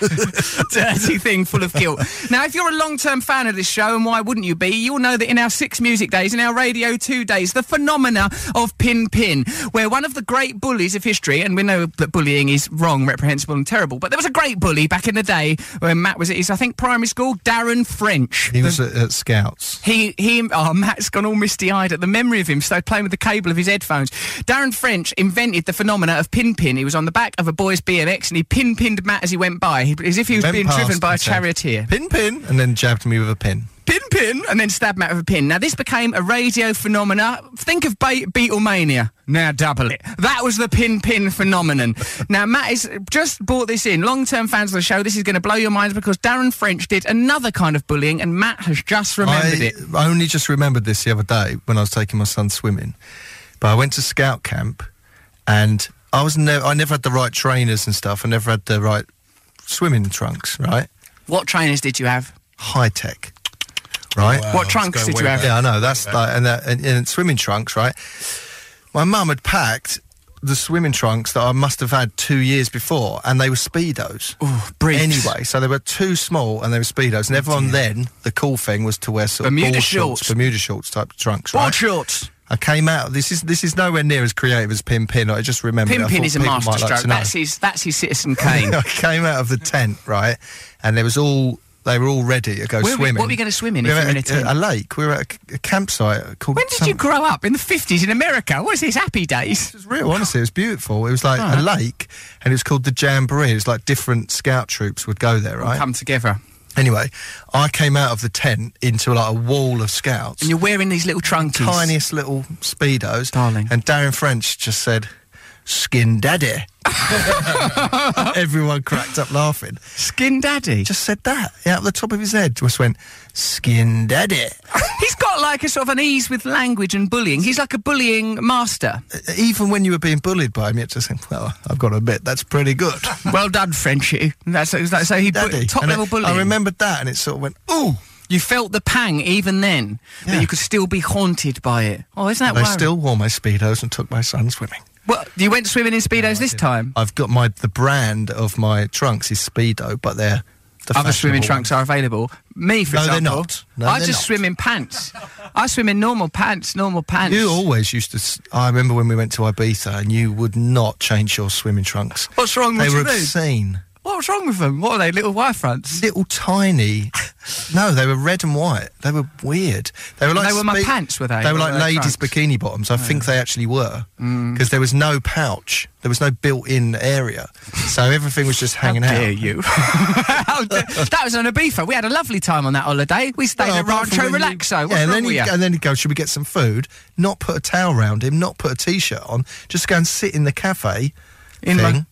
C: Dirty thing full of guilt. Now, if you're a long term fan of this show, and why wouldn't you be, you'll know that in our six music days, in our Radio 2 days, the phenomena of Pin Pin, where one of the great bullies of history, and we know that bullying is wrong, reprehensible, and terrible, but there was a great bully back in the day when Matt was at his, I think, primary school, Darren French.
D: He was at, at Scouts.
C: He, he, oh, Matt's gone all misty eyed at the memory of him, so playing with the cable of his headphones. Darren French invented the phenomena of pin pin. He was on the back of a boy's BMX and he pin pinned Matt as he went by, he, as if he was
D: Went
C: being driven
D: past
C: by a
D: and said,
C: charioteer.
D: Pin, pin. And then jabbed me with a pin.
C: Pin pin, and then stabbed Matt with a pin. Now, this became a radio phenomena. Think of Be- Beatlemania. Now, double it. That was the pin pin phenomenon. now, Matt has just brought this in. Long term fans of the show, this is going to blow your minds because Darren French did another kind of bullying, and Matt has just remembered
D: I
C: it.
D: I only just remembered this the other day when I was taking my son swimming. But I went to scout camp, and I was never I never had the right trainers and stuff. I never had the right swimming trunks. Right,
C: What trainers did you have?
D: high tech. Right.
C: Wow, What trunks it's going did you way have? back.
D: Yeah, I know. That's like and, that, and, and swimming trunks. Right. My mum had packed the swimming trunks that I must have had two years before, and they were speedos.
M: briefs.
D: Anyway, so they were too small, and they were speedos. And everyone then, the cool thing was to wear sort of
M: Bermuda
D: board
M: shorts.
D: Bermuda shorts type trunks,
M: Board
D: right?
M: shorts.
D: I came out. This is this is nowhere near as creative as Pin Pin. I just remember.
C: Pin Pin is a masterstroke. that's his. That's his Citizen Kane.
D: I came out of the tent right, and there was all they were all ready to go
C: Where were-
D: swimming.
C: what were you gonna swim in
D: We
C: if
D: were
C: you were in
D: at
C: a tent?
D: A lake. We were at a, a campsite called.
C: When did you grow up? In the fifties in America? What is this? Happy days?
D: It was real, honestly. It was beautiful. It was like a
C: Alright.
D: lake, and it was called the Jamboree. It was like different scout troops would go there, right?
C: Come together.
D: Anyway, I came out of the tent into like a wall of scouts.
C: And you're wearing these little trunkies.
D: Tiniest little speedos, darling. And Darren French just said, "Skin daddy." Everyone cracked up laughing.
C: Skin daddy.
D: Just said that out the top of his head. Just went, "Skin daddy."
C: He's got like a sort of an ease with language and bullying. He's like a bullying master.
D: Uh, Even when you were being bullied by him, you had to think, "Well, I've got to admit that's pretty good."
C: well done, Frenchie. That's, that's so he bu-
D: Daddy.
C: top
D: And
C: level
D: I-
C: bullying.
D: I remembered that, and it sort of went,
C: ooh. You felt the pang even then that you could still be haunted by it. Oh, isn't that
D: I
C: worrying?
D: still wore my speedos and took my son swimming.
C: What you went swimming in speedos this time?
D: I've got my the brand of my trunks is Speedo, but they're the
C: Other swimming
D: fashionable
C: trunks are available. Me, for
D: No, they're
C: example,
D: not. No,
C: I
D: they're
C: just
D: not.
C: swim in pants. I swim in normal pants, normal pants.
D: You always used to. s- I remember when we went to Ibiza, and you would not change your swimming trunks.
C: What's wrong
D: They
C: with
D: were
C: you?
D: obscene.
C: What's wrong with them? What are they? Little wire fronts?
D: Little tiny. no, they were red and white. They were weird. They were
C: And
D: like
C: they were my
D: spe-
C: pants, were they?
D: They were
C: Or
D: like
C: were they
D: ladies'
C: trunks? Mm.
D: bikini bottoms. I think they actually were because there was no pouch. There was no built-in area, so everything was just hanging out.
C: dare you? How d- that was on Ibiza. We had a lovely time on that holiday. We stayed
D: Well,
C: at
D: apart from
C: Rancho
D: when you-
C: Relaxo.
D: yeah, and
C: What's wrong
D: then
C: with
D: you,
C: you?
D: and then you go, should we get some food? Not put a towel round him, not put a t-shirt on, just go and sit in the cafe.
C: In
D: thing.
C: Lon-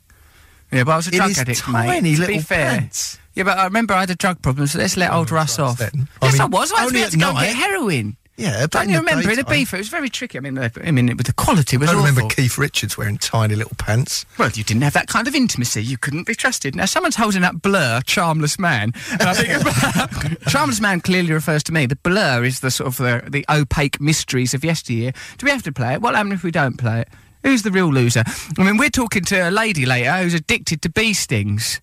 C: yeah, but I was a
D: in
C: drug
D: his
C: addict,
D: tiny
C: mate. to
D: little
C: be fair.
D: pants. Oh,
C: Yeah, but I remember I had a drug problem, so let's let old Russ off.
D: I
C: yes, I
D: mean,
C: was. I was
D: only
C: we had
D: at
C: to go and
D: night.
C: get heroin.
D: Yeah, but
C: Don't
D: in
C: you
D: the
C: remember in
D: daytime.
C: Ibiza? It was very tricky. I mean, the, I mean, with the quality was
D: I
C: awful.
D: remember Keith Richards wearing tiny little pants.
C: Well, you didn't have that kind of intimacy. You couldn't be trusted. Now, someone's holding up Blur, Charmless Man. And I think about- Charmless Man clearly refers to me. The Blur is the sort of the, the opaque mysteries of yesteryear. Do we have to play it? What happens if we don't play it? Who's the real loser? I mean, we're talking to a lady later who's addicted to bee stings.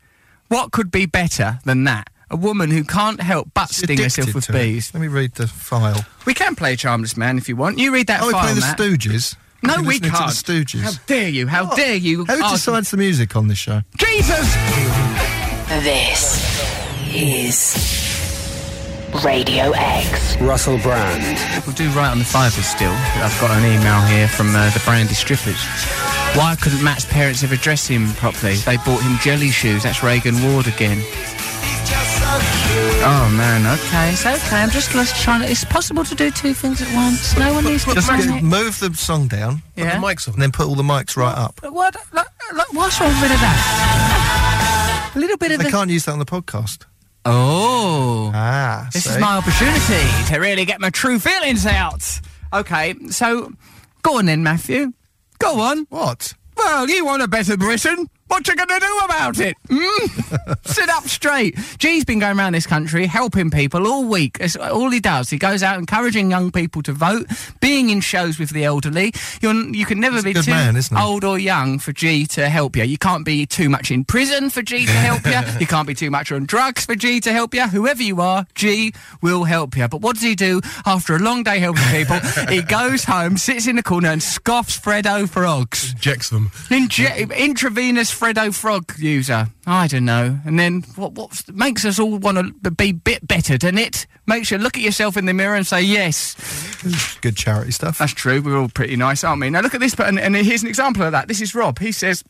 C: What could be better than that? A woman who can't help but sting herself
D: Addicted
C: with
D: to it.
C: bees.
D: Let me read the file.
C: We can play Charmless Man if you want. You read that
D: Oh, we
C: file,
D: play the
C: Matt.
D: Stooges.
C: No,
D: We're
C: we
D: listening
C: can't.
D: To the Stooges.
C: How dare you? How
D: What?
C: dare you?
D: Who
C: argue-
D: decides the music on this show?
C: Jesus!
B: This is Radio X.
H: Russell Brand.
C: We'll do right on the fivers still. I've got an email here from uh, the Brandy Strippers. Why couldn't Matt's parents ever dress him properly? They bought him jelly shoes. That's Reagan Ward again. Oh man, okay, it's okay. I'm just lost trying to. It's possible to do two things at once. No one needs to
D: Just
C: panic.
D: get- move the song down.
C: Yeah.
D: Put the mics on. And then put all the mics right up.
C: But What? Look, look, what's wrong with that? A little bit of
D: They
C: the-
D: can't use that on the podcast.
C: Oh.
D: Ah.
C: This is
D: see?
C: my opportunity to really get my true feelings out. Okay, so go on then, Matthew. Go on.
D: What?
C: Well, you want a better Britain. What you gonna do about it? Hmm? Sit up straight. G's been going around this country helping people all week. That's all he does. He goes out encouraging young people to vote, being in shows with the elderly. You're, n- you can never be
D: good
C: too
D: man, isn't he?
C: old or young for G to help you. You can't be too much in prison for G to help you. You can't be too much on drugs for G to help you. Whoever you are, G will help you. But what does he do after a long day helping people? he goes home, sits in the corner, and scoffs Fredo frogs.
E: Jecks them.
C: Inje- intravenous Fredo Frog user. I don't know. And then what what makes us all want to be bit better, doesn't it? Makes you look at yourself in the mirror and say, yes,
D: Good charity stuff.
C: that's true. We're all pretty nice, aren't we? Now look at this, but and, and here's an example of that. This is Rob. He says.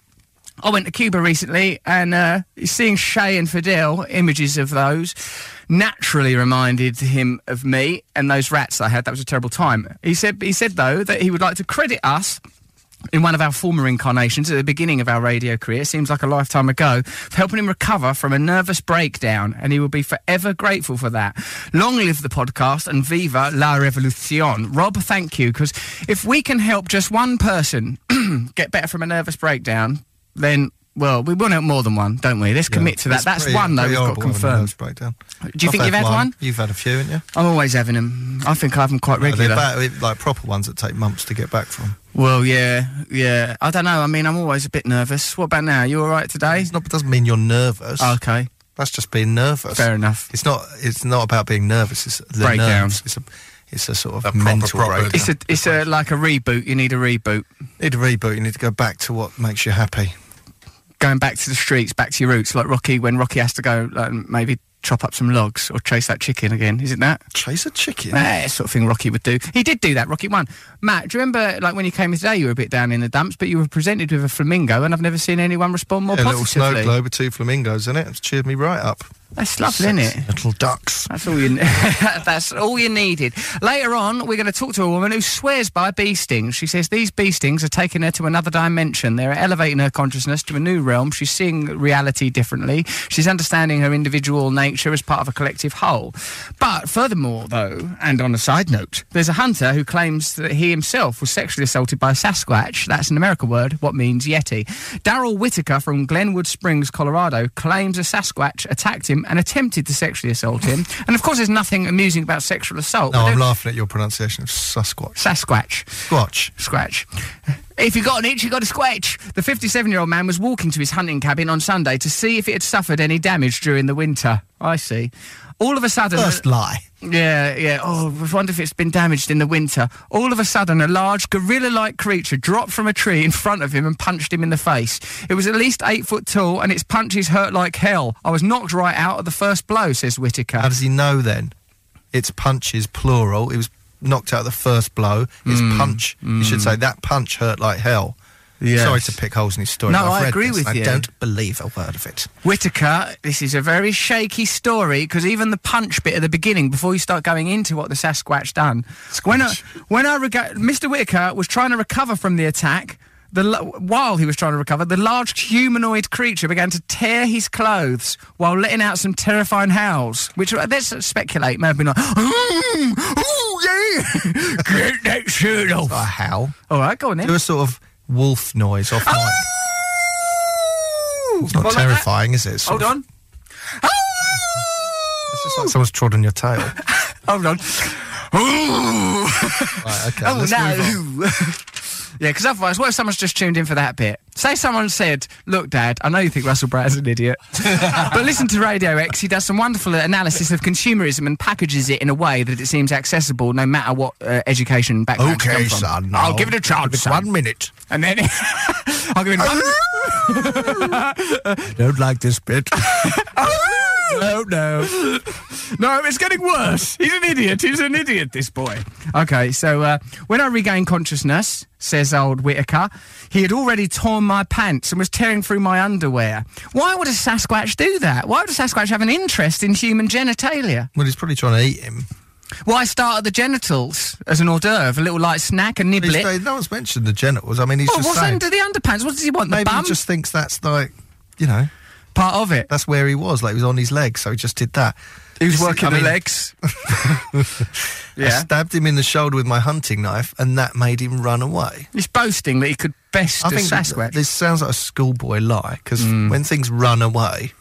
C: I went to Cuba recently and uh, seeing Shay and Fidel, images of those, naturally reminded him of me and those rats I had. That was a terrible time. He said, he said though, that he would like to credit us in one of our former incarnations at the beginning of our radio career, seems like a lifetime ago, for helping him recover from a nervous breakdown, and he will be forever grateful for that. Long live the podcast and viva la revolucion. Rob, thank you, because if we can help just one person get better from a nervous breakdown, then. Well, we want to help more than one, don't we? Let's commit to that.
D: It's
C: That's
D: pretty-
C: one, though,
D: pretty
C: we've got
D: horrible having a
C: confirmed.
D: nervous breakdown.
C: Do you think you've had one?
D: You've had a few, haven't you?
C: I'm always having them. I think I have them quite
D: They're
C: regular.
D: bad- like proper ones that take months to get back from.
C: Well, yeah, yeah. I don't know. I mean, I'm always a bit nervous. What about now? You all right today?
D: It's not, it doesn't mean you're nervous.
C: Oh, okay.
D: That's just being nervous.
C: Fair enough.
D: It's not. It's not about being nervous. It's the
C: Breakdown.
D: nerves. It's a. It's a sort of mental breakdown.
C: It's a, it's a like a reboot. You need a reboot.
D: Need a reboot. You need to go back to what makes you happy.
C: Going back to the streets, back to your roots, like Rocky when Rocky has to go, like, maybe chop up some logs or chase that chicken again. Is it that?
D: Chase a chicken.
C: Nah, sort of thing Rocky would do. He did do that. Rocky one. Matt, do you remember like when you came here today? You were a bit down in the dumps, but you were presented with a flamingo, and I've never seen anyone respond more
D: a little
C: positively.
D: snow globe with two flamingos in it. It's cheered me right up.
C: That's lovely, isn't
D: Sexy
C: it?
D: Little ducks.
C: That's all you. that's all you needed. Later on, we're going to talk to a woman who swears by bee stings. She says these bee stings are taking her to another dimension. They're elevating her consciousness to a new realm. She's seeing reality differently. She's understanding her individual nature as part of a collective whole. But furthermore, though, and on a side note, there's a hunter who claims that he himself was sexually assaulted by a Sasquatch. That's an American word, what means Yeti. Daryl Whitaker from Glenwood Springs, Colorado, claims a Sasquatch attacked him and attempted to sexually assault him. and of course, there's nothing amusing about sexual assault.
D: No,
C: I
D: I'm
C: don't-
D: laughing at your pronunciation of Sasquatch.
C: Sasquatch.
D: Squatch.
C: Scratch. If you got an itch, you got a scratch. The 57 year old man was walking to his hunting cabin on Sunday to see if it had suffered any damage during the winter. I see. All of a sudden.
D: First lie.
C: Yeah, yeah. Oh, I wonder if it's been damaged in the winter. All of a sudden, a large gorilla like creature dropped from a tree in front of him and punched him in the face. It was at least eight foot tall and its punches hurt like hell. I was knocked right out at the first blow, says Whitaker.
D: How does he know then? It's punches, plural. He was knocked out at the first blow. It's
C: Mm,
D: punch. You should
C: mm.
D: say that punch hurt like hell.
C: Yes.
D: Sorry to pick holes in his story.
C: No,
D: but I've
C: I
D: read
C: agree
D: this
C: with
D: and
C: you.
D: I don't believe a word of it.
C: Whitaker, this is a very shaky story because even the punch bit at the beginning, before you start going into what the Sasquatch done, when I, when I rega- Mr. Whitaker was trying to recover from the attack. The, l- while he was trying to recover, the large humanoid creature began to tear his clothes while letting out some terrifying howls, which let's speculate may have been like, "Mm, ooh, yeah, get that shirt off."
D: A howl.
C: All right, go on then.
D: Do a sort of wolf noise off mic. It's not
C: Oh! Well, like that-
D: terrifying, is it? It's sort of-
C: Hold on,
D: It's just like someone's trod on your tail.
C: hold on. Ooh.
D: right, okay.
C: oh
D: let's move on.
C: no! yeah, because otherwise, what if someone's just tuned in for that bit? Say someone said, "Look, Dad, I know you think Russell Brand's an idiot, but listen to Radio X. He does some wonderful analysis of consumerism and packages it in a way that it seems accessible, no matter what uh, education background." you
D: Okay,
C: come from.
D: son. now.
C: I'll give it a chance.
D: Give it
C: son.
D: One Ah! minute.
C: and then I'll give it one.
D: Don't like this bit.
C: no, no. No, it's getting worse. He's an idiot. He's an idiot, this boy. Okay, so uh, when I regained consciousness, says old Whitaker, he had already torn my pants and was tearing through my underwear. Why would a Sasquatch do that? Why would a Sasquatch have an interest in human genitalia?
D: well, he's probably trying to eat him.
C: Why start at the genitals as an hors d'oeuvre, a little light snack, a nibble
D: He's-
C: it?
D: no one's mentioned the genitals. I mean, he's
C: Oh,
D: just
C: what's
D: saying.
C: under the underpants? What does he want? The
D: maybe
C: bum?
D: he just thinks that's like, you know,
C: part of it.
D: that's where he was. Like he was on his legs, so he just did that.
C: He was
D: Just-
C: working
D: I
C: the
D: mean,
C: legs.
D: I
C: yeah.
D: stabbed him in the shoulder with my hunting knife, and that made him run away.
C: He's boasting that he could best
D: I
C: a
D: think
C: Sasquatch. Mm.
D: this sounds like a schoolboy lie because when things run away,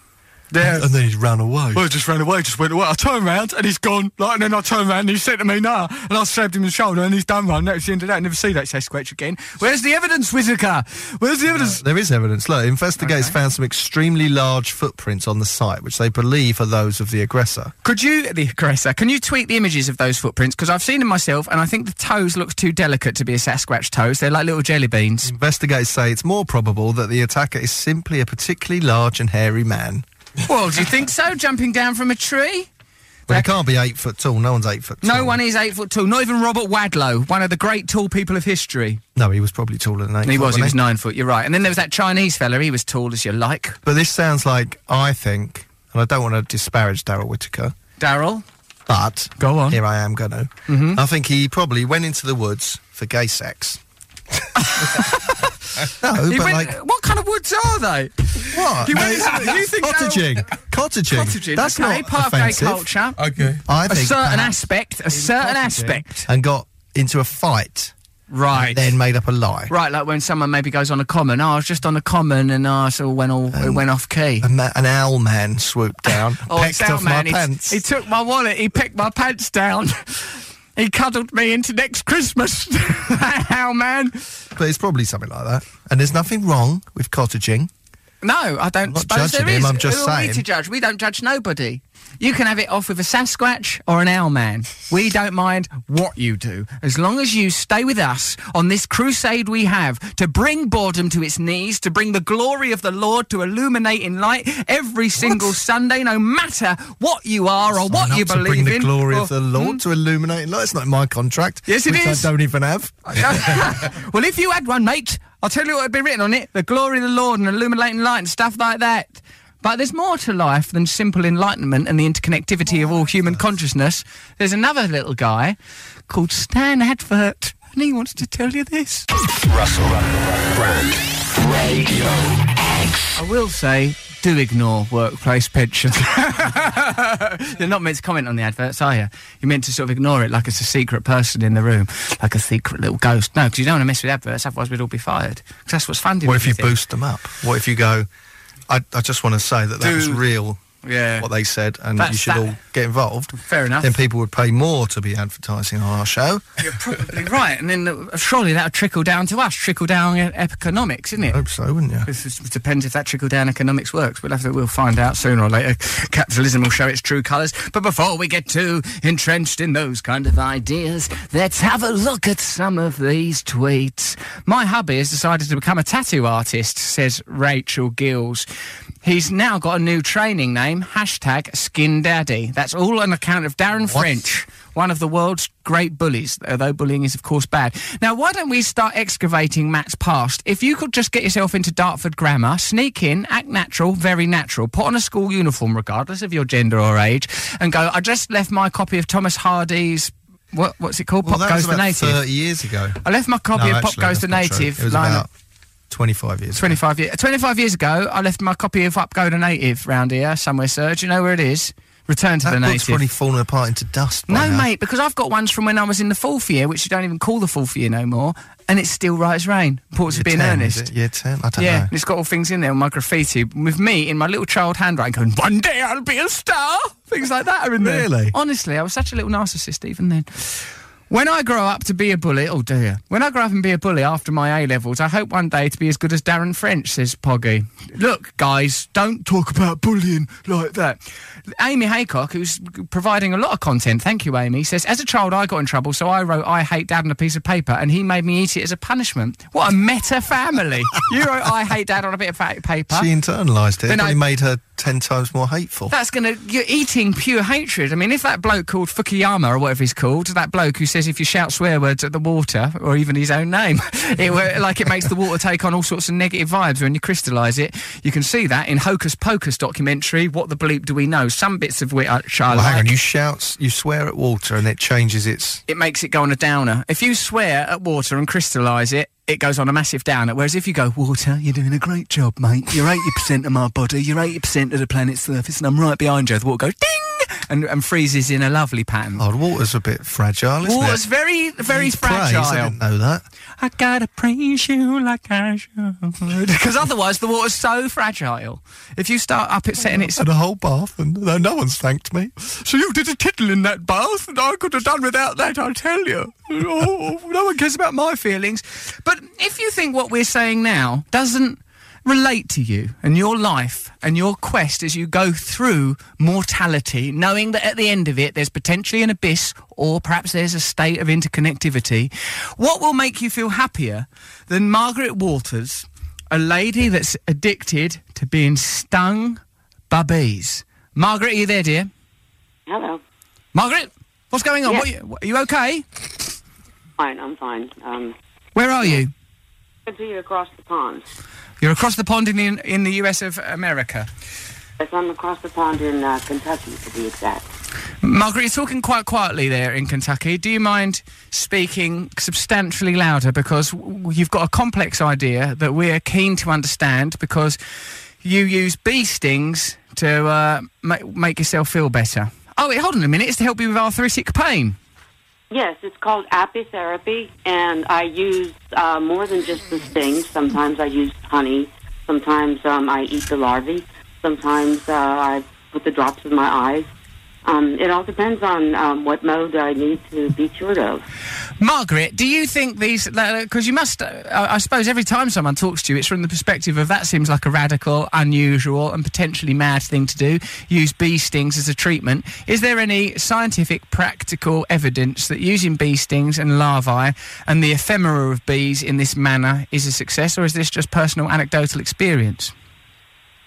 N: Yeah.
D: and then he's run away.
N: Well, he just ran away, just went away. I turned around and he's gone. Like, and then I turned around and he said to me, nah. And I stabbed him in the shoulder and he's done one. That was the end of that. never see that Sasquatch again.
C: Where's the evidence, Whitaker?
N: Where's the evidence?
D: There is evidence. Look, investigators found some extremely large footprints on the site, which they believe are those of the aggressor.
C: Could you, the aggressor, can you tweet the images of those footprints? Because I've seen them myself, and I think the toes look too delicate to be a Sasquatch toes. They're like little jelly beans.
D: Investigators say it's more probable that the attacker is simply a particularly large and hairy man.
C: well, do you think so? Jumping down from a tree?
D: But he can't be eight foot tall. No one's eight foot tall.
C: No one is eight foot tall. Not even Robert Wadlow, one of the great tall people of history.
D: No, he was probably taller than eight.
C: He
D: foot,
C: was.
D: wasn't
C: He was nine foot. You're right. And then there was that Chinese fella. He was tall as you like.
D: But this sounds like I think, and I don't want to disparage Daryl Whitaker,
C: Daryl.
D: but
C: Go on.
D: Here I am going to.
C: Mhm.
D: I think he probably went into the woods for gay sex. no,
C: He
D: but
C: went-
D: like
C: what kind of woods are they?
D: what?
C: He went into- you think
D: cottaging? cottaging.
C: Cottaging.
D: That's
C: okay,
D: not
C: part
D: offensive.
C: of gay culture.
E: Okay.
D: I
C: A
D: think
C: certain
D: perhaps
C: aspect. A certain aspect.
D: and got into a fight,
C: Right.
D: then made up a lie.
C: Right, like when someone maybe goes on a common. Oh, I was just on a common and oh, so went all it went off key.
D: A ma- an owl man swooped down,
C: Oh,
D: pecked
C: it's out,
D: off my
C: man. He-
D: pants.
C: He, took my wallet. He picked my pants down.
O: He cuddled me into next Christmas. How, man?
D: But it's probably something like that. And there's nothing wrong with cottaging.
C: No, I don't
D: not
C: suppose there
D: judging him,
C: is.
D: I'm just
C: Who are we
D: saying.
C: to judge? We don't judge nobody. You can have it off with a Sasquatch or an owl man. We don't mind what you do, as long as you stay with us on this crusade we have to bring boredom to its knees, to bring the glory of the Lord to illuminate in light every single Sunday, no matter what you are or what
D: Sign
C: you
D: up to
C: believe
D: bring
C: in.
D: the glory
C: or-
D: of the Lord to illuminate light. It's not in my contract.
C: Yes, it
D: which
C: is.
D: I don't even have.
C: well, if you had one, mate, I'll tell you what would be written on it: the glory of the Lord and illuminating light and stuff like that. But there's more to life than simple enlightenment and the interconnectivity of all human consciousness. There's another little guy called Stan Advert, and he wants to tell you this.
P: Russell Brand. Radio X.
C: I will say, do ignore workplace pensions. You're not meant to comment on the adverts, are you? You're meant to sort of ignore it like it's a secret person in the room, like a secret little ghost. No, because you don't want to mess with adverts, otherwise we'd all be fired. Because that's what's funded.
D: What if you boost them up? What if you go, I, I just want to say that that was
C: Do-
D: real,
C: yeah.
D: what they said, and you
C: That's
D: should
C: that-
D: all get involved.
C: Fair enough.
D: Then people would pay more to be advertising on our show.
C: You're probably right, and then uh, surely that'll trickle down to us, trickle down e- economics, isn't it? I hope
D: so, wouldn't you?
C: It depends if that trickle down economics works. We'll have to, we'll find out sooner or later. Capitalism will show its true colours. But before we get too entrenched in those kind of ideas, let's have a look at some of these tweets. My hubby has decided to become a tattoo artist, says Rachel Gills. He's now got a new training name, hashtag Skin Daddy. That's all on account of Darren French, one of the world's great bullies, although bullying is, of course, bad. Now, why don't we start excavating Matt's past? If you could just get yourself into Dartford Grammar, sneak in, act natural, very natural, put on a school uniform, regardless of your gender or age, and go, I just left my copy of Thomas Hardy's. What, what's it called?
D: Well,
C: Pop
D: that was
C: Goes the
D: about
C: Native.
D: 30 years ago.
C: I left my copy
D: No,
C: of Pop
D: actually,
C: Goes the
D: that's not true.
C: Native.
D: It was
C: lying-
D: about 25 years
C: 25 years 25 years ago I left my copy of Up Go the Native round here somewhere sir do you know where it is Return to
D: That
C: the
D: book's
C: Native
D: probably fallen apart into dust. by
C: no
D: now.
C: mate because I've got ones from when I was in the fourth year which you don't even call the fourth year no more and it's still right as rain Port to
D: Year
C: be in
D: 10, is
C: earnest
D: it? Year 10? I don't
C: yeah
D: know.
C: and it's got all things in there on my graffiti with me in my little child handwriting going one day I'll be a star things like that are in there
D: Really?
C: honestly I was such a little narcissist even then when I grow up to be a bully, oh dear. When I grow up and be a bully after my A levels, I hope one day to be as good as Darren French, says Poggy. Look, guys, don't talk about bullying like that. Amy Haycock, who's providing a lot of content, thank you, Amy, says, As a child, I got in trouble, so I wrote I hate dad on a piece of paper, and he made me eat it as a punishment. What a meta family. you wrote I hate dad on a bit of fa- paper.
D: She internalised it.
C: Then
D: It
C: I-
D: probably made her 10 times more hateful.
C: That's going to. You're eating pure hatred. I mean, if that bloke called Fukuyama or whatever he's called, that bloke who says if you shout swear words at the water or even his own name, it wa- like it makes the water take on all sorts of negative vibes when you crystallise it. You can see that in Hocus Pocus documentary. What the bleep do we know? Some bits of which I I
D: Well, hang
C: like.
D: on, you shout, you swear at water and it changes its.
C: it makes it go on a downer. If you swear at water and crystallise it, it goes on a massive downer. Whereas if you go water, you're doing a great job, mate. You're 80% of my body. You're 80% of the planet's surface, and I'm right behind you. The water goes ding and, and freezes in a lovely pattern.
D: Oh, the water's a bit fragile, isn't
C: Water's
D: it?
C: very, very
D: Needs praise,
C: fragile.
D: I didn't know that.
C: I gotta praise you like I should. Because otherwise, the water's so fragile. If you start up it setting it.
D: Had a whole bath and no, no one's thanked me.
O: So you did a tittle in that bath, and I could have done without that, I tell you.
C: oh, no one cares about my feelings. But if you think what we're saying now doesn't relate to you and your life and your quest as you go through mortality, knowing that at the end of it there's potentially an abyss or perhaps there's a state of interconnectivity, what will make you feel happier than Margaret Waters, a lady that's addicted to being stung by bees? Margaret, are you there, dear?
L: Hello.
C: Margaret, what's going on?
L: Yeah.
C: What are, you, are you okay?
L: Fine, I'm fine. Um,
C: Where are you?
L: good to you across the pond.
C: You're across the pond in the, in the US of America.
L: Yes, I'm across the pond in uh, Kentucky, to be exact.
C: Margaret, you're talking quite quietly there in Kentucky. Do you mind speaking substantially louder? Because w- you've got a complex idea that we're keen to understand because you use bee stings to uh, ma- make yourself feel better. Oh, wait, hold on a minute. It's to help you with arthritic pain.
L: Yes, it's called apitherapy, and I use uh, more than just the stings. Sometimes I use honey. Sometimes um, I eat the larvae. Sometimes uh, I put the drops in my eyes. Um, it all depends on um, what mode I need to be cured of.
C: Margaret, do you think these? Because you must, uh, I I suppose, every time someone talks to you, it's from the perspective of that seems like a radical, unusual, and potentially mad thing to do. Use bee stings as a treatment. Is there any scientific, practical evidence that using bee stings and larvae and the ephemera of bees in this manner is a success, or is this just personal, anecdotal experience?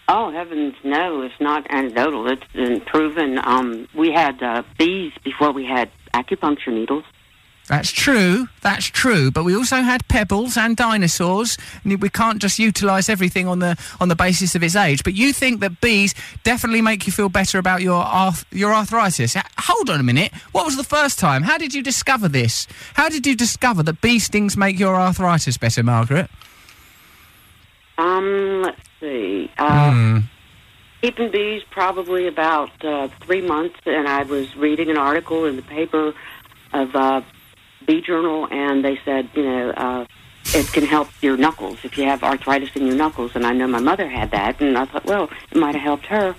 L: Oh heavens, no! It's not anecdotal. It's been proven. Um, we had uh, bees before we had acupuncture needles.
C: That's true. That's true. But we also had pebbles and dinosaurs, and we can't just utilise everything on the on the basis of its age. But you think that bees definitely make you feel better about your arth- your arthritis? H- Hold on a minute. What was the first time? How did you discover this? How did you discover that bee stings make your arthritis better, Margaret?
L: Um, let's see. Uh,
C: Hmm.
L: Keeping bees probably about uh, three months, and I was reading an article in the paper of uh, Bee Journal, and they said, you know, uh, it can help your knuckles if you have arthritis in your knuckles. And I know my mother had that, and I thought, well, it might have helped her.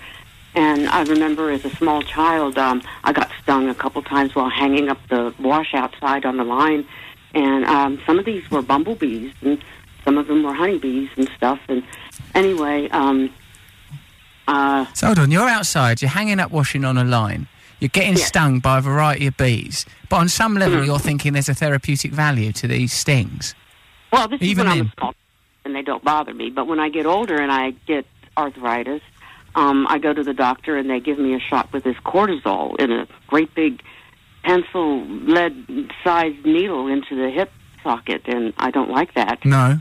L: And I remember as a small child, um, I got stung a couple times while hanging up the wash outside on the line, and um, some of these were bumblebees, and some of them were honeybees and stuff. And anyway, um, uh,
C: So hold on, you're outside, you're hanging up washing on a line, you're getting stung by a variety of bees, but on some level
L: Mm.
C: you're thinking there's a therapeutic value to these stings.
L: Well, this
C: Even
L: is when I
C: then.
L: was small, and they don't bother me. But when I get older and I get arthritis, um, I go to the doctor and they give me a shot with this cortisol in a great big pencil lead-sized needle into the hip socket, and I don't like that.
C: No,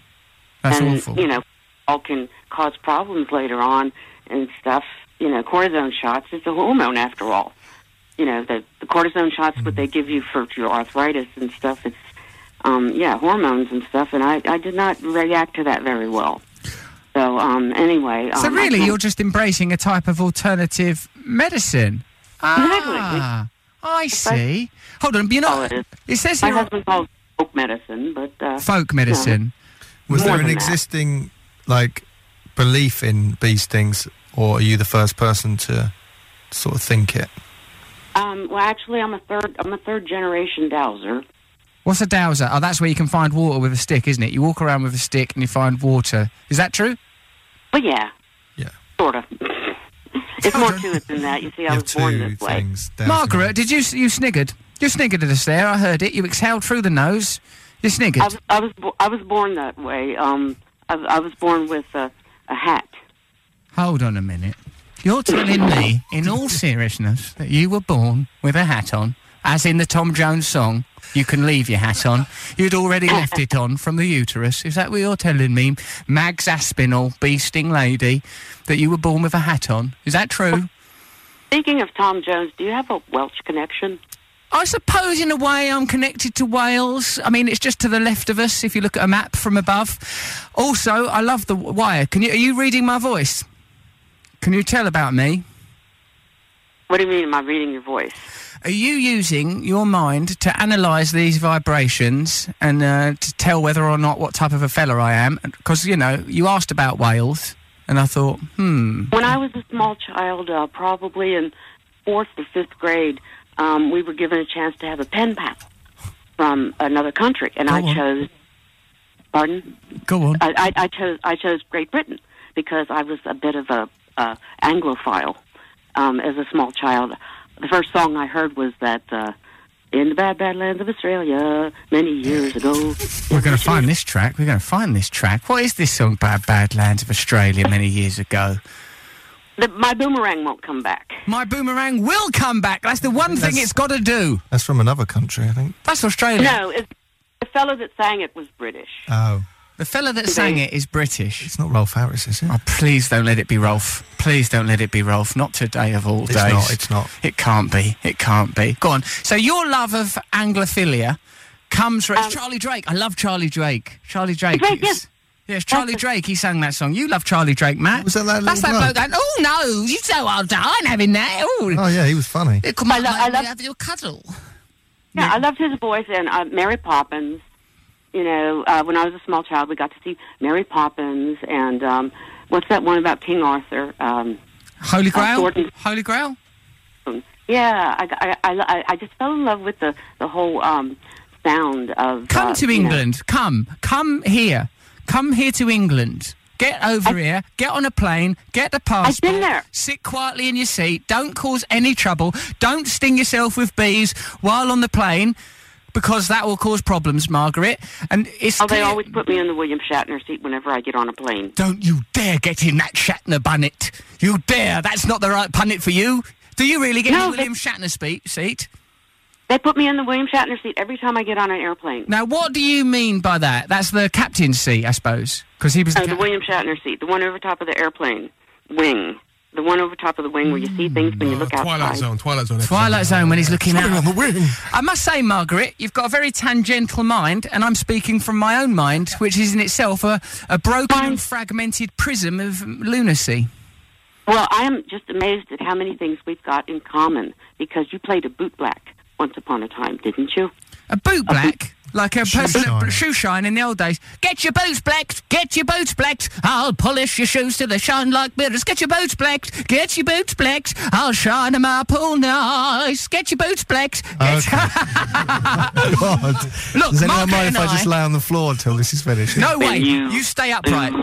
C: that's
L: and
C: awful.
L: you know, all can cause problems later on and stuff. You know, cortisone shots. It's a hormone after all. You know, the, the cortisone shots what
C: Mm-hmm.
L: they give you for your arthritis and stuff. It's um, yeah, hormones and stuff. And I, I did not react to that very well. So um, anyway, um,
C: so
L: I
C: really,
L: can't-
C: you're just embracing a type of alternative medicine. Ah, I see. Hold on, but you're not. It, says
L: My
C: here
L: husband calls it folk medicine, but uh,
C: folk medicine.
D: Was
L: More
D: there an
L: than that.
D: existing like belief in bee stings, or are you the first person to sort of think it?
L: Um, well, actually, I'm a third. I'm a third generation dowser.
C: What's a dowser? Oh, that's where you can find water with a stick, isn't it? You walk around with a stick and you find water. Is that true?
L: But yeah, yeah, sort of. it's more to it than that. You see, I was born this way.
C: Margaret, did you you sniggered? You sniggered at us there. I heard it. You exhaled through the nose. You sniggered.
L: I was I was, bo- I was born that way. Um, I, I was born with a, a hat.
C: Hold on a minute. You're telling me, in all seriousness, that you were born with a hat on, as in the Tom Jones song, You Can Leave Your Hat On. You'd already left it on from the uterus. Is that what you're telling me, Mags Aspinall, bee sting lady, that you were born with a hat on? Is that true?
L: Speaking of Tom Jones, do you have a Welsh connection?
C: I suppose in a way I'm connected to Wales. I mean, it's just to the left of us if you look at a map from above. Also, I love the wire. Can you, are you reading my voice? Can you tell about me?
L: What do you mean? Am I reading your voice?
C: Are you using your mind to analyse these vibrations and uh, to tell whether or not what type of a fella I am? Because, you know, you asked about Wales, and I thought, hmm.
L: When I was a small child, uh, probably in fourth or fifth grade, um, we were given a chance to have a pen pal from another country, and
C: Go
L: I
C: on.
L: chose. Pardon?
C: Go on.
L: I, I, I chose I chose Great Britain because I was a bit of a uh, Anglophile um, as a small child. The first song I heard was that uh, in the bad bad lands of Australia many years ago.
C: We're going to find this track. We're going to find this track. What is this song, Bad Bad Lands of Australia, many years ago?
L: The, my boomerang won't come back.
C: My boomerang will come back. That's the one thing it's got to do.
D: That's from another country, I think.
C: That's Australia.
L: No, it's, the fellow that sang it was British.
D: Oh.
C: The fella that sang it is British.
D: It's not Rolf Harris, is it? Oh,
C: please don't let it be Rolf. Please don't let it be Rolf. Not today of all
D: It's
C: days.
D: not, it's not.
C: It can't be. It can't be. Go on. So your love of Anglophilia comes from it's Charlie Drake. I love Charlie Drake. Charlie Um, Drake.
Q: Drake,
C: yes. Yes, Charlie Drake. He sang that song. You love Charlie Drake, Matt. Was that that That's
Q: little
C: that bloke.
Q: bloke?
C: That, oh no, you so old. I ain't having that. Oh,
D: Oh yeah, he was funny.
C: Come on, I love,
L: I love-
Q: have your cuddle.
L: Yeah, I loved his voice and uh, Mary Poppins. You know, uh, when I was a small child, we got to see Mary Poppins and um, what's that one about King Arthur? Um,
C: Holy Grail.
L: Gordon.
C: Holy Grail.
L: Yeah, I, I, I, I just fell in love with the the whole um, sound of.
C: Come
L: uh,
C: to
L: you know-
C: England. Come. Come here. Come here to England. Get over here. Get on a plane. Get the passport. I've been there. Sit quietly in your seat. Don't cause any trouble. Don't sting yourself with bees while on the plane because that will cause problems, Margaret. And it's
L: oh, they
C: clear-
L: always put me in the William Shatner seat whenever I get on a plane.
C: Don't you dare get in that Shatner bunnet. You dare. That's not the right bunnet for you. Do you really get in
L: No,
C: the William Shatner spe- seat?
L: They put me in the William Shatner seat every time I get on an airplane.
C: Now, what do you mean by that? That's the captain's seat, I suppose, because he was.
L: Oh, the William Shatner seat, the one over top of the airplane wing, the one over top of the wing where you see things when you look outside.
E: Twilight Zone, Oh, Twilight Zone.
C: Twilight Zone when he's looking out.
E: on the wing.
C: I must say, Margaret, you've got a very tangential mind, and I'm speaking from my own mind, which is in itself a, a broken and fragmented prism of lunacy.
L: Well, I am just amazed at how many things we've got in common because you played a bootblack once upon a time, didn't you?
C: A boot black? Like a
L: Shoe
C: person
L: shiner.
C: at shoe shine in the old days. Get your boots blacked, get your boots blacked. I'll polish your shoes till they shine like mirrors. Get your boots blacked, get your boots blacked. I'll shine 'em up all nice. Get your boots blacked. Get
D: God.
C: Look,
D: Does anyone
C: Margaret
D: mind if
C: and
D: I just
C: I-
D: lay on the floor until this is finished?
C: No way. You, stay upright.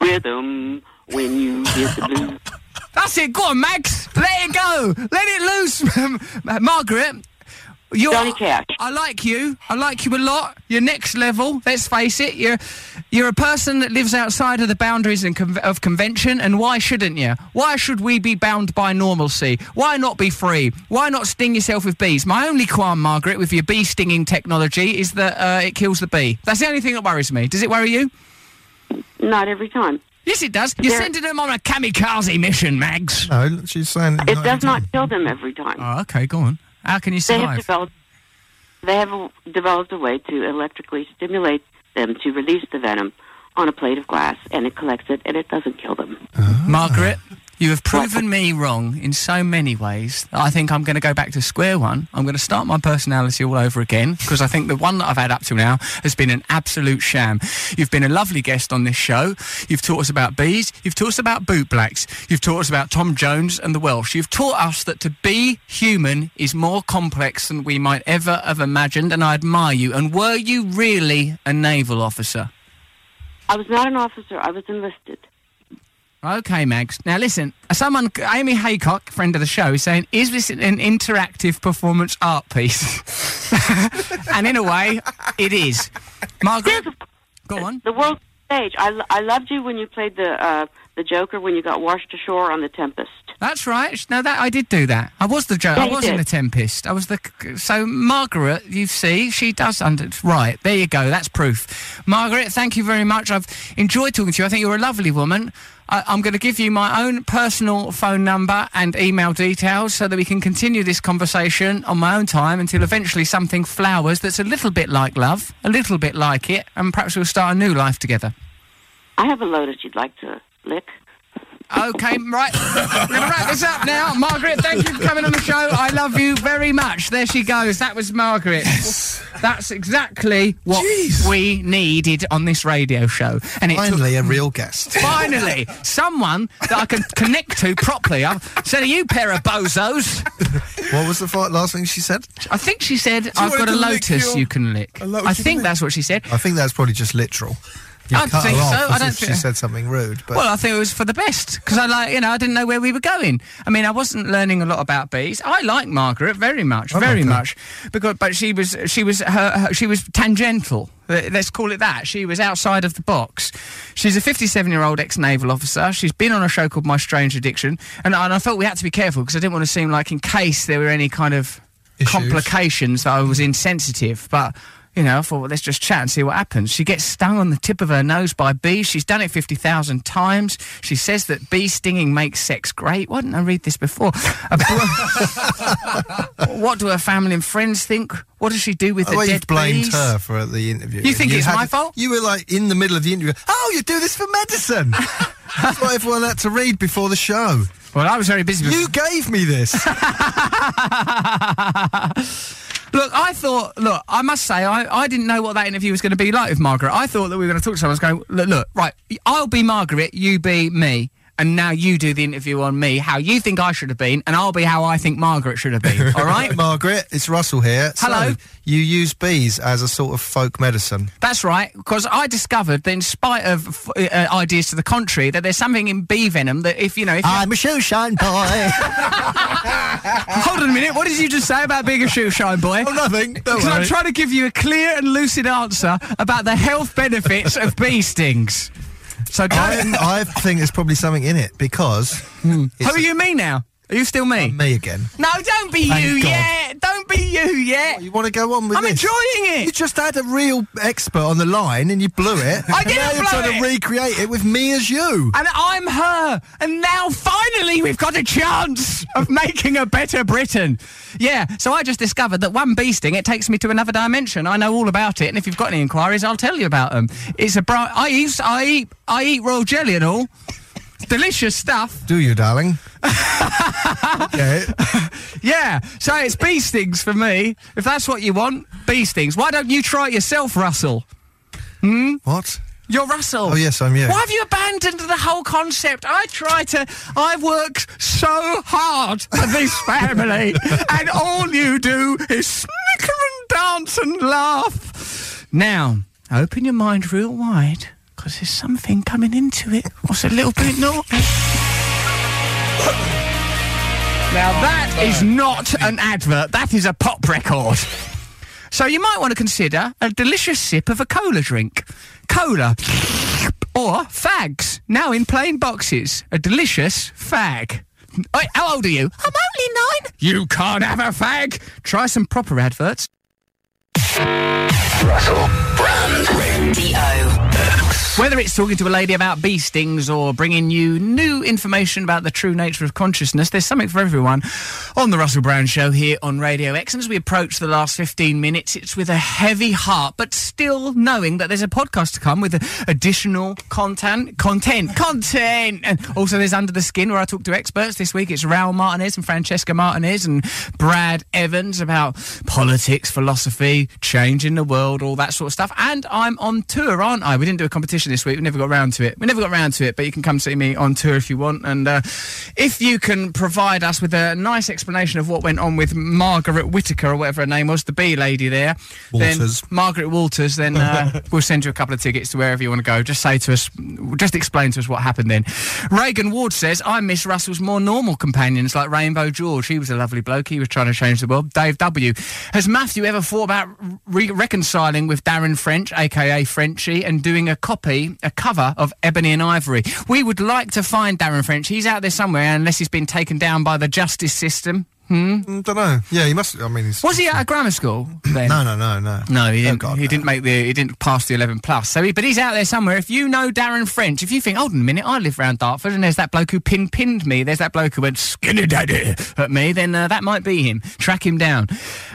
L: Rhythm when you get the blues.
C: That's it. Go on, Max. Let it go. Let it loose, Margaret. You're, I like you. I like you a lot. You're next level. Let's face it. You're you're a person that lives outside of the boundaries and con- of convention. And why shouldn't you? Why should we be bound by normalcy? Why not be free? Why not sting yourself with bees? My only qualm, Margaret, with your bee stinging technology is that uh, it kills the bee. That's the only thing that worries me. Does it worry you?
L: Not every time.
C: Yes, it does. You're
L: There-
C: sending them on a kamikaze mission, Mags.
D: No, she's saying
L: It does not kill them every time.
C: Oh, okay, go on. How can you
L: They have
C: survive?
L: developed. They have a, developed a way to electrically stimulate them to release the venom on a plate of glass, and it collects it, and it doesn't kill them.
C: Margaret, you have proven me wrong in so many ways. I think I'm going to go back to square one. I'm going to start my personality all over again because I think the one that I've had up till now has been an absolute sham. You've been a lovely guest on this show. You've taught us about bees. You've taught us about bootblacks. You've taught us about Tom Jones and the Welsh. You've taught us that to be human is more complex than we might ever have imagined, and I admire you. And were you really a naval officer?
L: I was not an officer. I was enlisted.
C: Okay, Mags. Now listen, someone, Amy Haycock, friend of the show, is saying, is this an interactive performance art piece? and in a way, it is. Margaret, go on.
L: The world stage. I, lo- I loved you when you played the uh, the Joker when you got washed ashore on the Tempest.
C: That's right. No, that I did do that. I was the Joe.
L: Yeah,
C: I
L: you
C: was in
L: did.
C: the Tempest. I was the. So Margaret, you see, she does under. Right there, you go. That's proof. Margaret, thank you very much. I've enjoyed talking to you. I think you're a lovely woman. I, I'm going to give you my own personal phone number and email details so that we can continue this conversation on my own time until eventually something flowers that's a little bit like love, a little bit like it, and perhaps we'll start a new life together.
L: I have a lotus you'd like to lick.
C: Okay, right. We're going to wrap this up now. Margaret, thank you for coming on the show. I love you very much. There she goes. That was Margaret. That's exactly what we needed on this radio show. And it took-
D: Finally, a real guest.
C: Finally, someone that I can connect to properly. I've said, "Are you pair of bozos?"
D: What was the fi- last thing she said?
C: I think she said, "I've got a lotus you can lick." I think that's what she said.
D: I think that's probably just literal. You
C: I
D: cut
C: think
D: her off
C: so. I
D: as
C: don't
D: if she
C: think-
D: said something rude, but
C: well, I think it was for the best because I like you know I didn't know where we were going. I mean, I wasn't learning a lot about bees. I like Margaret very much, very much, because but she was she was her, her she was tangential. Let- Let's call it that. She was outside of the box. She's a 57 year old ex naval officer. She's been on a show called My Strange Addiction, and, and I felt we had to be careful because I didn't want to seem like in case there were any kind of complications that I was insensitive, but. You know, I thought, well, let's just chat and see what happens. She gets stung on the tip of her nose by bees. She's done it 50,000 times. She says that bee stinging makes sex great. Why didn't I read this before? About- what do her family and friends think? What does she do with
D: Oh,
C: the
D: well,
C: dead
D: you've blamed
C: bees?
D: her for the interview.
C: You think it's
D: had-
C: my fault?
D: You were like in the middle of the interview. Oh, you do this for medicine. That's what everyone had to read before the show.
C: Well, I was very busy.
D: You gave me this.
C: Look, I thought, look, I must say, I, I didn't know what that interview was going to be like with Margaret. I thought that we were going to talk to someone who's going, look, look, right, I'll be Margaret, you be me. and now you do the interview on me, how you think I should have been, and I'll be how I think Margaret should have been. All right?
D: Margaret, it's Russell here.
C: Hello.
D: So, you use bees as a sort of folk medicine.
C: That's right, because I discovered that in spite of f- uh, ideas to the contrary, that there's something in bee venom that if you know,
D: Ah.
C: if you-
R: I'm a shoe shine boy.
C: hold on a minute, what did you just say about being a shoe shine boy?
D: Oh, nothing. Don't
C: Because I'm
D: worry.
C: trying to give you a clear and lucid answer about the health benefits of bee stings. So don't.
D: I, I think there's probably something in it because.
C: Who Hmm. are you, me now? Are you still me?
D: me again.
C: No, don't be
D: Thank
C: you
D: God.
C: yet. Don't be you yet.
D: You want to go on with
C: I'm
D: this?
C: enjoying it.
D: You just had a real expert on the line and you blew it.
C: I
D: And
C: didn't
D: Now you're
C: blow
D: trying
C: it.
D: to recreate it with me as you.
C: And I'm her. And now finally we've got a chance of making a better Britain. Yeah, so I just discovered that one bee sting, it takes me to another dimension. I know all about it. And if you've got any inquiries, I'll tell you about them. It's a bright. I eat, I eat, I eat royal jelly and all. Delicious stuff.
D: Do you, darling? okay.
C: Yeah, so it's bee stings for me. If that's what you want, bee stings. Why don't you try it yourself, Russell? Hmm?
D: What?
C: You're Russell.
D: Oh, yes, I'm you.
C: Why have you abandoned the whole concept? I try to. I work so hard for this family, and all you do is snicker and dance and laugh. Now, open your mind real wide, because there's something coming into it. What's a little bit naughty? Now that is not an advert. That is a pop record. So you might want to consider a delicious sip of a cola drink. Cola or fags. Now in plain boxes. A delicious fag. Oi, how old are you? I'm only nine. You can't have a fag. Try some proper adverts.
S: Russell Brand Radio.
C: Whether it's talking to a lady about bee stings or bringing you new information about the true nature of consciousness, there's something for everyone on The Russell Brown Show here on Radio X. And as we approach the last 15 minutes, it's with a heavy heart, but still knowing that there's a podcast to come with additional content, content, content. And also there's Under the Skin where I talk to experts this week. It's Raul Martinez and Francesca Martinez and Brad Evans about politics, philosophy, changing the world, all that sort of stuff. And I'm on tour, aren't I? We didn't do a competition this week. We never got round to it. We never got round to it, but you can come see me on tour if you want. And uh, if you can provide us with a nice explanation of what went on with Margaret Whitaker or whatever her name was, the bee lady there,
D: Walters.
C: then Margaret Walters, then uh, we'll send you a couple of tickets to wherever you want to go. Just say to us, just explain to us what happened then. Reagan Ward says, I miss Russell's more normal companions like Rainbow George. He was a lovely bloke. He was trying to change the world. Dave W. Has Matthew ever thought about re- reconciling with Darren French, aka Frenchy, and doing a copy, a cover of Ebony and Ivory? We would like to find Darren French. He's out there somewhere, unless he's been taken down by the justice system. Hmm?
D: Don't know. Mm, Yeah, you must. I mean, he's.
C: Was he at a grammar school then?
D: No, no, no, no.
C: Oh, No, he didn't. he didn't make the. He didn't pass the eleven plus. So, he, but he's out there somewhere. If you know Darren French, if you think, hold on a minute, I live round Dartford, and there's that bloke who pin pinned me. There's that bloke who went skinny daddy at me. Then uh, that might be him. Track him down.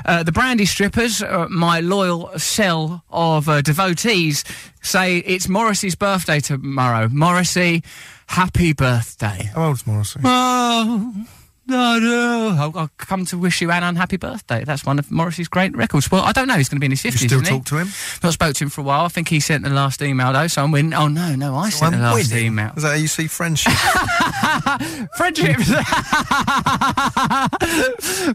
C: Uh, the brandy strippers, uh, my loyal cell of uh, devotees, say it's Morrissey's birthday tomorrow. Morrissey, happy birthday.
D: How old's Morrissey?
C: Oh, no, no. I'll, I'll come to wish you an unhappy birthday. That's one of Morrissey's great records. Well, I don't know. He's going to be in his 50s.
D: You still
C: isn't he?
D: talk to him?
C: Not spoke to him for a while. I think he sent the last email, though, so I'm winning. Oh, no, no, I sent the
D: I'm
C: last
D: winning.
C: email.
D: Is that how you see friendship?
C: Friendship.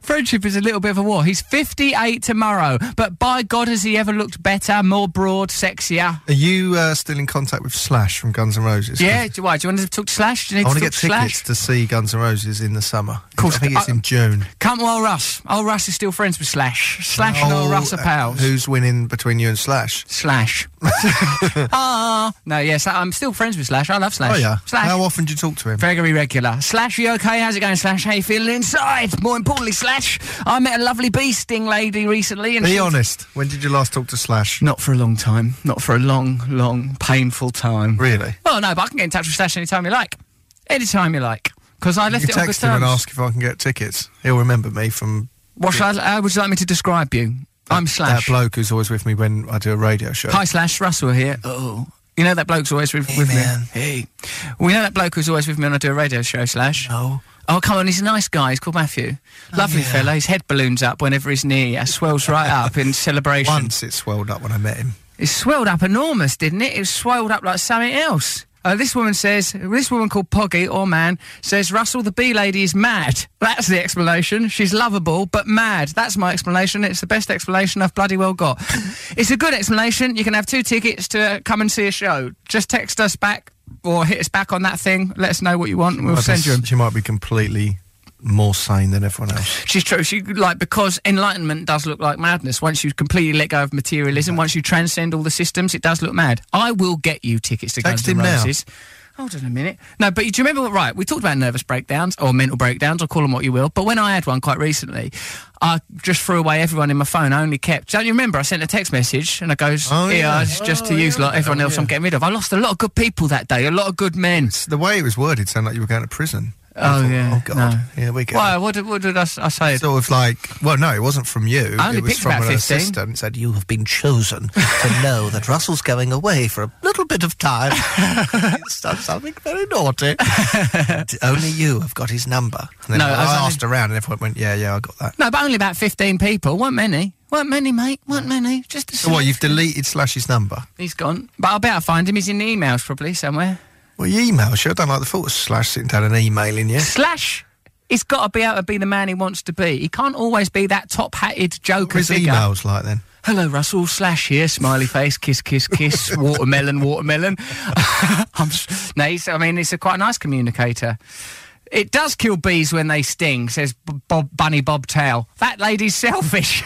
C: Friendship is a little bit of a war. He's 58 tomorrow, but by God, has he ever looked better, more broad, sexier?
D: Are you uh, still in contact with Slash from Guns N' Roses?
C: yeah, do, why, do you want to talk to Slash? Do you
D: I
C: need
D: want
C: to
D: to get
C: talk to
D: tickets
C: Slash? uh,
D: to see Guns N' Roses in the summer. I think it's
C: I-
D: in June.
C: Come to old Russ. Old Russ is still friends with Slash. Slash and old
D: Oh,
C: Russ are
D: uh,
C: pals.
D: Who's winning between you and Slash?
C: Slash. Ah, no, yes, I'm still friends with Slash. I love Slash.
D: Oh yeah.
C: Slash.
D: How often do you talk to him?
C: Very regular. Slash, you okay? How's it going, Slash? How you feeling inside? More importantly, Slash, I met a lovely bee sting lady recently, and
D: Be
C: she's
D: honest. When did you last talk to Slash?
C: not for a long time, not for a long, long, painful time.
D: Really?
C: Well, no, but I can get in touch with Slash anytime you like, anytime you like, because I left
D: you
C: it on good
D: text him and
C: terms.
D: ask if I can get tickets. He'll remember me from
C: What shall I, how would you like me to describe you? I'm
D: that
C: Slash.
D: bloke who's always with me when I do a radio show.
C: Hi, Slash. Russell here. Oh. You know that bloke's always with, with me. Hey. We know that bloke who's always with me when I do a radio show, Slash.
D: No.
C: Oh, come on. He's a nice guy. He's called Matthew. Lovely
D: Oh, yeah.
C: fella. His head balloons up whenever he's near you. It swells right up in celebration.
D: Once it swelled up when I met him.
C: It swelled up enormous, didn't it? It swelled up like something else. Uh, this woman says, this woman called Poggy or man says, Russell, the bee lady is mad. That's the explanation. She's lovable, but mad. That's my explanation. It's the best explanation I've bloody well got. it's a good explanation. You can have two tickets to uh, come and see a show. Just text us back or hit us back on that thing. Let us know what you want. and We'll
D: Well,
C: send
D: this-
C: you 'em.
D: She might be completely more sane than everyone else.
C: She's true. She like because enlightenment does look like madness. Once you completely let go of materialism, once you transcend all the systems, it does look mad. I will get you tickets to
D: Text
C: Guns N'
D: him now.
C: Roses. Hold on a minute. No, but do you remember what? Right, we talked about nervous breakdowns or mental breakdowns, or call them what you will. But when I had one quite recently, I just threw away everyone in my phone. I only kept. Don't you remember? I sent a text message and I goes,
D: Oh,
C: "Here,
D: yeah.
C: it's just to
D: Oh,
C: use
D: yeah.
C: like everyone
D: Oh,
C: else. I'm
D: yeah.
C: getting rid of. I lost a lot of good people that day. A lot of good men.
D: The way it was worded sounded like you were going to prison.
C: Oh, yeah.
D: Oh god. Here we go.
C: Why? What did, what did I, s- I say?
D: Sort of like, well, no, it wasn't from you.
C: I only
D: it was
C: picked
D: from
C: about
D: an
C: 15.
D: assistant. It said you have been chosen to know that Russell's going away for a little bit of time. It's done something very naughty. And only you have got his number. And then
C: No,
D: I,
C: I was only-
D: asked around, and everyone went, "Yeah, yeah, I got that."
C: No, but only about 15 people. weren't many. weren't many, mate. weren't many. Just a
D: Mm. So what?
C: select-
D: You've deleted Slash's number?
C: He's gone. But I'll bet I find him. He's in the emails probably somewhere.
D: Well, you email. Sure, I don't like the thought of Slash sitting down and emailing you.
C: Slash. He's got to be able to be the man he wants to be. He can't always be that top-hatted joker.
D: His
C: figure.
D: emails like then.
C: Hello, Russell. Slash here. Smiley face. Kiss, kiss, kiss. watermelon, watermelon. I'm, s- no, he's, I mean, he's a quite nice communicator. It does kill bees when they sting, says B- Bob, Bunny Bob Tail. That lady's selfish.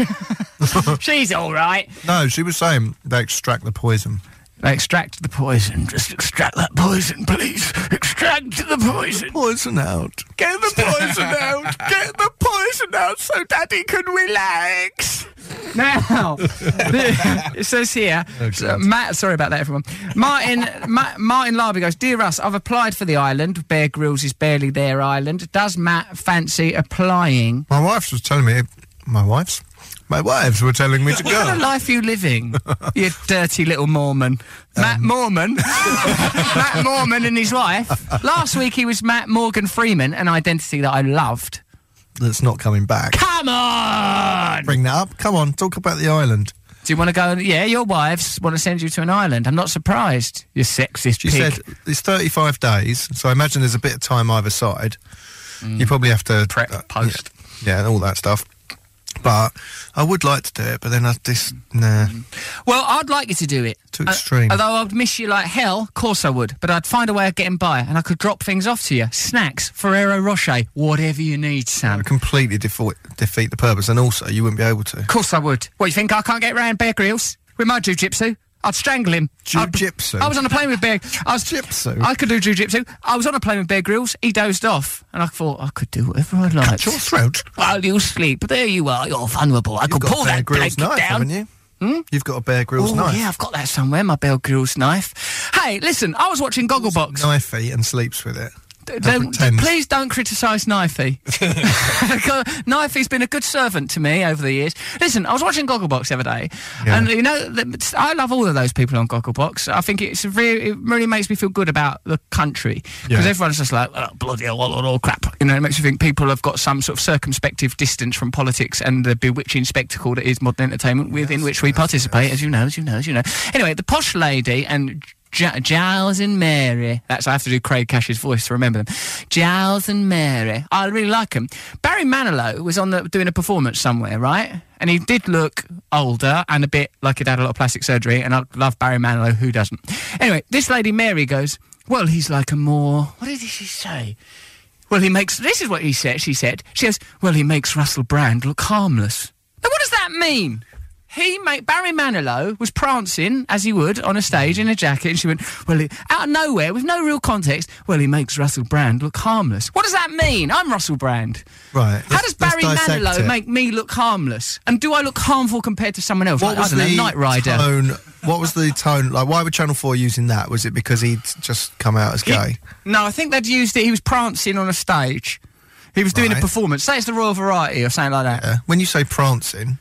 C: She's all right.
D: No, she was saying they extract the poison.
C: They extract the poison. Just extract that poison, please. Extract the poison.
D: poison out.
C: Get the poison out. Get the poison out so Daddy can relax. Now, it says here, so, Matt. Sorry about that, everyone. Martin Ma- Martin Larby goes, dear Russ, I've applied for the island. Bear Grylls is barely their island. Does Matt fancy applying?
D: My wife's was telling me. My wife's. My wives were telling me to
C: What kind of
D: go.
C: life you living, you dirty little Mormon? Matt
D: Um,
C: Mormon? Matt Mormon and his wife. Last week he was Matt Morgan Freeman, an identity that I loved.
D: That's not coming back.
C: Come on!
D: Bring that up. Come on, talk about the island.
C: Do you want to go? Yeah, your wives want to send you to an island. I'm not surprised. You sexist
D: She
C: pig.
D: said it's 35 days, so I imagine there's a bit of time either side. You probably have to prep
C: Mm. post,
D: yeah, and all that stuff. But I would like to do it, but then I just nah.
C: Well, I'd like you to do it. Uh,
D: Too extreme.
C: although I'd miss you like hell, of course I would. But I'd find a way of getting by, and I could drop things off to you: snacks, Ferrero Rocher, whatever you need, Sam. Of
D: Completely defo- defeat the purpose, and also you wouldn't be able to.
C: course I would. What you think? I can't get round Bear Grylls with my jujitsu. I'd strangle him. I'd-
D: Jujitsu?
C: I was on a plane with Bear. I was
D: jujitsu.
C: I could do jujitsu. I was on a plane with Bear Grylls. He dozed off, and I thought I could do whatever I like.
D: Cut your throat.
C: While you sleep, there you are. You're vulnerable. I could
D: got a
C: pull
D: Bear
C: that
D: Grylls knife,
C: blanket down.
D: haven't you? You've got a Bear Grylls
C: Oh,
D: knife.
C: yeah, I've got that somewhere, my Bear Grylls knife. Hey, listen, I was watching Gogglebox.
D: Knifey and sleeps with it.
C: D-
D: and
C: don't-
D: pretends.
C: please don't criticise Knifey. Because Knifey's been a good servant to me over the years. Listen, I was watching Gogglebox the other day,
T: Yeah.
C: and you know, th- I love all of those people on Gogglebox. I think it's really, it really makes me feel good about the country because
T: Yeah.
C: everyone's just like, oh, bloody hell, all, all, all crap. You know, it makes you think people have got some sort of circumspective distance from politics and the bewitching spectacle that is modern entertainment within which we participate, as you know, as you know, as you know. Anyway, the posh lady and Gi- Giles and Mary. That's I have to do Craig Cash's voice to remember them. Giles and Mary. I really like them. Barry Manilow was on the doing a performance somewhere, right? And he did look older and a bit like he'd had a lot of plastic surgery. And I love Barry Manilow. Who doesn't? Anyway, this lady Mary goes. Well, he's like a more. What did she say? Well, he makes. This is what he said. She said. She goes. Well, he makes Russell Brand look harmless. Now, what does that mean? He made Barry Manilow was prancing as he would on a stage in a jacket, and she went, "Well, he, out of nowhere with no real context. Well, he makes Russell Brand look harmless. What does that mean? I'm Russell Brand.
D: Right.
C: How does Barry Manilow make me look harmless? And do I look harmful compared to someone else?
D: What
C: like,
D: was
C: I don't
D: the
C: know, Knight Rider.
D: tone? What was the tone? Like, why were Channel Four using that? Was it because he'd just come out as gay?
C: No, I think they'd used it. He was prancing on a stage. He was doing a
D: Right.
C: performance. Say it's the Royal Variety or something like that.
D: When you say prancing,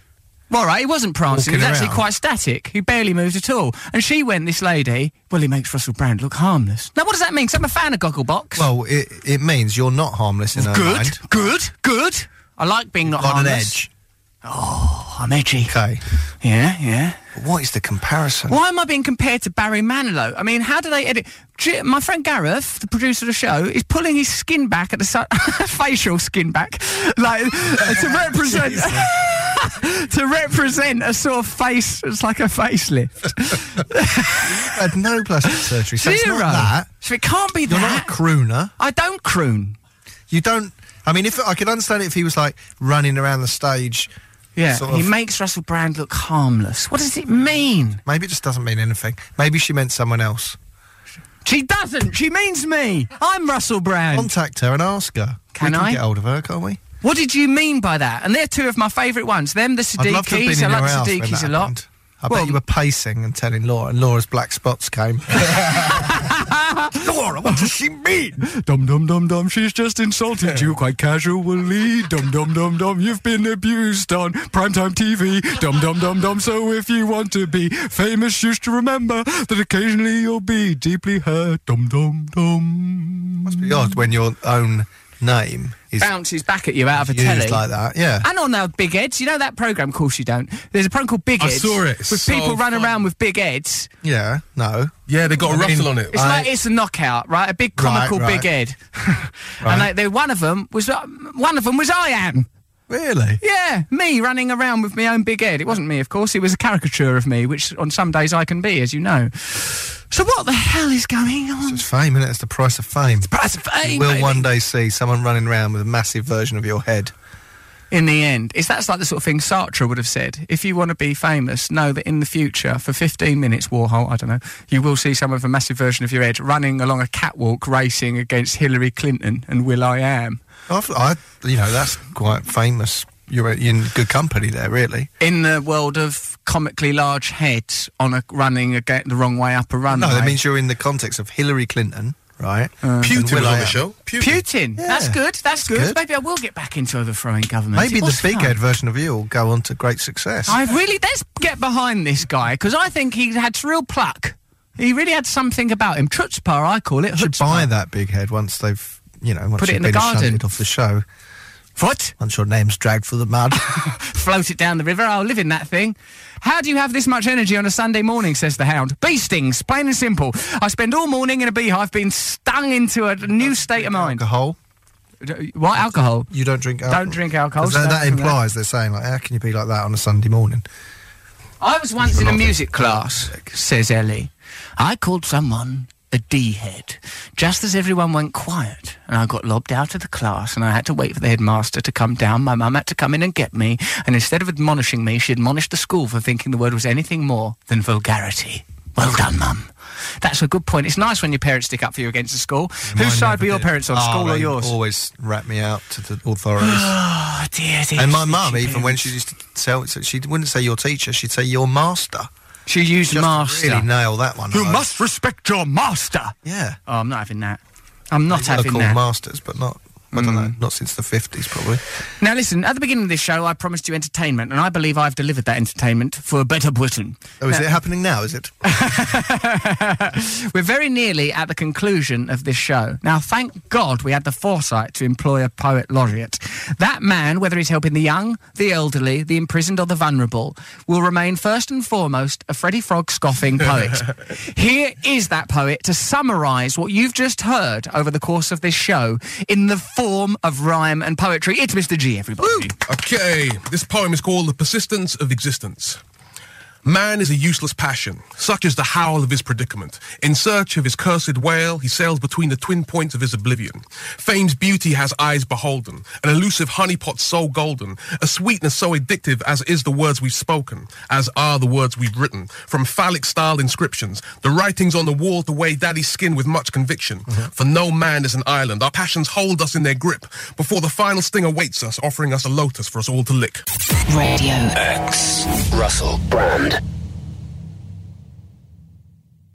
C: Well, right, he wasn't prancing. He was
D: Walking
C: actually
D: around.
C: quite static. He barely moved at all. And she went, this lady, well, he makes Russell Brand look harmless. Now, what does that mean? 'Cause I'm a fan of Gogglebox.
D: well, it it means you're not harmless in her
C: good,
D: mind.
C: good, good. I like being not
D: Got an
C: harmless.
D: edge.
C: Oh, I'm edgy.
D: Okay.
C: Yeah, yeah.
D: What is the comparison?
C: Why am I being compared to Barry Manilow? I mean, how do they edit? J- My friend Gareth, the producer of the show, is pulling his skin back at the su- facial skin back, like to represent to represent a sort of face. It's like a facelift.
D: had no plastic surgery, so it's
C: Zero.
D: not that.
C: So it can't be
D: You're
C: that.
D: not a crooner.
C: I don't croon.
D: You don't. I mean, if I could understand it if he was like running around the stage.
C: Yeah,
D: sort
C: he
D: of-
C: makes Russell Brand look harmless. What does it mean?
D: Maybe it just doesn't mean anything. Maybe she meant someone else.
C: She doesn't. She means me. I'm Russell Brand.
D: Contact her and ask her.
C: Can
D: we
C: I?
D: Can get hold of her, can't we?
C: What did you mean by that? And they're two of my favourite ones. Them, the
D: I'd love to have been
C: Siddiquis. I
D: in
C: like
D: your house
C: the
D: when
C: Siddiquis
D: that
C: a lot.
D: happened. I
C: Well-
D: bet you were pacing and telling Laura, and Laura's black spots came.
U: Laura, what does she mean? Dum dum dum dum, she's just insulted you quite casually. Dum dum dum dum, you've been abused on primetime TV. Dum dum dum dum, so if you want to be famous, you should remember that occasionally you'll be deeply hurt. Dum dum dum. Must
D: be odd when your own name is
C: Bounces back at you out of a
D: used
C: telly.
D: like that. Yeah.
C: And on our Big Heads, you know that program? Of course you don't. There's a program called Big
E: I
C: Heads.
E: saw it. It's
C: With
E: so
C: people running around with Big Heads.
D: Yeah. No.
E: Yeah, they got a ruffle on it. Uh,
C: It's like it's a knockout, right? A big comical
E: right.
C: Big Head. And like, they, one of them was uh, one of them was I am.
D: Really?
C: Yeah, me running around with my own big head. It wasn't me, of course. It was a caricature of me, which on some days I can be, as you know. So what the hell is going on?
D: It's fame, innit? It's the price of fame. the
C: price of
D: You
C: fame,
D: will
C: baby.
D: one day see someone running around with a massive version of your head.
C: in the end. It's that's like the sort of thing Sartre would have said. If you want to be famous, know that in the future, for 15 minutes, Warhol, I don't know, you will see some of a massive version of your head running along a catwalk racing against Hillary Clinton and Will I Am.
D: I've, I, you know, that's quite famous. You're in good company there, really.
C: In the world of comically large heads on a running aga the wrong way up a runway.
D: No, that means you're in the context of Hillary Clinton, right?
C: Um,
D: Uh, And
E: Putin
D: Will
E: was on
D: I
E: the
D: Am.
E: show. Putin.
C: Putin. That's good. That's good.
D: good.
C: Maybe I will get back into overthrowing government.
D: Maybe
C: It
D: the
C: was
D: big
C: fun.
D: head version of you will go on to great success.
C: I really let's get behind this guy because I think he had real pluck. He really had something about him. Chutzpah, I call it.
D: should
C: chutzpah.
D: buy that big head once they've, you know, once
C: Put it
D: you've
C: in the
D: been
C: garden.
D: shunted off the show.
C: What?
D: Once your name's dragged through the mud.
C: Float it down the river. I'll live in that thing. How do you have this much energy on a Sunday morning? Says the hound. Bee stings, plain and simple. I spend all morning in a beehive being stung into a new state of mind.
D: alcohol.
C: What alcohol?
D: You don't drink alcohol.
C: Don't drink alcohol.
D: 'Cause
C: so
D: That,
C: don't
D: that
C: do that.
D: implies they're saying, like, how can you be like that on a Sunday morning?
C: I was once in a music class, says Ellie. I called someone a D head, just as everyone went quiet, and I got lobbed out of the class, and I had to wait for the headmaster to come down. My mum had to come in and get me, and instead of admonishing me, she admonished the school for thinking the word was anything more than vulgarity. Well done, mum. That's a good point. It's nice when your parents stick up for you against the school. Whose side were your parents on,
D: Oh,
C: school or
D: they
C: yours?
D: Always rat me out to the authorities.
C: Oh dear, dear.
D: and my
C: dear,
D: mum,
C: dear
D: even when she used to tell, so she wouldn't say your teacher, she'd say your master.
C: she used
D: Just
C: master.
D: really nail that one.
V: You
D: home.
V: must respect your master.
D: Yeah.
C: Oh, I'm not having that. I'm not
D: They were
C: having
D: called
C: that.
D: masters, but not. I don't know. Not since the fifties, probably.
C: Now, listen, at the beginning of this show, I promised you entertainment, and I believe I've delivered that entertainment for a better Britain.
D: Oh, is
C: Now-
D: it happening now? Is it?
C: We're very nearly at the conclusion of this show. Now, thank God we had the foresight to employ a poet laureate. That man, whether he's helping the young, the elderly, the imprisoned, or the vulnerable, will remain first and foremost a Freddie Frog scoffing poet. Here is that poet to summarise what you've just heard over the course of this show in the form of rhyme and poetry. It's Mr. G, everybody.
E: Okay, this poem is called The Persistence of Existence. Man is a useless passion, such is the howl of his predicament. In search of his cursed wail, he sails between the twin points of his oblivion. Fame's beauty has eyes beholden, an elusive honeypot so golden, a sweetness so addictive as is the words we've spoken, as are the words we've written, from phallic styled inscriptions, the writings on the wall to weigh daddy's skin with much conviction. For no man is an island, our passions hold us in their grip, before the final sting awaits us, offering us a lotus for us all to lick.
W: Radio X. Russell Brand.